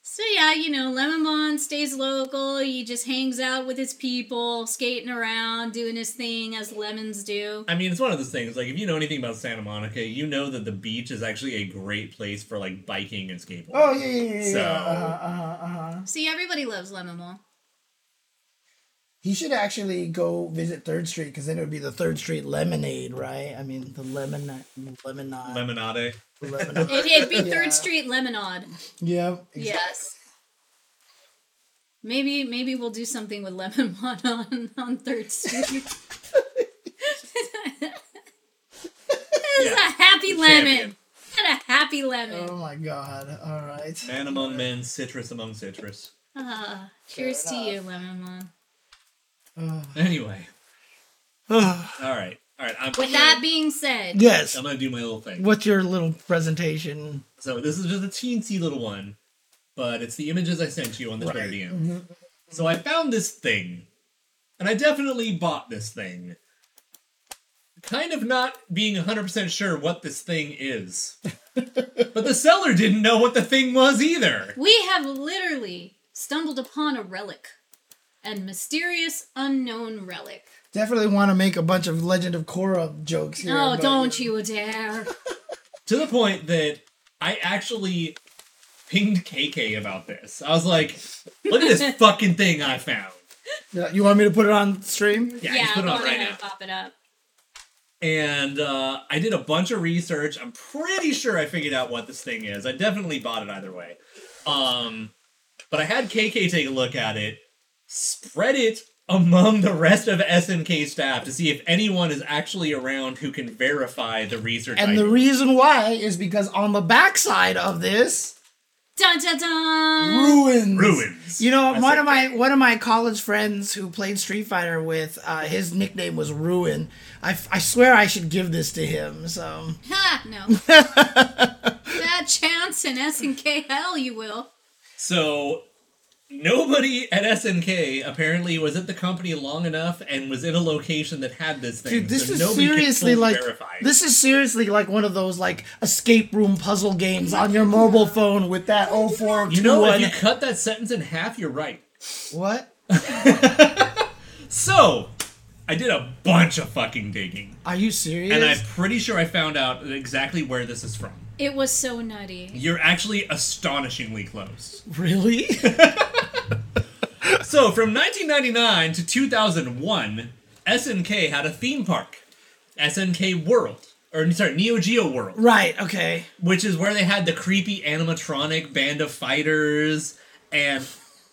Speaker 3: So yeah, you know, Lemon stays local. He just hangs out with his people, skating around, doing his thing as lemons do.
Speaker 2: I mean, it's one of those things. Like, if you know anything about Santa Monica, you know that the beach is actually a great place for like biking and skateboarding.
Speaker 1: Oh yeah, yeah, yeah, yeah.
Speaker 2: So-
Speaker 1: Uh-huh, uh-huh, uh-huh.
Speaker 3: See, everybody loves Lemon
Speaker 1: He should actually go visit Third Street because then it would be the Third Street Lemonade, right? I mean, the lemon, lemonade,
Speaker 2: Lemonade.
Speaker 1: lemonade.
Speaker 3: It, it'd be
Speaker 1: Yeah.
Speaker 3: Third Street Lemonade.
Speaker 1: yeah.
Speaker 3: Yes. Maybe maybe we'll do something with Lemon on on Third Street. It's a happy lemon.
Speaker 2: Champion.
Speaker 3: What a happy lemon.
Speaker 1: Oh my God! All right.
Speaker 2: Man among men, citrus among citrus.
Speaker 3: Ah, cheers to you, Lemon
Speaker 1: Ugh.
Speaker 2: Anyway. All right. All right. I'm,
Speaker 3: With that being said,
Speaker 1: yes.
Speaker 2: I'm going to do my little thing.
Speaker 1: What's your little presentation?
Speaker 2: So this is just a teensy little one, but it's the images I sent you on the Twitter DM. So I found this thing, and I definitely bought this thing. Kind of not being 100% sure what this thing is. but the seller didn't know what the thing was either.
Speaker 3: we have literally stumbled upon a relic. and mysterious unknown relic.
Speaker 1: Definitely want to make a bunch of Legend of Korra jokes here.
Speaker 3: oh,
Speaker 1: but-
Speaker 3: don't you dare.
Speaker 2: to the point that I actually pinged KK about this. I was like, "Look at this fucking thing I found."
Speaker 1: Yeah, You want me to put it on stream?
Speaker 2: Yeah,
Speaker 3: yeah,
Speaker 2: just put
Speaker 3: I'm
Speaker 2: it on
Speaker 3: going
Speaker 2: right
Speaker 3: to
Speaker 2: now.
Speaker 3: pop it up.
Speaker 2: And uh, I did a bunch of research. I'm pretty sure I figured out what this thing is. I definitely bought it either way. Um, but I had KK take a look at it, spread it among the rest of SMK staff to see if anyone is actually around who can verify the research. I
Speaker 1: And the
Speaker 2: did.
Speaker 1: reason why is because on the backside of this,
Speaker 3: Dun dun dun!
Speaker 1: ruins.
Speaker 2: ruins.
Speaker 1: You know,
Speaker 2: I
Speaker 1: one
Speaker 2: said.
Speaker 1: of my one of my college friends who played Street Fighter with, uh, his nickname was Ruin. I, f- I swear I should give this to him. So
Speaker 3: Ha! No. Bad chance in SNK hell, you will.
Speaker 2: So nobody at SNK apparently was at the company long enough and was in a location that had this thing.
Speaker 1: Dude, this
Speaker 2: so
Speaker 1: is
Speaker 2: nobody could
Speaker 1: seriously
Speaker 2: fully
Speaker 1: like
Speaker 2: verify.
Speaker 1: this is seriously like one of those like escape room puzzle games on your mobile phone with that 0421.
Speaker 2: You know, if you cut that sentence in half, you're right.
Speaker 1: what?
Speaker 2: So I did a bunch of fucking digging,
Speaker 1: Are you serious?
Speaker 2: and I'm pretty sure I found out exactly where this is from.
Speaker 3: It was so nutty.
Speaker 2: You're actually astonishingly close.
Speaker 1: really?
Speaker 2: So from 1999 to 2001, SNK had a theme park, SNK World, or sorry, Neo Geo World.
Speaker 1: right. Okay.
Speaker 2: which is where they had the creepy animatronic band of fighters and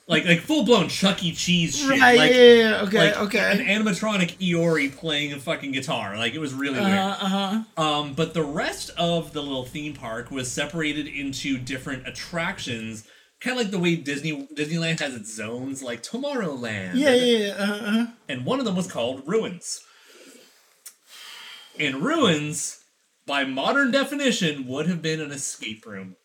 Speaker 2: like like full blown Chuck E. Cheese shit.
Speaker 1: Right.
Speaker 2: like,
Speaker 1: yeah, yeah, yeah, Uh, Okay.
Speaker 2: like
Speaker 1: okay.
Speaker 2: An animatronic Iori playing a fucking guitar. Like it was really
Speaker 1: uh
Speaker 2: weird. Um, but the rest of the little theme park was separated into different attractions, kind of like the way Disney Disneyland has its zones, like Tomorrowland.
Speaker 1: Yeah. Yeah. yeah uh-huh.
Speaker 2: And one of them was called Ruins. And Ruins, by modern definition, would have been an escape room.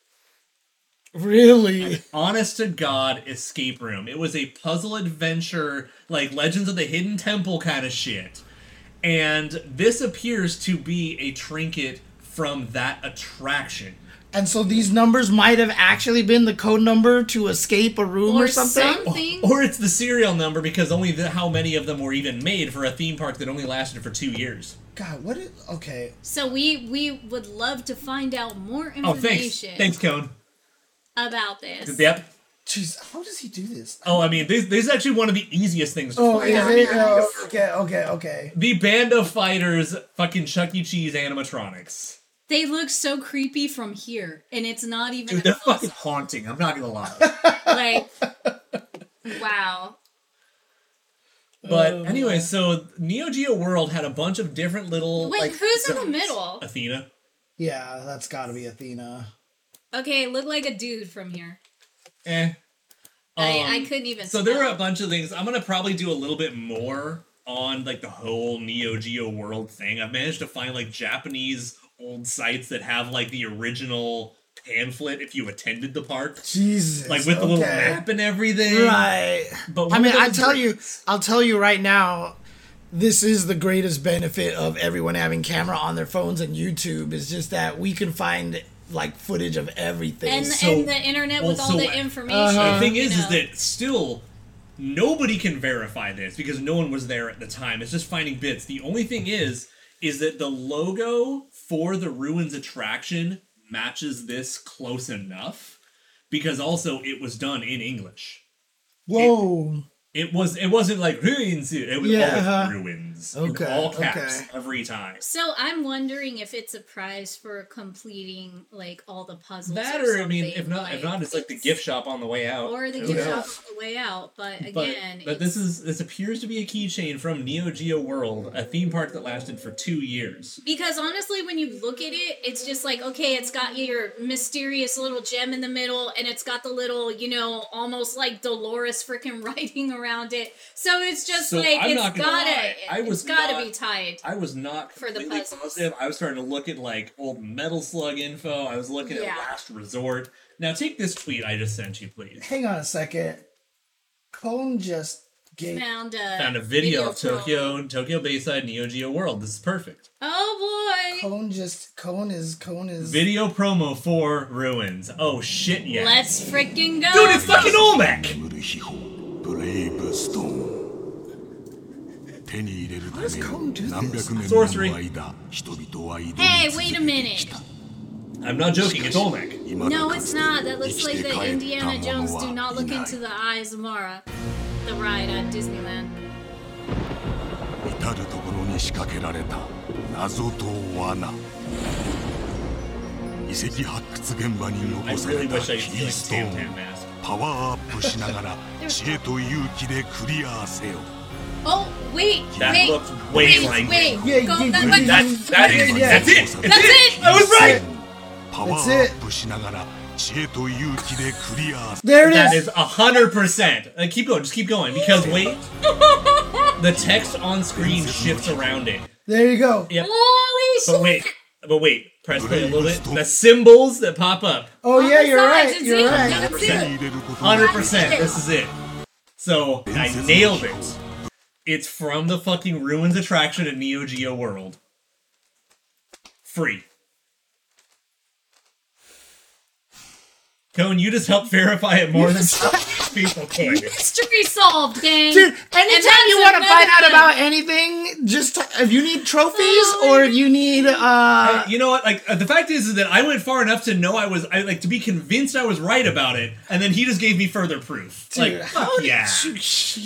Speaker 1: Really?
Speaker 2: honest to god escape room. It was a puzzle adventure, like Legends of the Hidden Temple kind of shit. And this appears to be a trinket from that attraction.
Speaker 1: And so these numbers might have actually been the code number to escape a room or,
Speaker 3: Or
Speaker 1: something.
Speaker 3: something.
Speaker 2: Or it's the serial number because only the, how many of them were even made for a theme park that only lasted for two years.
Speaker 1: God, what is okay?
Speaker 3: So we we would love to find out more
Speaker 2: Oh, thanks.
Speaker 3: information
Speaker 2: Thanks, Cone.
Speaker 3: about this.
Speaker 2: Yep.
Speaker 1: Jeez, how does he do this?
Speaker 2: Oh, I mean, this, this is actually one of the easiest things to
Speaker 1: Oh,
Speaker 2: find.
Speaker 1: is it? Oh, okay, okay, okay.
Speaker 2: The Band of Fighters fucking Chuck E. Cheese animatronics.
Speaker 3: They look so creepy from here, and it's not even
Speaker 2: Dude,
Speaker 3: a
Speaker 2: they're
Speaker 3: close-
Speaker 2: fucking haunting. I'm not gonna lie.
Speaker 3: like wow.
Speaker 2: But
Speaker 1: Oh,
Speaker 2: anyway, so Neo Geo World had a bunch of different little
Speaker 3: Wait,
Speaker 2: like
Speaker 3: who's in the
Speaker 2: zones.
Speaker 3: middle?
Speaker 2: Athena.
Speaker 1: Yeah, that's got to be Athena.
Speaker 3: Okay, look like a dude from here.
Speaker 2: Eh. Um,
Speaker 3: I, I couldn't even.
Speaker 2: So there were
Speaker 3: spell.
Speaker 2: a bunch of things. I'm gonna probably do a little bit more on like the whole Neo Geo World thing. I've managed to find like Japanese old sites that have like the original pamphlet if you attended the park,
Speaker 1: Jesus.
Speaker 2: like with the little
Speaker 1: okay.
Speaker 2: map and everything.
Speaker 1: Right.
Speaker 2: But
Speaker 1: I
Speaker 2: one
Speaker 1: mean,
Speaker 2: of
Speaker 1: I
Speaker 2: those
Speaker 1: tell
Speaker 2: were-
Speaker 1: you, I'll tell you right now, this is the greatest benefit of everyone having camera on their phones and YouTube is just that we can find like footage of everything.
Speaker 3: and,
Speaker 1: So-
Speaker 2: so- Uh-huh.
Speaker 3: and the internet with all
Speaker 2: also-
Speaker 3: the information.
Speaker 1: Uh,
Speaker 2: The thing
Speaker 3: you
Speaker 2: is,
Speaker 3: know.
Speaker 2: is that still nobody can verify this because no one was there at the time. It's just finding bits. The only thing is, is that the logo for the ruins attraction matches this close enough because also it was done in English.
Speaker 1: Whoa.
Speaker 2: It was. It wasn't like ruins. It was
Speaker 1: Yeah,
Speaker 2: always
Speaker 1: uh-huh.
Speaker 2: ruins.
Speaker 1: Okay,
Speaker 2: in all caps
Speaker 1: okay.
Speaker 2: every time.
Speaker 3: So I'm wondering if it's a prize for completing like all the puzzles.
Speaker 2: That
Speaker 3: or
Speaker 2: or I mean,
Speaker 3: something,
Speaker 2: if not, if not, it's like the gift shop on the way out.
Speaker 3: or the
Speaker 2: Who
Speaker 3: gift shop
Speaker 2: knows?
Speaker 3: on the way out. But
Speaker 2: But,
Speaker 3: again,
Speaker 2: but
Speaker 3: it's-
Speaker 2: this is this appears to be a keychain from Neo Geo World, a theme park that lasted for two years.
Speaker 3: because honestly, when you look at it, it's just like okay, it's got your mysterious little gem in the middle, and it's got the little you know almost like Dolores freaking writing around it. So it's just
Speaker 2: So
Speaker 3: like
Speaker 2: I'm
Speaker 3: it's
Speaker 2: not
Speaker 3: gotta
Speaker 2: gonna lie, I
Speaker 3: it's
Speaker 2: was
Speaker 3: gotta
Speaker 2: not-
Speaker 3: be tied.
Speaker 2: I was not
Speaker 3: For the
Speaker 2: completely
Speaker 3: puzzles.
Speaker 2: positive. I was starting to look at like old Metal Slug info. I was looking
Speaker 3: Yeah.
Speaker 2: at Last Resort. Now take this tweet I just sent you, please.
Speaker 1: Hang on a second. Cone just gave.
Speaker 3: Found a
Speaker 2: Found a video, of
Speaker 3: from-
Speaker 2: Tokyo Tokyo Bayside Neo Geo World. This is perfect.
Speaker 3: Oh boy.
Speaker 1: Cone just. Cone is. Cone is.
Speaker 2: Video promo for Ruins. Oh shit, yeah.
Speaker 3: Let's freaking go.
Speaker 2: Dude, it's fucking Olmec.
Speaker 5: ドレイプストーン手に入れるため
Speaker 1: does Conan do
Speaker 5: に
Speaker 1: this?
Speaker 5: 何百年も
Speaker 2: Sorcery.
Speaker 5: の間人々は挑み
Speaker 3: Hey,
Speaker 5: 続け
Speaker 3: wait a
Speaker 5: てき
Speaker 3: minute.
Speaker 5: た
Speaker 2: I'm not joking. It's Olmec.
Speaker 5: 今
Speaker 3: No,
Speaker 5: だかつ
Speaker 3: it's
Speaker 5: て
Speaker 3: not. That
Speaker 5: 生
Speaker 3: looks
Speaker 5: き
Speaker 3: like
Speaker 5: て帰っ
Speaker 3: the
Speaker 5: た
Speaker 3: Indiana
Speaker 5: 者
Speaker 3: Jones
Speaker 5: は
Speaker 3: do not look
Speaker 5: いない
Speaker 3: into the eyes of Mara. The ride at Disneyland.
Speaker 5: 至る所に仕掛けられた謎と罠遺跡発掘現場に
Speaker 2: I
Speaker 5: 残さ
Speaker 2: really
Speaker 5: れた
Speaker 2: wish
Speaker 5: キ
Speaker 2: I could
Speaker 5: ー
Speaker 2: see
Speaker 5: スト
Speaker 2: like
Speaker 5: ー
Speaker 2: Tam Tam
Speaker 5: ン
Speaker 2: mask.
Speaker 5: パワーアップしなが ら知恵と勇気でクリアせよ
Speaker 3: Oh, wait,
Speaker 2: That
Speaker 3: wait.
Speaker 2: looks way
Speaker 3: wait,
Speaker 2: like
Speaker 3: wait.
Speaker 1: Yeah,
Speaker 3: Go,
Speaker 1: yeah,
Speaker 3: that,
Speaker 1: yeah, yeah.
Speaker 3: that, that,
Speaker 2: That is.
Speaker 1: Yeah.
Speaker 2: That's it.
Speaker 3: That's it. I was
Speaker 1: right.
Speaker 5: パワーアップしながら知恵と勇気でクリアせよ
Speaker 1: There it
Speaker 2: That
Speaker 1: is.
Speaker 2: is a hundred percent. Uh, Keep going. Just keep going because wait, the text on screen shifts around it.
Speaker 1: There you go.
Speaker 2: Yep.
Speaker 3: Holy shit.
Speaker 2: But wait, but wait. Press play a little bit. The symbols that pop up.
Speaker 1: Oh yeah, you're
Speaker 3: Besides,
Speaker 1: right.
Speaker 3: it's
Speaker 1: You're
Speaker 3: it.
Speaker 1: right.
Speaker 3: That's
Speaker 5: 手に
Speaker 3: it.
Speaker 5: 入れることがで
Speaker 2: Hundred
Speaker 5: きた
Speaker 2: percent. This is it. So I nailed it. It's from the fucking ruins attraction at Neo Geo World. Free. Cone, you just helped verify it more than people could.
Speaker 3: Mystery solved, gang.
Speaker 1: Dude, anytime
Speaker 3: that's
Speaker 1: you want to
Speaker 3: another
Speaker 1: find out
Speaker 3: thing.
Speaker 1: about anything, just t- if you need trophies
Speaker 3: Oh,
Speaker 1: or if you need uh,
Speaker 2: you know what? Like uh, the fact is, is that I went far enough to know I was, I like to be convinced I was right about it, and then he just gave me further proof.
Speaker 1: Dude, Oh,
Speaker 2: like, fuck yeah.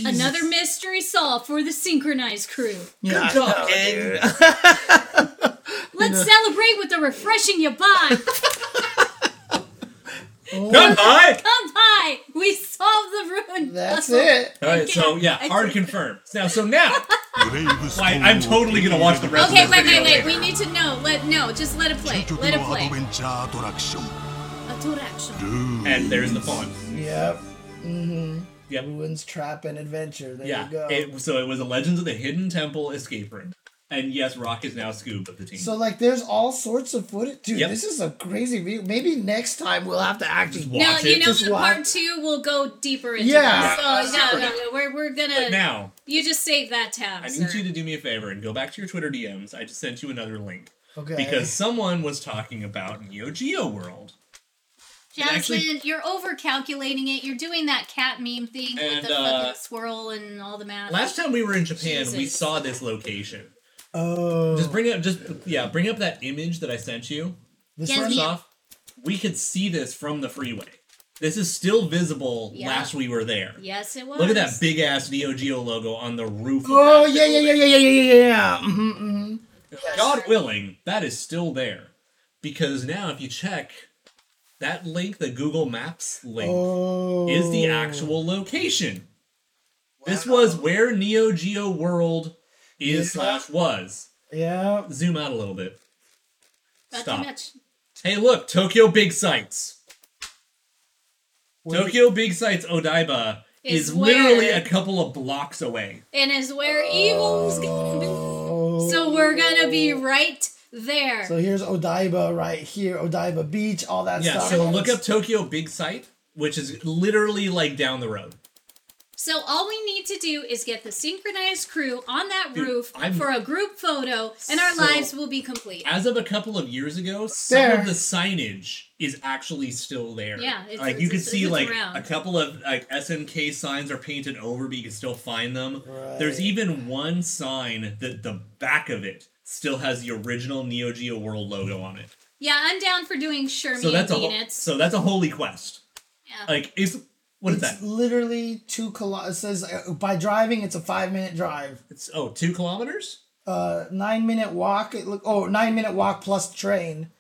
Speaker 3: Another mystery solved for the synchronized crew.
Speaker 1: yeah.
Speaker 2: Fuck, Ed.
Speaker 3: Let's celebrate with the refreshing you buy.
Speaker 2: Come by.
Speaker 3: Come by. We solved the ruin.
Speaker 1: That's
Speaker 3: puzzle.
Speaker 1: it.
Speaker 2: All right, so yeah, hard confirmed. Now, so now,
Speaker 5: ブレイブストーン
Speaker 2: Why, I'm totally gonna watch the rest
Speaker 3: Okay,
Speaker 2: of this
Speaker 3: wait,
Speaker 2: video
Speaker 3: wait, wait.
Speaker 2: later.
Speaker 3: We need to know. Let no, just let it play.
Speaker 5: 究極
Speaker 3: Let it
Speaker 5: のア
Speaker 3: play.
Speaker 5: ドベンチャーアトラクション
Speaker 3: Attraction.
Speaker 5: ルール
Speaker 2: And there's the font.
Speaker 1: Yep. Mm-hmm.
Speaker 2: Yep.
Speaker 1: Ruins, trap, and adventure. There you
Speaker 2: Yeah.
Speaker 1: go.
Speaker 2: It, so it was a Legends of the Hidden Temple escape room. And yes, Rock is now Scoob of the team.
Speaker 1: so like, there's all sorts of footage, dude.
Speaker 2: Yep.
Speaker 1: This is a crazy view. Maybe next time we'll have to actually.
Speaker 2: Just
Speaker 1: Watch.
Speaker 2: watch
Speaker 3: No, you
Speaker 2: it.
Speaker 3: know
Speaker 1: Just
Speaker 3: what? Part
Speaker 1: watch.
Speaker 3: two will go deeper into
Speaker 1: Yeah.
Speaker 3: this. So no, no, no. We're we're gonna.
Speaker 2: now,
Speaker 3: you just save that tab.
Speaker 2: I
Speaker 3: sir.
Speaker 2: need you to do me a favor and go back to your Twitter DMs. I just sent you another link.
Speaker 1: Okay.
Speaker 2: Because someone was talking about Neo Geo World.
Speaker 3: Jasmine,
Speaker 2: actually-
Speaker 3: you're over calculating it. You're doing that cat meme thing with
Speaker 2: And,
Speaker 3: the
Speaker 2: uh,
Speaker 3: fucking swirl and all the math.
Speaker 2: Last time we were in Japan, we
Speaker 3: Jesus.
Speaker 2: saw this location.
Speaker 1: oh,
Speaker 2: Just bring up just yeah, bring up that image that I sent you.
Speaker 1: this
Speaker 3: Yes,
Speaker 1: one.
Speaker 2: First
Speaker 3: Yeah.
Speaker 2: off, we could see this from the freeway. This is still visible
Speaker 3: Yeah.
Speaker 2: last we were there.
Speaker 3: yes, it was.
Speaker 2: Look at that big ass Neo Geo logo on the roof. of
Speaker 1: Oh
Speaker 2: that
Speaker 1: yeah, yeah, yeah,
Speaker 2: building.
Speaker 1: yeah, yeah, yeah, yeah, yeah. hmm hmm
Speaker 2: God willing, that is still there. Because now, if you check, that link, the Google Maps link,
Speaker 1: Oh,
Speaker 2: is the actual location. This was where Neo Geo World is
Speaker 1: Yeah.
Speaker 2: slash was.
Speaker 1: Yeah.
Speaker 2: Zoom out a little bit.
Speaker 3: Not
Speaker 2: Stop.
Speaker 3: too much.
Speaker 2: Hey, look, Tokyo Big Sights.
Speaker 1: Wait.
Speaker 2: Tokyo Big Sights Odaiba
Speaker 3: Is
Speaker 2: is, literally
Speaker 3: where-
Speaker 2: a couple of blocks away.
Speaker 3: And is where evil's gonna be.
Speaker 2: Oh.
Speaker 3: So we're gonna be right there.
Speaker 1: Oh. So here's Odaiba right here, Odaiba Beach, all that
Speaker 2: Yeah,
Speaker 1: stuff.
Speaker 2: so look up Tokyo Big Sight, which is literally like down the road.
Speaker 3: So all we need to do is get the synchronized crew on that
Speaker 2: Dude,
Speaker 3: roof
Speaker 2: I'm-
Speaker 3: for a group photo, and our
Speaker 2: So-
Speaker 3: lives will be complete.
Speaker 2: As of a couple of years ago, some
Speaker 1: There.
Speaker 2: of the signage is actually still there.
Speaker 3: Yeah, it's-
Speaker 2: like
Speaker 3: it's-
Speaker 2: you can
Speaker 3: it's-
Speaker 2: see
Speaker 3: it's
Speaker 2: like
Speaker 3: around.
Speaker 2: a couple of like SNK signs are painted over, but you can still find them. There's
Speaker 1: Right.
Speaker 2: even one sign that the back of it still has the original Neo Geo World logo on it.
Speaker 3: Yeah, I'm down for doing Shermie
Speaker 2: So that's a
Speaker 3: and
Speaker 2: ho-
Speaker 3: Peanuts.
Speaker 2: so that's a holy quest.
Speaker 3: Yeah.
Speaker 2: Like is what is
Speaker 1: it's
Speaker 2: that?
Speaker 1: literally two kilometers. It says uh, by driving, it's a five minute drive,
Speaker 2: It's oh two kilometers.
Speaker 1: uh, nine minute walk. It look, oh, nine minute walk plus train.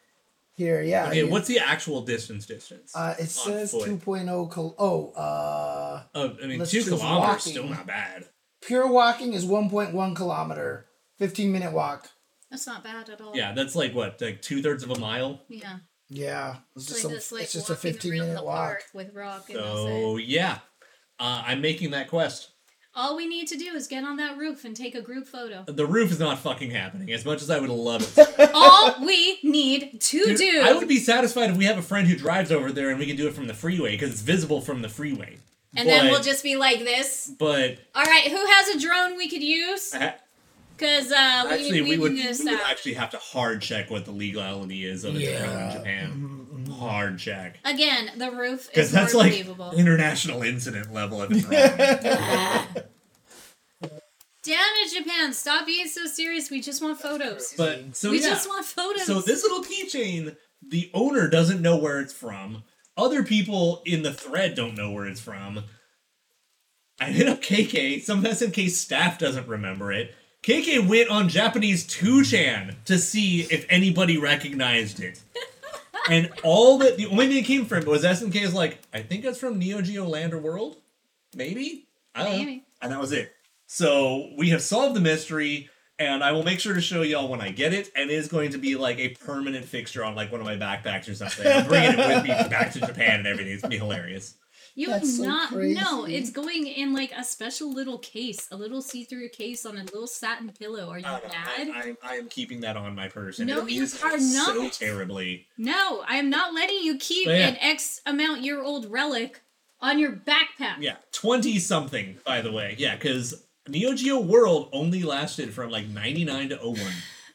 Speaker 1: Here, Uh, yeah.
Speaker 2: Okay,
Speaker 1: you-
Speaker 2: what's the actual distance? Distance.
Speaker 1: Uh, it
Speaker 2: on
Speaker 1: says
Speaker 2: foot?
Speaker 1: 2.0 kil- Oh, uh,
Speaker 2: Oh, I mean,
Speaker 1: Let's
Speaker 2: two
Speaker 1: choose
Speaker 2: kilometers
Speaker 1: walking.
Speaker 2: still not bad.
Speaker 1: pure walking is 1.1 kilometer, 15 minute walk.
Speaker 3: that's not bad at all.
Speaker 2: Yeah, that's like what, like two thirds of a mile.
Speaker 3: Yeah.
Speaker 1: Yeah, it's
Speaker 3: It's
Speaker 1: just,
Speaker 3: like
Speaker 1: a,
Speaker 3: this, like
Speaker 1: it's just a
Speaker 3: walking
Speaker 1: 15
Speaker 3: around
Speaker 1: minute
Speaker 3: the
Speaker 1: walk.
Speaker 3: park with rock and all that.
Speaker 2: So Oh, yeah, uh, I'm making that quest.
Speaker 3: All we need to do is get on that roof and take a group photo.
Speaker 2: The roof is not fucking happening. As much as I would love it,
Speaker 3: all we need to
Speaker 2: Dude,
Speaker 3: do.
Speaker 2: I would be satisfied if we have a friend who drives over there and we can do it from the freeway because it's visible from the freeway.
Speaker 3: and then
Speaker 2: but-
Speaker 3: we'll just be like this.
Speaker 2: But
Speaker 3: All right, who has a drone we could use?
Speaker 2: a-
Speaker 3: Because uh, we-
Speaker 2: actually,
Speaker 3: we,
Speaker 2: we, would,
Speaker 3: need this
Speaker 2: we would
Speaker 3: out.
Speaker 2: actually have to hard check what the legality is of it
Speaker 1: Yeah. Mm-hmm,
Speaker 2: in Japan. hard check.
Speaker 3: Again, the roof
Speaker 2: Because
Speaker 3: is
Speaker 2: that's
Speaker 3: more
Speaker 2: like
Speaker 3: believable.
Speaker 2: international incident level if it's wrong.
Speaker 3: Damn it, Japan! Stop being so serious. We just want photos.
Speaker 2: but so
Speaker 3: we
Speaker 2: yeah.
Speaker 3: just want photos.
Speaker 2: So this little keychain, the owner doesn't know where it's from. Other people in the thread don't know where it's from. I hit up KK. Some SNK staff doesn't remember it. KK went on Japanese 2chan to see if anybody recognized it. and all that the only thing it came from was SNK is like, I think that's from Neo Geo Land or World? Maybe? I don't know.
Speaker 3: Maybe.
Speaker 2: And that was it. So we have solved the mystery, and I will make sure to show y'all when I get it, and it is going to be like a permanent fixture on like one of my backpacks or something. I'm bringing it with me back to Japan and everything. It's gonna be hilarious.
Speaker 3: you would
Speaker 6: That's so
Speaker 3: not no.
Speaker 6: crazy.
Speaker 3: It's going in like a special little case, a little see-through case on a little satin pillow. Are you
Speaker 2: I,
Speaker 3: mad?
Speaker 2: don't know. I, I, I am keeping that on my person.
Speaker 3: No, you are
Speaker 2: So
Speaker 3: not.
Speaker 2: terribly.
Speaker 3: No, I am not letting you keep
Speaker 2: But yeah.
Speaker 3: an X amount year old relic on your backpack.
Speaker 2: Yeah, twenty something. By the way, yeah, because Neo Geo World only lasted from like ninety nine to 01.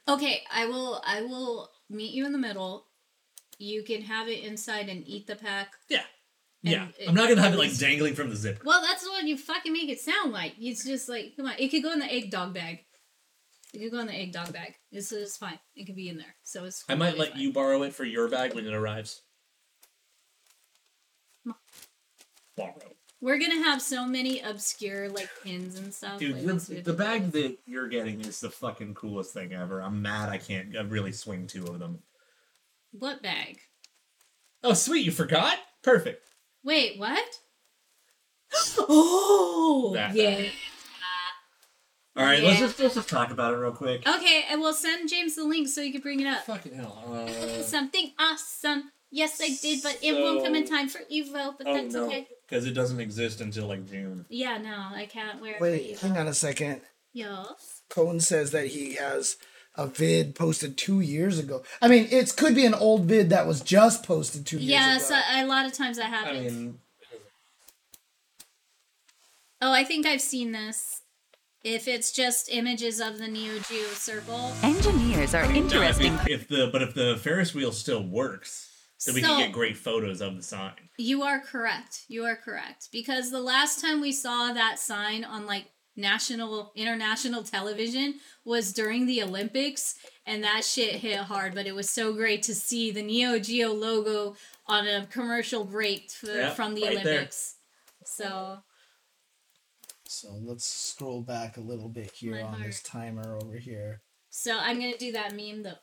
Speaker 3: Okay, I will I will meet you in the middle. You can have it inside and eat the pack.
Speaker 2: Yeah, yeah.
Speaker 3: it-
Speaker 2: I'm not gonna have it like dangling from the zipper.
Speaker 3: Well, that's what you fucking make it sound like. It's just like, come on, it could go in the egg dog bag. It could go in the egg dog bag. It's, it's fine. It could be in there. So it's.
Speaker 2: I might
Speaker 3: completely
Speaker 2: let
Speaker 3: fine.
Speaker 2: you borrow it for your bag when it arrives. Borrow.
Speaker 3: We're gonna have so many obscure like pins and stuff.
Speaker 2: Dude,
Speaker 3: like,
Speaker 2: your,
Speaker 3: once we-
Speaker 2: the bag that you're getting is the fucking coolest thing ever. I'm mad I can't I really swing two of them.
Speaker 3: What bag?
Speaker 2: Oh, sweet, you forgot? Perfect.
Speaker 3: Wait, what? oh,
Speaker 2: That-
Speaker 3: yeah.
Speaker 2: All right, let's
Speaker 3: Yeah.
Speaker 2: just let's just talk about it real quick.
Speaker 3: Okay, I will send James the link so he can bring it up.
Speaker 2: Fucking hell. Uh,
Speaker 3: Something awesome. Yes, I did, but it won't come in time for Evo, but
Speaker 2: oh
Speaker 3: that's
Speaker 2: no,
Speaker 3: okay.
Speaker 2: because it doesn't exist until like June.
Speaker 3: Yeah, no, I can't wear it. for
Speaker 1: Wait,
Speaker 3: Evo.
Speaker 1: hang on a second.
Speaker 3: Yes.
Speaker 1: Cohen says that he has a vid posted two years ago. I mean, it could be an old vid that was just posted two years
Speaker 3: Yeah,
Speaker 1: ago.
Speaker 3: so a lot of times that
Speaker 2: I
Speaker 3: happens.
Speaker 2: mean,
Speaker 3: oh, I think I've seen this. If it's just images of the Neo Geo circle.
Speaker 8: Engineers are
Speaker 2: no, I mean,
Speaker 8: interesting.
Speaker 2: if the but if the Ferris wheel still works, then we
Speaker 3: So-
Speaker 2: can get great photos of the sign.
Speaker 3: You are correct. You are correct. Because the last time we saw that sign on like national, international television was during the Olympics, and that shit hit hard. But it was so great to see the Neo Geo logo on a commercial break f-
Speaker 2: Yeah,
Speaker 3: from the
Speaker 2: right there.
Speaker 3: Olympics. So,
Speaker 1: So let's scroll back a little bit here
Speaker 3: My
Speaker 1: on
Speaker 3: heart.
Speaker 1: this timer over here.
Speaker 3: so I'm gonna do that meme, the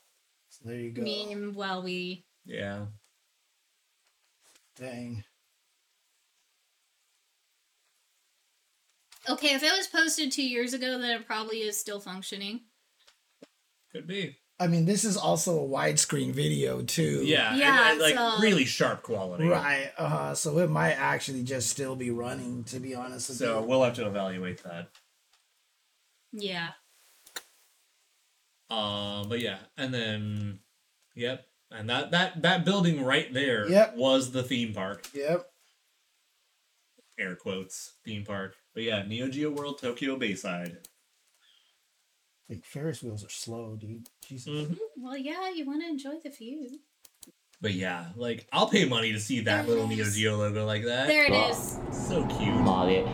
Speaker 1: So there you go.
Speaker 3: meme while we.
Speaker 2: Yeah.
Speaker 1: Dang.
Speaker 3: Okay, if it was posted two years ago, then it probably is still functioning.
Speaker 2: Could be.
Speaker 1: I mean, this is also a widescreen video too.
Speaker 2: Yeah.
Speaker 3: Yeah,
Speaker 2: and, and, like
Speaker 3: so-
Speaker 2: really sharp quality.
Speaker 1: Right. Uh, so it might actually just still be running. To be honest with
Speaker 2: So
Speaker 1: you.
Speaker 2: we'll have to evaluate that.
Speaker 3: Yeah.
Speaker 2: Uh, but yeah, and then, yep, and that that that building right there
Speaker 1: Yep.
Speaker 2: was the theme park.
Speaker 1: Yep.
Speaker 2: Air quotes theme park. But yeah, Neo Geo World Tokyo Bayside.
Speaker 1: Like Ferris wheels are slow, dude. Jesus.
Speaker 2: Mm-hmm.
Speaker 3: Well, yeah, you want to enjoy the view.
Speaker 2: But yeah, like I'll pay money to see that little Neo Geo logo like that.
Speaker 3: There it is.
Speaker 2: so cute.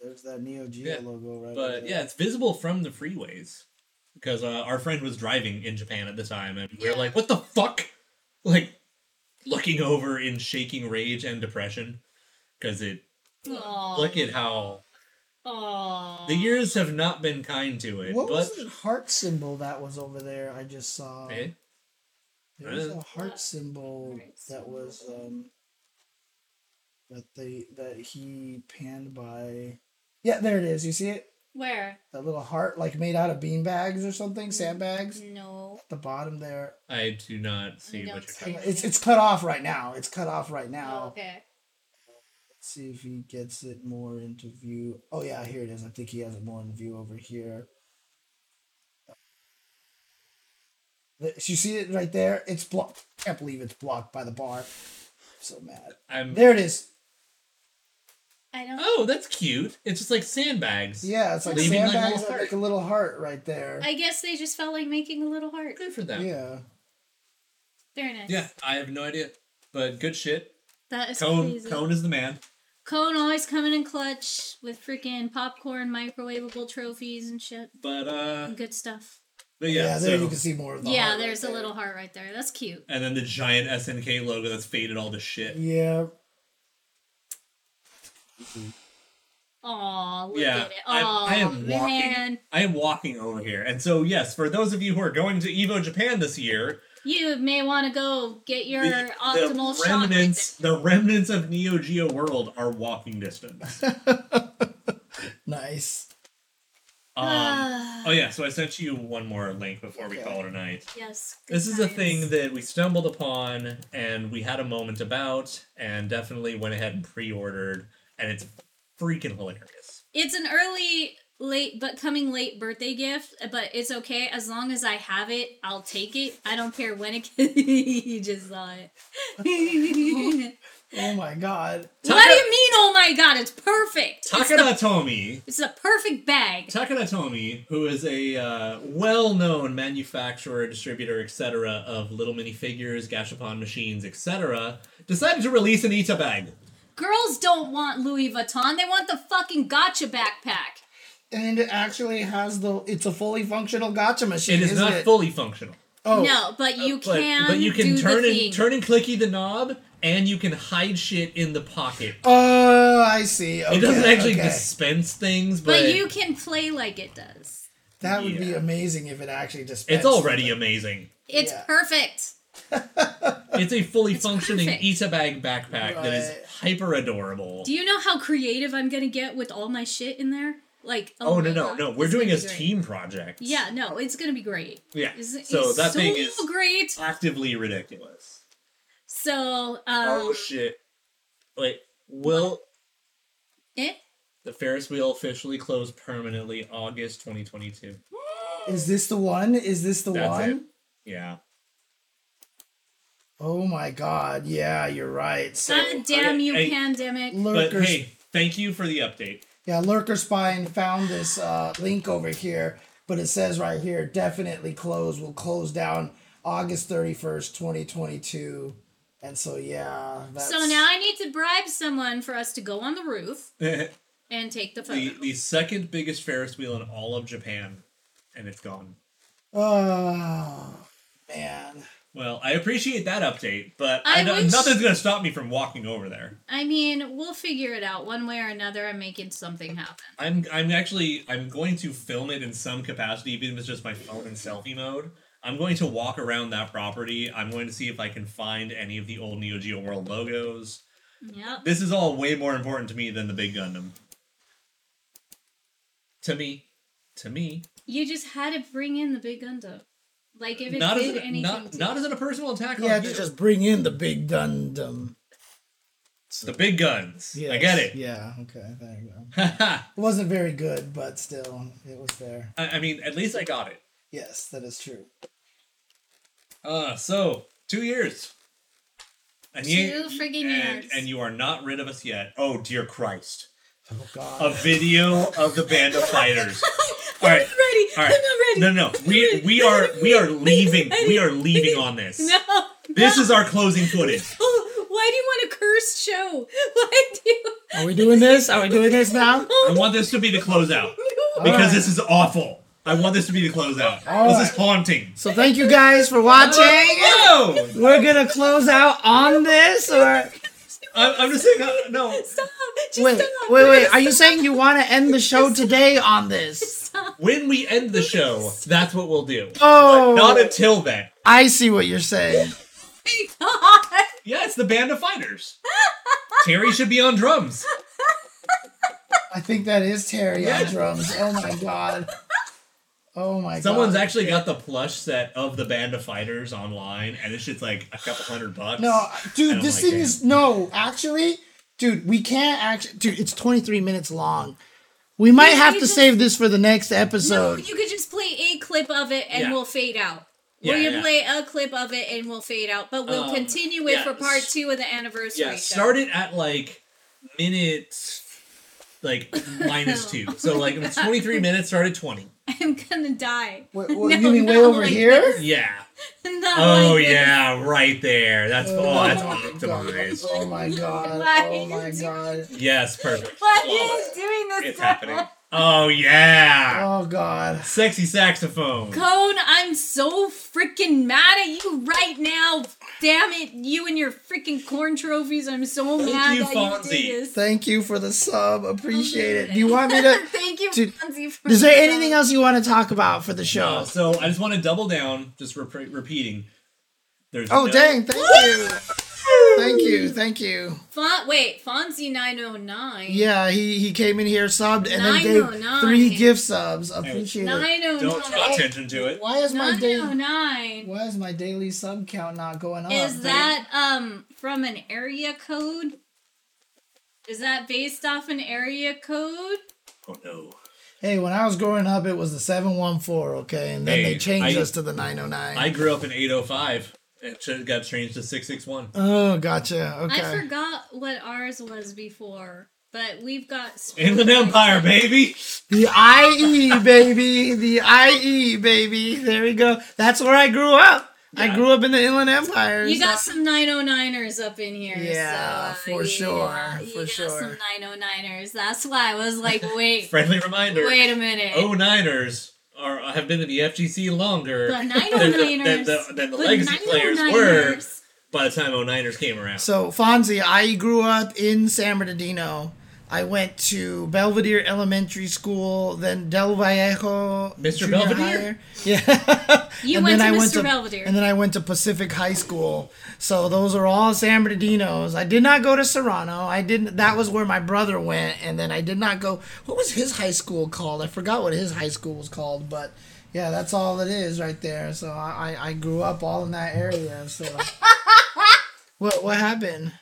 Speaker 1: There's that Neo Geo
Speaker 2: Yeah,
Speaker 1: logo right.
Speaker 2: But
Speaker 1: over
Speaker 2: yeah,
Speaker 1: there.
Speaker 2: it's visible from the freeways because uh, our friend was driving in Japan at the time, and we we're like, "What the fuck!" Like looking over in shaking rage and depression because it.
Speaker 3: Aww.
Speaker 2: Look at how
Speaker 3: Aww.
Speaker 2: The years have not been kind to it,
Speaker 1: What
Speaker 2: but
Speaker 1: was the heart symbol that was over there? I just saw.
Speaker 2: Eh?
Speaker 1: There was
Speaker 2: Uh,
Speaker 1: a heart symbol
Speaker 3: Heart
Speaker 1: that was um that they that he panned by. Yeah, there it is. You see it?
Speaker 3: Where?
Speaker 1: That little heart, like made out of bean bags or something, sandbags.
Speaker 3: No.
Speaker 1: The bottom there,
Speaker 2: I do not see
Speaker 3: I
Speaker 2: what
Speaker 3: don't
Speaker 2: you're
Speaker 3: see
Speaker 2: talking.
Speaker 3: it.
Speaker 1: it's it's cut off right now. It's cut off right now.
Speaker 3: Oh, okay.
Speaker 1: Let's see if he gets it more into view. Oh yeah, here it is. I think he has it more in view over here. Th- You see it right there? It's blocked. Can't believe it's blocked by the bar. so mad.
Speaker 2: I'm.
Speaker 1: There it is.
Speaker 3: I don't.
Speaker 2: Oh, that's cute. It's just like sandbags.
Speaker 1: Yeah, it's like
Speaker 2: Leaving like
Speaker 1: sandbags
Speaker 2: little
Speaker 1: that
Speaker 2: heart.
Speaker 1: make a little heart right there.
Speaker 3: I guess they just felt like making a little heart.
Speaker 2: Good for them.
Speaker 1: yeah.
Speaker 3: Very nice.
Speaker 2: Yeah, I have no idea, but good shit.
Speaker 3: That is
Speaker 2: Cone,
Speaker 3: crazy.
Speaker 2: Cone is the man.
Speaker 3: Cone always coming in clutch with freaking popcorn, microwavable trophies and shit.
Speaker 2: But uh,
Speaker 3: Good stuff.
Speaker 2: but
Speaker 1: Yeah,
Speaker 2: yeah.
Speaker 1: there
Speaker 2: so,
Speaker 1: you can see more of the
Speaker 3: yeah,
Speaker 1: heart.
Speaker 3: there's a little heart right there. That's cute.
Speaker 2: and then the giant SNK logo that's faded all to shit.
Speaker 1: Yeah.
Speaker 3: Aw, look
Speaker 2: Yeah,
Speaker 3: at it.
Speaker 2: I-
Speaker 3: Aw,
Speaker 2: I am walking.
Speaker 3: man.
Speaker 2: I am walking over here, and so yes, for those of you who are going to Evo Japan this year,
Speaker 3: You may want to go get your
Speaker 2: the,
Speaker 3: optimal
Speaker 2: the
Speaker 3: shot. right
Speaker 2: remnants, the remnants of Neo Geo World are walking distance. Um,
Speaker 1: Nice.
Speaker 3: there.
Speaker 2: Um,
Speaker 3: Ah,
Speaker 2: oh yeah, so I sent you one more link before we
Speaker 1: Okay.
Speaker 2: call it a night.
Speaker 3: yes. good
Speaker 2: This is a
Speaker 3: times.
Speaker 2: thing that we stumbled upon and we had a moment about and definitely went ahead and pre-ordered and it's freaking hilarious.
Speaker 3: It's an early, late, but coming late birthday gift, but it's okay. As long as I have it, I'll take it. I don't care when it you just saw it. what do you mean,
Speaker 1: Oh my god.
Speaker 3: oh my god? It's perfect. It's the
Speaker 2: Takada Tomy,
Speaker 3: It's a perfect bag.
Speaker 2: Takada Tomy, who is a uh, well-known manufacturer, distributor, etc. of little minifigures, gashapon machines, etc., decided to release an Ita bag.
Speaker 3: Girls don't want Louis Vuitton. They want the fucking gotcha backpack.
Speaker 1: And it actually has the. It's a fully functional gotcha machine.
Speaker 2: It is
Speaker 1: isn't
Speaker 2: not
Speaker 1: it?
Speaker 2: fully functional.
Speaker 1: Oh,
Speaker 3: no, but you
Speaker 2: uh, but,
Speaker 3: can.
Speaker 2: but you can
Speaker 3: do
Speaker 2: turn
Speaker 3: the
Speaker 2: and
Speaker 3: thing.
Speaker 2: turn and clicky the knob and you can hide shit in the pocket.
Speaker 1: Oh, I see. Okay,
Speaker 2: It doesn't actually
Speaker 1: okay.
Speaker 2: dispense things, but,
Speaker 3: But you can play like it does.
Speaker 1: That would be
Speaker 2: Yeah.
Speaker 1: amazing if it actually dispensed.
Speaker 2: it's already
Speaker 1: something.
Speaker 2: amazing.
Speaker 3: It's
Speaker 1: Yeah.
Speaker 3: perfect.
Speaker 2: It's a fully functioning
Speaker 3: perfect.
Speaker 2: Ita bag backpack that is
Speaker 1: Right.
Speaker 2: hyper adorable.
Speaker 3: Do you know how creative I'm gonna get with all my shit in there? Like,
Speaker 2: Oh,
Speaker 3: my
Speaker 2: no no
Speaker 3: God,
Speaker 2: no! We're
Speaker 3: it's
Speaker 2: doing
Speaker 3: gonna
Speaker 2: as
Speaker 3: be great.
Speaker 2: team projects.
Speaker 3: Yeah, no, it's gonna be great.
Speaker 2: yeah.
Speaker 3: It's,
Speaker 2: so
Speaker 3: it's
Speaker 2: that
Speaker 3: so
Speaker 2: thing is
Speaker 3: great.
Speaker 2: actively ridiculous.
Speaker 3: So, um,
Speaker 2: oh shit! Wait, will
Speaker 3: eh?
Speaker 2: the Ferris wheel officially close permanently August 2022?
Speaker 1: Is this the one? Is this the
Speaker 2: That's
Speaker 1: one?
Speaker 2: it. Yeah.
Speaker 1: Oh my god. Yeah, you're right. So,
Speaker 3: God damn
Speaker 2: okay,
Speaker 3: you,
Speaker 2: hey,
Speaker 3: pandemic!
Speaker 2: But
Speaker 1: lurkers.
Speaker 2: hey, thank you for the update.
Speaker 1: Yeah, Lurker Spine found this uh, link over here, but it says right here definitely close. Will close down August 31st, 2022. And so, yeah. That's,
Speaker 3: so now I need to bribe someone for us to go on the roof and take the photo.
Speaker 2: the the second biggest Ferris wheel in all of Japan, and it's gone.
Speaker 1: Oh, man.
Speaker 2: Well, I appreciate that update, but
Speaker 3: I
Speaker 2: I don't-
Speaker 3: wish-
Speaker 2: nothing's going to stop me from walking over there.
Speaker 3: I mean, we'll figure it out one way or another. I'm making something happen.
Speaker 2: I'm I'm actually I'm going to film it in some capacity, even if it's just my phone in selfie mode. I'm going to walk around that property. I'm going to see if I can find any of the old Neo Geo World logos.
Speaker 3: Yep.
Speaker 2: This is all way more important to me than the big Gundam. To me, to me,
Speaker 3: You just had to bring in the big Gundam. Like if it
Speaker 2: not as
Speaker 3: did
Speaker 2: a,
Speaker 3: anything
Speaker 2: not
Speaker 3: to
Speaker 2: not
Speaker 3: you.
Speaker 2: as in a personal attack
Speaker 1: Yeah,
Speaker 2: on you.
Speaker 1: just, just bring in the big Gundam.
Speaker 2: the big guns. I
Speaker 1: Yes.
Speaker 2: get it.
Speaker 1: Yeah, okay. There you go.
Speaker 2: I,
Speaker 1: It wasn't very good, but still, it was there.
Speaker 2: I mean, at least I got it.
Speaker 1: Yes, that is true.
Speaker 2: Uh, so two years. And
Speaker 3: Two friggin'
Speaker 2: and,
Speaker 3: years.
Speaker 2: and you are not rid of us yet. Oh dear Christ!
Speaker 1: Oh,
Speaker 2: A
Speaker 1: God.
Speaker 2: video of the band of fighters. All
Speaker 3: I'm
Speaker 2: right,
Speaker 3: not ready.
Speaker 2: all
Speaker 3: I'm
Speaker 2: right.
Speaker 3: not ready.
Speaker 2: No, no, we we are we are leaving. We are leaving on this.
Speaker 3: No.
Speaker 2: This
Speaker 3: no.
Speaker 2: is our closing footage.
Speaker 3: Oh, why do you want a cursed show? Why do you?
Speaker 1: Are we doing this? Are we doing this now?
Speaker 2: I want this to be the closeout because
Speaker 1: right.
Speaker 2: this is awful. I want this to be the closeout.
Speaker 1: All
Speaker 2: this
Speaker 1: right.
Speaker 2: is haunting.
Speaker 1: So, thank you guys for watching.
Speaker 2: Whoa!
Speaker 1: We're going to close out on this, or.
Speaker 2: I'm, I'm just saying. uh, no,
Speaker 3: Stop. Just
Speaker 1: Wait,
Speaker 3: stop.
Speaker 1: wait, wait. Are you saying you want to end the show today on this?
Speaker 2: when we end the show, that's what we'll do.
Speaker 1: Oh,
Speaker 2: Not until then.
Speaker 1: I see what you're saying.
Speaker 3: Oh my God.
Speaker 2: Yeah, it's the band of fighters. Terry should be on drums.
Speaker 1: I think that is Terry on drums. Oh my god. Oh my
Speaker 2: Someone's
Speaker 1: god.
Speaker 2: actually got the plush set of the band of fighters online, and this shit's like a couple hundred bucks.
Speaker 1: No, dude,
Speaker 2: don't
Speaker 1: this
Speaker 2: like
Speaker 1: thing
Speaker 2: it.
Speaker 1: is no. Actually, dude, we can't actually. Dude, it's 23 minutes long. We might have
Speaker 3: you
Speaker 1: to
Speaker 3: just-
Speaker 1: save this for the next
Speaker 3: No,
Speaker 1: episode.
Speaker 3: you could just play a clip of it and
Speaker 2: Yeah.
Speaker 3: we'll fade out.
Speaker 2: Yeah,
Speaker 3: or you
Speaker 2: yeah.
Speaker 3: play a clip of it and we'll fade out. But we'll
Speaker 2: Um,
Speaker 3: continue it
Speaker 2: yeah,
Speaker 3: for part
Speaker 2: s-
Speaker 3: two of the anniversary.
Speaker 2: Yeah,
Speaker 3: show.
Speaker 2: start it at like minutes, like minus two. So like if it's 23 minutes, start at 20.
Speaker 3: I'm gonna die.
Speaker 1: Wait, what,
Speaker 3: No,
Speaker 1: you mean way
Speaker 3: no,
Speaker 1: over
Speaker 3: like
Speaker 1: here?
Speaker 2: Yeah.
Speaker 3: Not
Speaker 2: Oh
Speaker 3: like this.
Speaker 2: yeah, right there. That's oh, that's optimized.
Speaker 1: Oh my god.
Speaker 3: Why
Speaker 1: Oh my
Speaker 3: is it-
Speaker 1: god.
Speaker 2: Yes, perfect.
Speaker 3: Why is he doing this?
Speaker 2: Oh, It's
Speaker 3: to
Speaker 2: happening.
Speaker 3: us?
Speaker 2: Oh yeah,
Speaker 1: Oh god.
Speaker 2: sexy saxophone.
Speaker 3: Cone, I'm so freaking mad at you right now. Damn it, you and your freaking corn trophies. I'm so
Speaker 2: Thank
Speaker 3: mad
Speaker 2: you,
Speaker 3: that
Speaker 2: Fonzie.
Speaker 3: you did this.
Speaker 1: Thank you for the sub. Appreciate it. Do you want me to
Speaker 3: Thank you,
Speaker 1: Dude,
Speaker 3: Fonzie. For
Speaker 1: Is there
Speaker 3: that.
Speaker 1: anything else you want to talk about for the
Speaker 2: No,
Speaker 1: show?
Speaker 2: Uh, so I just want to double down, just rep- repeating. There's
Speaker 1: Oh
Speaker 2: no-
Speaker 1: dang, thank you. Thank you. Thank you.
Speaker 3: Fon- wait, Fonzie 909.
Speaker 1: Yeah, he he came in here subbed and then gave
Speaker 3: 909.
Speaker 1: three gift subs. Appreciate it.
Speaker 3: 909.
Speaker 2: Don't draw attention to it.
Speaker 1: Why is my daily
Speaker 3: 909.
Speaker 1: why is my daily sub count not going up?
Speaker 3: Is
Speaker 1: dude?
Speaker 3: that um from an area code? Is that based off an area code?
Speaker 2: Oh no.
Speaker 1: Hey, when I was growing up it was the 714, okay? And then
Speaker 2: Hey,
Speaker 1: they changed
Speaker 2: I-
Speaker 1: us to the 909.
Speaker 2: I grew up in 805. It should got changed to 661.
Speaker 1: oh, gotcha. Okay.
Speaker 3: I forgot what ours was before, but we've got oh
Speaker 2: Inland Empire, baby.
Speaker 1: The IE, baby. The IE, baby. There we go. That's where I grew up. I
Speaker 2: Yeah.
Speaker 1: grew up in the Inland Empire.
Speaker 3: You got some 909ers up in here.
Speaker 1: Yeah,
Speaker 3: so, uh,
Speaker 1: for
Speaker 3: yeah,
Speaker 1: sure,
Speaker 3: You
Speaker 1: for
Speaker 3: got
Speaker 1: sure.
Speaker 3: some 909ers. That's why I was like, wait,
Speaker 2: Friendly reminder.
Speaker 3: wait a minute.
Speaker 2: Oh Niners are have been in the FGC longer
Speaker 3: But
Speaker 2: than
Speaker 3: 909ers.
Speaker 2: than the, than the
Speaker 3: but
Speaker 2: legacy players
Speaker 3: 909ers
Speaker 2: were by the time 09ers came around.
Speaker 1: so, Fonzie, I grew up in San Bernardino. I went to Belvedere Elementary School, then Del Vallejo.
Speaker 2: Mr.
Speaker 1: Junior
Speaker 2: Belvedere?
Speaker 1: Higher. Yeah.
Speaker 3: You
Speaker 1: And
Speaker 3: went
Speaker 1: then
Speaker 3: to
Speaker 1: I
Speaker 3: Mr.
Speaker 1: went to-
Speaker 3: Belvedere.
Speaker 1: And then I went to Pacific High School. So those are all San Bernardinos. I did not go to Serrano. I didn't. That was where my brother went, and then I did not go. What was his high school called? I forgot what his high school was called, but yeah, that's all it is right there. So I I, I grew up all in that area. So what what happened?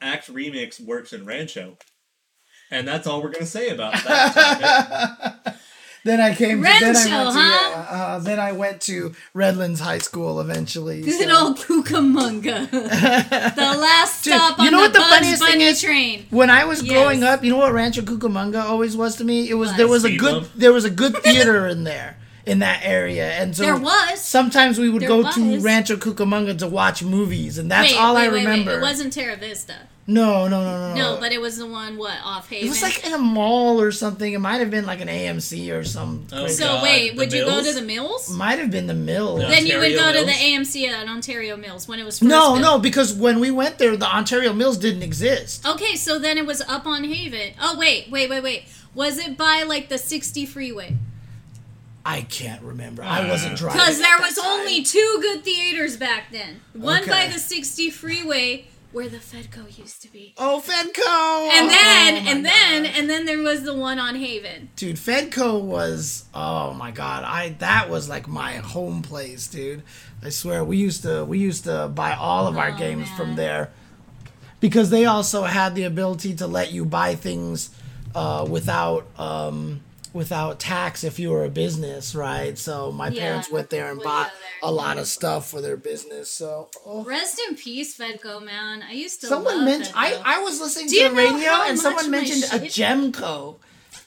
Speaker 2: Act Remix works in Rancho. And that's all we're gonna say about that. topic.
Speaker 1: Then I came. to, then I
Speaker 3: Rancho,
Speaker 1: went to,
Speaker 3: huh?
Speaker 1: yeah, uh, then I went to Redlands High School eventually.
Speaker 3: Good
Speaker 1: so.
Speaker 3: old Cucamonga. the last
Speaker 1: Dude,
Speaker 3: stop
Speaker 1: you
Speaker 3: on
Speaker 1: know
Speaker 3: the
Speaker 1: what the
Speaker 3: Bugs
Speaker 1: funniest thing
Speaker 3: Bunny
Speaker 1: is?
Speaker 3: train.
Speaker 1: When I was
Speaker 3: Yes.
Speaker 1: growing up, you know what Rancho Cucamonga always was to me? It was
Speaker 3: What?
Speaker 1: there was a
Speaker 2: Speed
Speaker 1: good
Speaker 2: bump?
Speaker 1: there was a good theater in there in that area, and so
Speaker 3: There was.
Speaker 1: sometimes we would
Speaker 3: There
Speaker 1: go to
Speaker 3: was.
Speaker 1: Rancho Cucamonga to watch movies, and that's
Speaker 3: wait,
Speaker 1: all
Speaker 3: wait,
Speaker 1: I
Speaker 3: wait, wait.
Speaker 1: remember.
Speaker 3: It wasn't Terra Vista.
Speaker 1: no, no, no, no,
Speaker 3: No, but it was the one what off Haven.
Speaker 1: it was like in a mall or something. It might have been like an AMC or some.
Speaker 2: Oh,
Speaker 3: so.
Speaker 2: God,
Speaker 3: wait,
Speaker 2: the
Speaker 3: would you go
Speaker 2: Mills?
Speaker 3: to the Mills?
Speaker 1: Might have been the mill.
Speaker 2: No.
Speaker 3: Then you would
Speaker 2: Ontario
Speaker 3: go to the
Speaker 2: Mills?
Speaker 3: AMC at Ontario Mills when it was first
Speaker 1: No,
Speaker 3: built.
Speaker 1: no, because when we went there, the Ontario Mills didn't exist.
Speaker 3: Okay, so then it was up on Haven. Oh wait, wait, wait, wait. Was it by like the 60 freeway?
Speaker 1: I can't remember. I
Speaker 2: Ah.
Speaker 1: wasn't driving.
Speaker 3: Because
Speaker 1: at
Speaker 3: there
Speaker 1: that
Speaker 3: was only
Speaker 1: time.
Speaker 3: two good theaters back then. One by
Speaker 1: Okay.
Speaker 3: the 60 freeway where the Fedco used to be.
Speaker 1: Oh, Fedco.
Speaker 3: And then,
Speaker 1: Oh, my
Speaker 3: and then, and then there was the one on Haven.
Speaker 1: dude fedco was oh my god i that was like my home place dude i swear we used to we used to buy all of
Speaker 3: Oh,
Speaker 1: our games from there because they also had the ability to let you buy things uh, without um, without tax if you were a business right so my
Speaker 3: Yeah.
Speaker 1: parents went there and
Speaker 3: Well,
Speaker 1: bought
Speaker 3: yeah,
Speaker 1: a lot of stuff for their business so oh.
Speaker 3: Rest in peace, Fedco man. I used to.
Speaker 1: someone
Speaker 3: love
Speaker 1: mentioned
Speaker 3: Fedco.
Speaker 1: I, I was listening
Speaker 3: you
Speaker 1: to the
Speaker 3: know
Speaker 1: radio
Speaker 3: how
Speaker 1: and
Speaker 3: much
Speaker 1: someone
Speaker 3: my
Speaker 1: mentioned a
Speaker 3: shit-
Speaker 1: gemco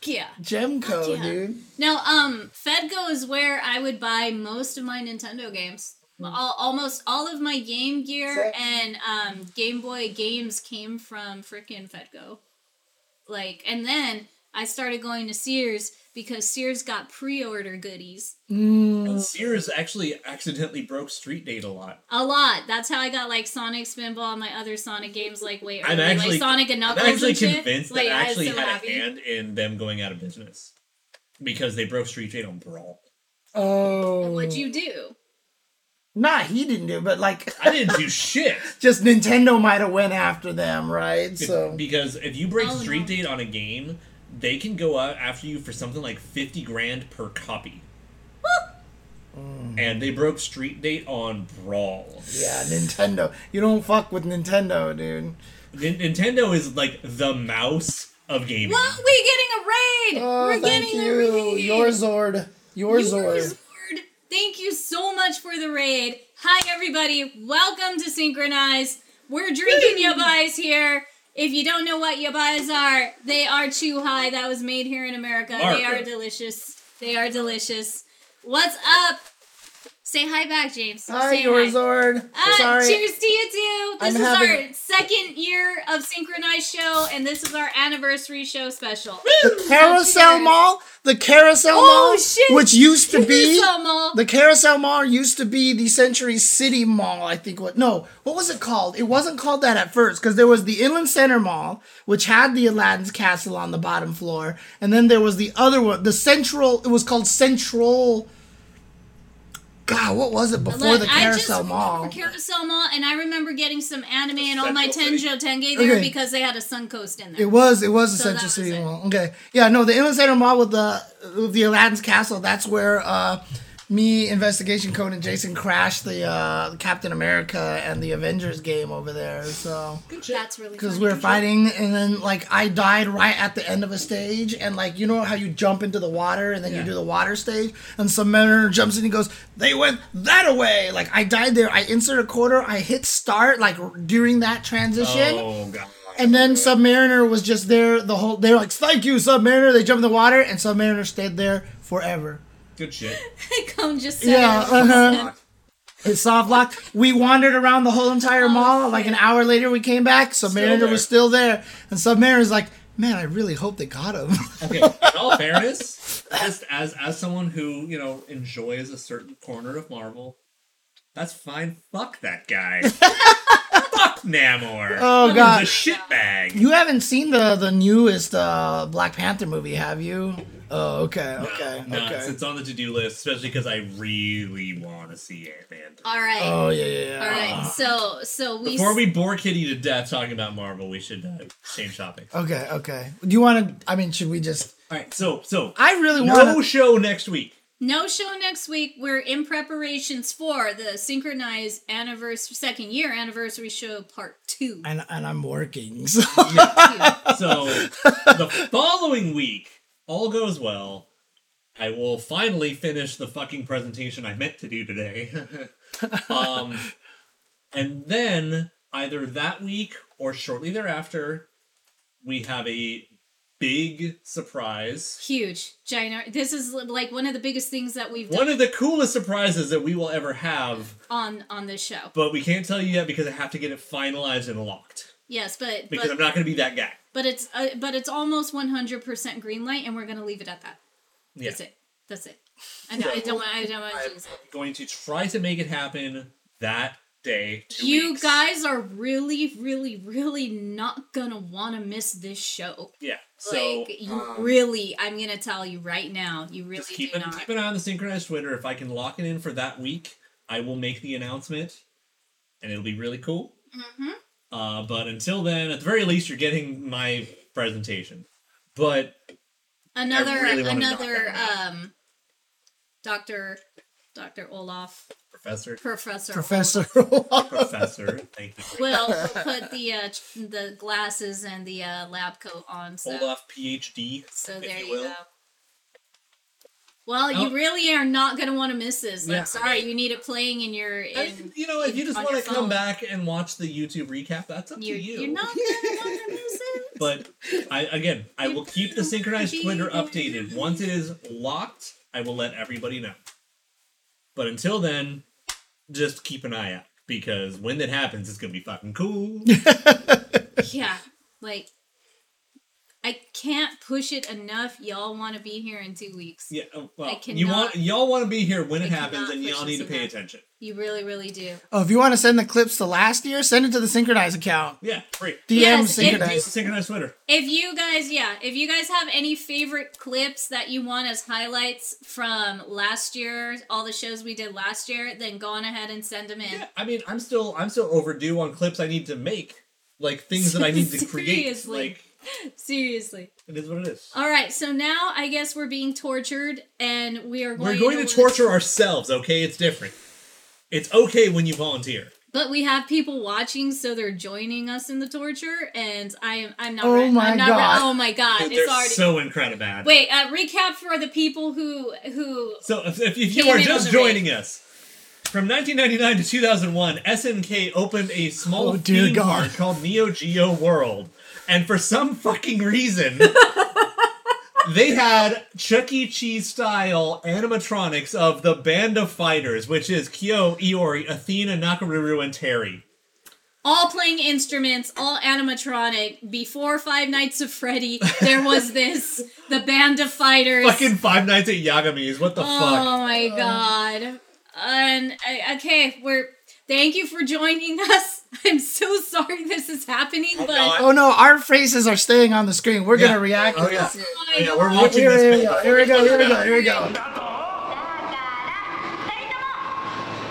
Speaker 3: yeah.
Speaker 1: gemco
Speaker 3: Yeah.
Speaker 1: dude
Speaker 3: Now, um, Fedco is where I would buy most of my Nintendo games. All, almost all of my Game Gear
Speaker 1: Hmm. Same.
Speaker 3: and um, Game Boy games came from frickin' Fedco. Like, and then I started going to Sears because Sears got pre-order goodies
Speaker 2: And Sears actually accidentally broke street date a lot.
Speaker 3: a lot. That's how I got like Sonic Spinball and my other Sonic games. Like, wait,
Speaker 2: I'm
Speaker 3: early,
Speaker 2: actually-
Speaker 3: like Sonic and
Speaker 2: I'm
Speaker 3: Knuckles.
Speaker 2: actually
Speaker 3: and shit.
Speaker 2: convinced
Speaker 3: Like,
Speaker 2: that
Speaker 3: I was
Speaker 2: actually
Speaker 3: so
Speaker 2: had
Speaker 3: happy.
Speaker 2: a hand in them going out of business because they broke street date on Brawl.
Speaker 1: oh
Speaker 3: What'd you do?
Speaker 1: Nah, he didn't do, it, but like,
Speaker 2: I didn't do shit.
Speaker 1: just Nintendo might have went after them, right?
Speaker 2: If-
Speaker 1: So
Speaker 2: because if you break
Speaker 3: Oh,
Speaker 2: street
Speaker 3: no.
Speaker 2: date on a game, they can go out after you for something like fifty grand per copy. And they broke street date on Brawl.
Speaker 1: yeah, Nintendo. You don't fuck with Nintendo, dude.
Speaker 2: Nin- Nintendo is like the mouse of gaming.
Speaker 3: Well, we getting a raid.
Speaker 1: Oh,
Speaker 3: We're
Speaker 1: thank
Speaker 3: getting
Speaker 1: you.
Speaker 3: a raid.
Speaker 1: Your Zord. Your Zord.
Speaker 3: Yours, Lord. Thank you so much for the raid. Hi, everybody. Welcome to Synchronize. We're drinking yabais here. If you don't know what yabais are, they are chew high. That was made here in America. They
Speaker 2: Marco.
Speaker 3: are delicious. They are delicious. What's up? Say hi back, James.
Speaker 1: Hi,
Speaker 3: Say
Speaker 1: Yorzord.
Speaker 3: Ah,
Speaker 1: Sorry.
Speaker 3: Cheers to you too. This
Speaker 1: I'm
Speaker 3: is our
Speaker 1: having-
Speaker 3: second year of synchronized show, and this is our anniversary show special.
Speaker 1: The Carousel
Speaker 3: Cheers.
Speaker 1: Mall, the Carousel
Speaker 3: Oh,
Speaker 1: Mall,
Speaker 3: shit.
Speaker 1: which used to be
Speaker 3: Carousel Mall.
Speaker 1: the Carousel Mall used to be the Century City Mall, I think. What no, what was it called? It wasn't called that at first because there was the Inland Center Mall, which had the Aladdin's Castle on the bottom floor, and then there was the other one, the Central. It was called Central. God, what was it before
Speaker 3: Look,
Speaker 1: the
Speaker 3: I just
Speaker 1: Carousel Mall?
Speaker 3: remember Carousel Mall, and I remember getting some anime and all my
Speaker 2: Central City.
Speaker 3: Tenjo Tenge there
Speaker 1: Okay.
Speaker 3: because they had a Suncoast in there.
Speaker 1: It was. It was
Speaker 3: So that
Speaker 1: essentially
Speaker 3: was
Speaker 1: City
Speaker 3: it.
Speaker 1: Mall. Okay. Yeah. No, the Inland Center Mall with the with the Aladdin's Castle. That's where uh, me, Investigation Code, and Jason crashed the uh, Captain America and the Avengers game over there. So
Speaker 3: That's really
Speaker 1: because
Speaker 3: funny.
Speaker 1: we were fighting, and then like I died right at the end of a stage, and like you know how you jump into the water and then you
Speaker 2: Yeah.
Speaker 1: do the water stage, and some mariner jumps in and goes, "They went that away." Like I died there. I insert a quarter. I hit start like r- during that transition.
Speaker 2: Oh god.
Speaker 1: And then Submariner was just there the whole. They were like, "Thank you, Submariner." They jumped in the water, and Submariner stayed there forever.
Speaker 2: Good shit.
Speaker 3: Cone just said
Speaker 1: Yeah,
Speaker 3: it.
Speaker 1: uh-huh. It's soft lock. We wandered around the whole entire mall. Like an hour later, we came back. Submariner
Speaker 2: there.
Speaker 1: was Oh, still there, and Submariner's like, "Man, I really hope they got him."
Speaker 2: Okay. In all fairness, just as as someone who you know enjoys a certain corner of Marvel, that's fine. Fuck that guy. Fuck Namor.
Speaker 1: Oh,
Speaker 2: He's
Speaker 1: God.
Speaker 2: a shitbag.
Speaker 1: you haven't seen the the newest uh, Black Panther movie, have you? Oh, okay, okay,
Speaker 2: Nuts.
Speaker 1: okay.
Speaker 2: It's on the to do list, especially because I really want to see Ant Man.
Speaker 3: All right.
Speaker 1: Oh yeah, yeah, yeah.
Speaker 3: all right. So, so we.
Speaker 2: Before we bore Kitty to death talking about Marvel, we should uh, change topic.
Speaker 1: Okay, okay. Do you want to? I mean, should we just?
Speaker 2: All right. So so
Speaker 1: I really want.
Speaker 2: no show next week.
Speaker 3: No show next week. We're in preparations for the synchronized anniversary, second year anniversary show part two.
Speaker 1: and and I'm working. So.
Speaker 2: So the following week, all goes well. I will finally finish the fucking presentation I meant to do today. um, and then either that week or shortly thereafter, we have a big surprise.
Speaker 3: Huge, giant. This is like one of the biggest things that we've done
Speaker 2: One of the coolest surprises that we will ever have,
Speaker 3: on on this show.
Speaker 2: but we can't tell you yet because I have to get it finalized and locked.
Speaker 3: Yes, but
Speaker 2: Because
Speaker 3: but,
Speaker 2: I'm not going to be that guy.
Speaker 3: but it's uh, but it's almost one hundred percent green light, and we're gonna leave it at that.
Speaker 2: Yeah.
Speaker 3: That's it. That's it. I know. I don't. want- I don't want to.
Speaker 2: going to try to make it happen that day. two
Speaker 3: You
Speaker 2: weeks.
Speaker 3: guys are really, really, really not gonna want to miss this show.
Speaker 2: Yeah. So um,
Speaker 3: like you really, I'm gonna tell you right now, you really
Speaker 2: just keep
Speaker 3: do
Speaker 2: an,
Speaker 3: not.
Speaker 2: keep an eye on the synchronized Twitter. If I can lock it in for that week, I will make the announcement, and it'll be really cool. Mm-hmm. Uh, but until then, at the very least, you're getting my presentation. But
Speaker 3: another
Speaker 2: really wanna knock
Speaker 3: another
Speaker 2: that one
Speaker 3: um, Doctor Doctor Olaf
Speaker 2: Professor,
Speaker 3: Professor
Speaker 1: Professor.
Speaker 2: Professor, thank you.
Speaker 3: Will put the uh, ch- the glasses and the uh, lab coat on. So
Speaker 2: Olaf, PhD.
Speaker 3: so
Speaker 2: if
Speaker 3: there
Speaker 2: you
Speaker 3: you,
Speaker 2: will.
Speaker 3: go. Well,
Speaker 2: Oh.
Speaker 3: you really are not gonna want to miss this. I'm
Speaker 2: Yeah.
Speaker 3: sorry, you need it playing in your. In,
Speaker 2: I mean, you know, if you just
Speaker 3: on
Speaker 2: want
Speaker 3: your
Speaker 2: to come
Speaker 3: phone.
Speaker 2: back and watch the YouTube recap, that's up
Speaker 3: you're,
Speaker 2: to you.
Speaker 3: you're not gonna want to miss it.
Speaker 2: But I again, I will keep the synchronized Twitter updated. Once it is locked, I will let everybody know. But until then, just keep an eye out because when that happens, it's gonna be fucking cool.
Speaker 3: yeah like i can't push it enough y'all want to be here in two weeks
Speaker 2: Yeah, oh, well,
Speaker 3: I
Speaker 2: you want y'all want to be here when
Speaker 3: I
Speaker 2: it happens,
Speaker 3: cannot
Speaker 2: and
Speaker 3: push
Speaker 2: y'all
Speaker 3: this
Speaker 2: need to pay
Speaker 3: enough.
Speaker 2: attention.
Speaker 3: you really really do
Speaker 1: Oh, if you want to send the clips to last year, send it to the Synchronize account.
Speaker 2: Yeah, free.
Speaker 1: DM
Speaker 3: Yes, if
Speaker 1: Synchronize.
Speaker 2: Synchronized Twitter.
Speaker 3: if you guys yeah if you guys have any favorite clips that you want as highlights from last year all the shows we did last year then go on ahead and send them in
Speaker 2: Yeah, I mean, I'm still I'm still overdue on clips I need to make, like things that I need to create.
Speaker 3: Seriously.
Speaker 2: Like
Speaker 3: seriously
Speaker 2: it is what it is.
Speaker 3: all right so now i guess we're being tortured and we are going
Speaker 2: We're going to torture ourselves. Okay, it's different. It's okay when you volunteer.
Speaker 3: But we have people watching, so they're joining us in the torture, and I am I'm not.
Speaker 1: Oh
Speaker 3: re-
Speaker 1: my
Speaker 3: I'm not re-
Speaker 1: God.
Speaker 3: oh my god!
Speaker 2: But
Speaker 3: It's
Speaker 2: they're
Speaker 3: already.
Speaker 2: so incredible.
Speaker 3: Wait, uh, recap for the people who who.
Speaker 2: So if, if, if you
Speaker 3: Came
Speaker 2: are
Speaker 3: in
Speaker 2: just
Speaker 3: on the
Speaker 2: joining us, from 1999 to 2001, SNK opened a small
Speaker 1: Oh, dear
Speaker 2: theme
Speaker 1: God.
Speaker 2: park called Neo Geo World, and for some fucking reason, they had Chuck E. Cheese style animatronics of the Band of Fighters, which is Kyo, Iori, Athena, Nakaruru, and Terry.
Speaker 3: All playing instruments, all animatronic. Before Five Nights of Freddy, there was this the band of fighters.
Speaker 2: Fucking Five Nights at Yagami's. What the
Speaker 3: Oh my god. And I, okay, we're thank you for joining us. I'm so sorry this is happening, but
Speaker 2: God.
Speaker 1: Oh no, our faces are staying on the screen. We're gonna react.
Speaker 2: fuck? Oh yeah.
Speaker 3: my
Speaker 2: Oh, yeah, we're
Speaker 3: God.
Speaker 2: watching
Speaker 1: Here, here
Speaker 2: this.
Speaker 1: we go. Here we go. Here we go. Here we go.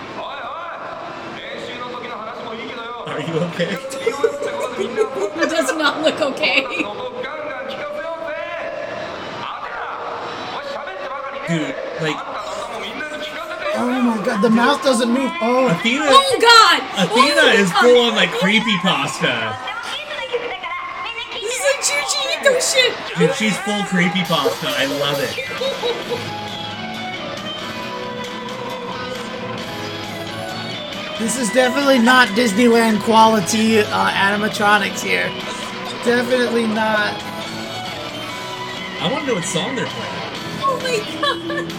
Speaker 6: おいおい練習の時の話もいいけどよ
Speaker 2: Are you okay?
Speaker 6: 言うってことでみんな怒って
Speaker 3: It does not look
Speaker 2: Oh,
Speaker 3: okay.
Speaker 2: Dude, like-
Speaker 6: ガンガン聞かせようぜあんたらお前喋ってばかりいてあんたの頭もみんなに聞かせて
Speaker 1: Oh my god, the mouth doesn't move. Oh,
Speaker 2: Athena,
Speaker 3: Oh god!
Speaker 2: Athena
Speaker 3: oh,
Speaker 2: is
Speaker 3: God.
Speaker 2: full on like creepy pasta.
Speaker 3: This is like Junji Ito shit!
Speaker 2: Dude, she's full creepy pasta. I love it.
Speaker 1: this is definitely not Disneyland quality uh, animatronics here. Definitely not.
Speaker 2: I want to know what song they're playing.
Speaker 3: Oh my god!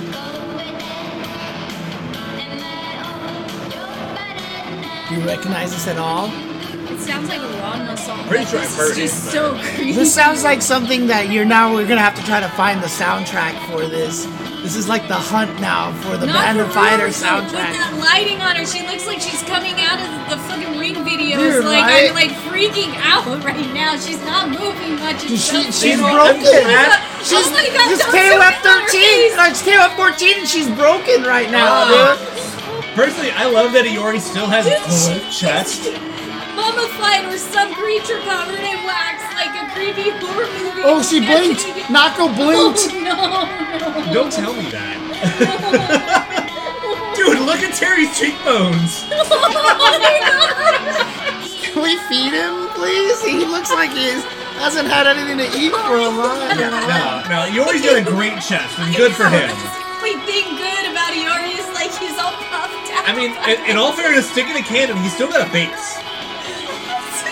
Speaker 1: Do you recognize this at all?
Speaker 3: It sounds like a Ronma song.
Speaker 2: Pretty
Speaker 3: but
Speaker 2: sure
Speaker 3: this
Speaker 2: I've heard
Speaker 3: is
Speaker 2: it,
Speaker 3: just
Speaker 2: but-
Speaker 3: so creepy.
Speaker 1: This sounds like something that you're now we're gonna have to try to find the soundtrack for this. This is like the hunt now for the Band of
Speaker 3: Nakaruru
Speaker 1: Fighters
Speaker 3: with
Speaker 1: soundtrack.
Speaker 3: that lighting on her, she looks like she's coming out of the fucking ring videos.
Speaker 1: Dude,
Speaker 3: like
Speaker 1: right?
Speaker 3: I'm like freaking out right now. She's not moving much.
Speaker 1: Dude,
Speaker 3: It's
Speaker 1: she,
Speaker 3: so
Speaker 1: she's
Speaker 3: scary.
Speaker 1: broken.
Speaker 3: Oh my
Speaker 1: man.
Speaker 3: God.
Speaker 1: She's
Speaker 3: oh my god,
Speaker 1: this
Speaker 3: don't zoom in on
Speaker 1: KOF
Speaker 3: her
Speaker 1: 13.
Speaker 3: face.
Speaker 1: No, it's KOF 14. and She's broken right now, dude.
Speaker 2: Ah. Personally, I love that Iori still has
Speaker 3: Dude,
Speaker 2: a
Speaker 3: she-
Speaker 2: chest.
Speaker 3: Mummified or some creature covered in wax, like a creepy horror movie.
Speaker 1: Oh, she blinked. Nako
Speaker 3: Oh
Speaker 1: blinked.
Speaker 3: no, no.
Speaker 2: Don't tell me that. Dude, look at Terry's cheekbones.
Speaker 3: oh my god.
Speaker 1: Can we feed him, please? He looks like he hasn't had anything to eat for a while.
Speaker 2: No, no, Iori's got a great chest, and good for him.
Speaker 3: We think good about Iori is like he's all puffed out.
Speaker 2: I mean, in, in all fairness, sticking a cannon, he's still got a base.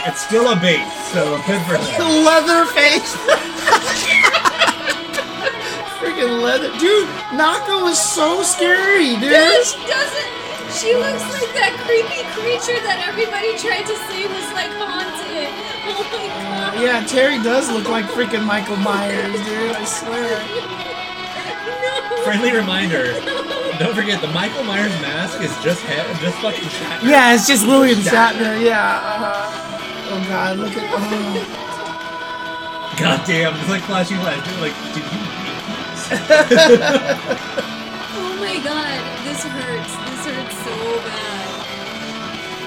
Speaker 2: It's still a base, so good for
Speaker 1: The
Speaker 2: him.
Speaker 1: leather face. Freaking leather. Dude, Nako is so scary, dude.
Speaker 3: she doesn't. She looks like that creepy creature that everybody tried to say was like haunted. Oh my god.
Speaker 1: Yeah, Terry does look like freaking Michael Myers, dude. I swear.
Speaker 3: No.
Speaker 2: Friendly reminder: don't forget the Michael Myers mask is just head, just fucking Shatner.
Speaker 1: Yeah, it's just William Shatner. Yeah. uh-huh. Oh God, look at. Oh.
Speaker 2: Goddamn, it's like flashing lights. Dude, like, did you make these?
Speaker 3: Oh my god. This hurts. This hurts so bad.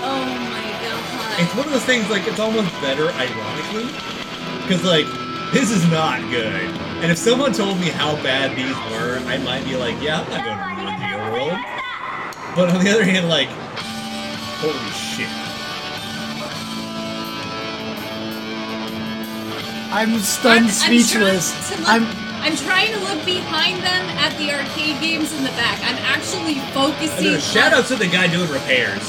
Speaker 3: Oh my god.
Speaker 2: It's one of those things like it's almost better ironically, because like this is not good. And if someone told me how bad these were, I might be like, yeah, I'm not going to ruin the world. But on the other hand, like, holy shit.
Speaker 1: I'm stunned, speechless. I'm.
Speaker 3: I'm, trying to look- I'm trying to look behind them at the arcade games in the back. I'm actually
Speaker 2: And
Speaker 3: focusing.
Speaker 2: then shout out to the guy doing repairs.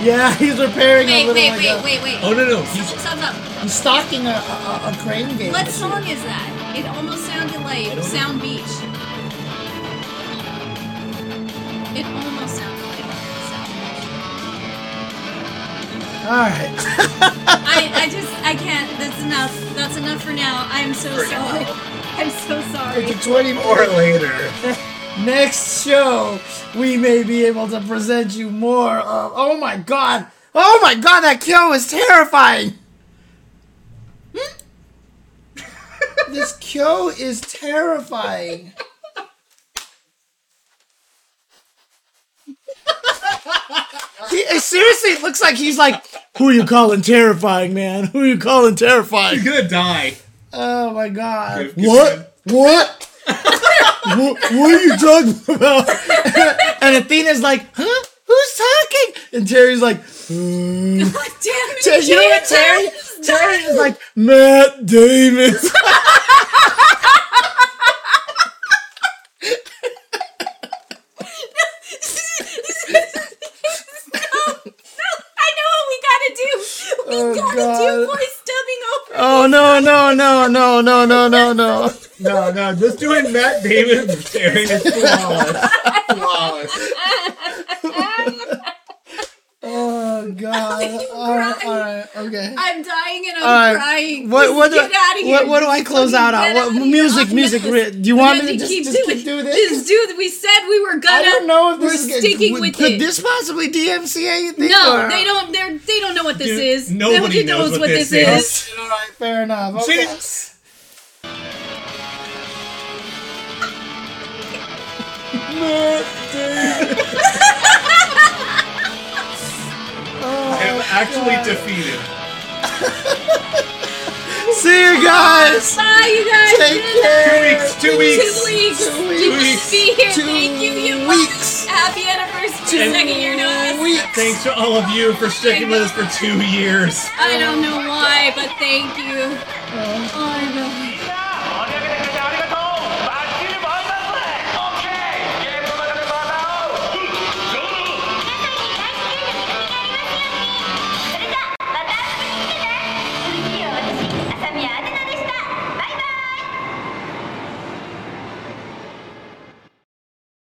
Speaker 1: Yeah, he's repairing a
Speaker 3: Wait,
Speaker 1: little.
Speaker 3: wait,
Speaker 1: like
Speaker 3: wait,
Speaker 1: a-
Speaker 3: wait, wait.
Speaker 2: Oh no no, he's
Speaker 3: Stop, stop, stop.
Speaker 1: He's stocking a, a, a crane game.
Speaker 3: What song is that? It almost sounded like
Speaker 2: don't
Speaker 3: Sound Beach. It almost sounded like Sound Beach.
Speaker 1: All right.
Speaker 3: I, I just, I can't. That's enough. That's enough for now. I'm so sorry. I'm so sorry.
Speaker 1: Twenty more later. Next show, we may be able to present you more of. Oh my God. Oh my God, that Kyo is terrifying. Hmm? this Kyo is terrifying. He, it seriously looks like he's like, who you calling terrifying, man? Who you calling terrifying?
Speaker 2: he's gonna die.
Speaker 1: Oh my god.
Speaker 2: Give- give
Speaker 1: What? What? what? What are you talking about? and Athena's like, huh? Who's talking? And Terry's like, "Hmm."
Speaker 3: God damn it.
Speaker 1: Ter- you know what, Terry?
Speaker 3: James,
Speaker 1: Terry is like, Matt Davis.
Speaker 3: I know what we gotta do. We
Speaker 1: Oh,
Speaker 3: gotta
Speaker 1: God.
Speaker 3: do voice dubbing over.
Speaker 1: oh no, no, no, no, no, no, no, no.
Speaker 2: No, no, just doing Matt Damon staring is flawless. flawless.
Speaker 1: Oh god. Alright, alright, okay.
Speaker 3: I'm dying and I'm
Speaker 1: All right.
Speaker 3: crying.
Speaker 1: Uh, What
Speaker 3: Just
Speaker 1: what do,
Speaker 3: get out of here.
Speaker 1: what, what do I
Speaker 3: Just
Speaker 1: close
Speaker 3: fucking
Speaker 1: out on?
Speaker 3: get
Speaker 1: What,
Speaker 3: outta here.
Speaker 1: music,
Speaker 3: I'm
Speaker 1: music.
Speaker 3: nervous.
Speaker 1: Re- do you want me to
Speaker 3: Nothing.
Speaker 1: just,
Speaker 3: Keep
Speaker 1: just
Speaker 3: doing-
Speaker 1: keep do this?
Speaker 3: Just do th- We said we were gonna.
Speaker 1: I don't know if
Speaker 3: we're
Speaker 1: this is
Speaker 3: sticking
Speaker 1: good.
Speaker 3: with
Speaker 1: Could
Speaker 3: it.
Speaker 1: this possibly DMCA? You think?
Speaker 3: no,
Speaker 1: or-
Speaker 3: they don't. They're, they don't know what this
Speaker 2: Dude,
Speaker 3: is.
Speaker 2: nobody knows what this is.
Speaker 1: All right, fair enough. Okay.
Speaker 2: I'm actually defeated.
Speaker 1: See you guys.
Speaker 3: Bye, you guys.
Speaker 1: Take
Speaker 3: Good
Speaker 1: care.
Speaker 2: Two weeks, two weeks.
Speaker 1: Two
Speaker 3: Two weeks. You can
Speaker 1: weeks.
Speaker 3: be here.
Speaker 1: Two
Speaker 3: Thank you. You
Speaker 1: weeks.
Speaker 3: Happy anniversary.
Speaker 2: Two
Speaker 3: second year notice.
Speaker 1: Weeks.
Speaker 2: Thanks to all of you for sticking with us for two years.
Speaker 3: Oh, I don't know why, but thank you. I know.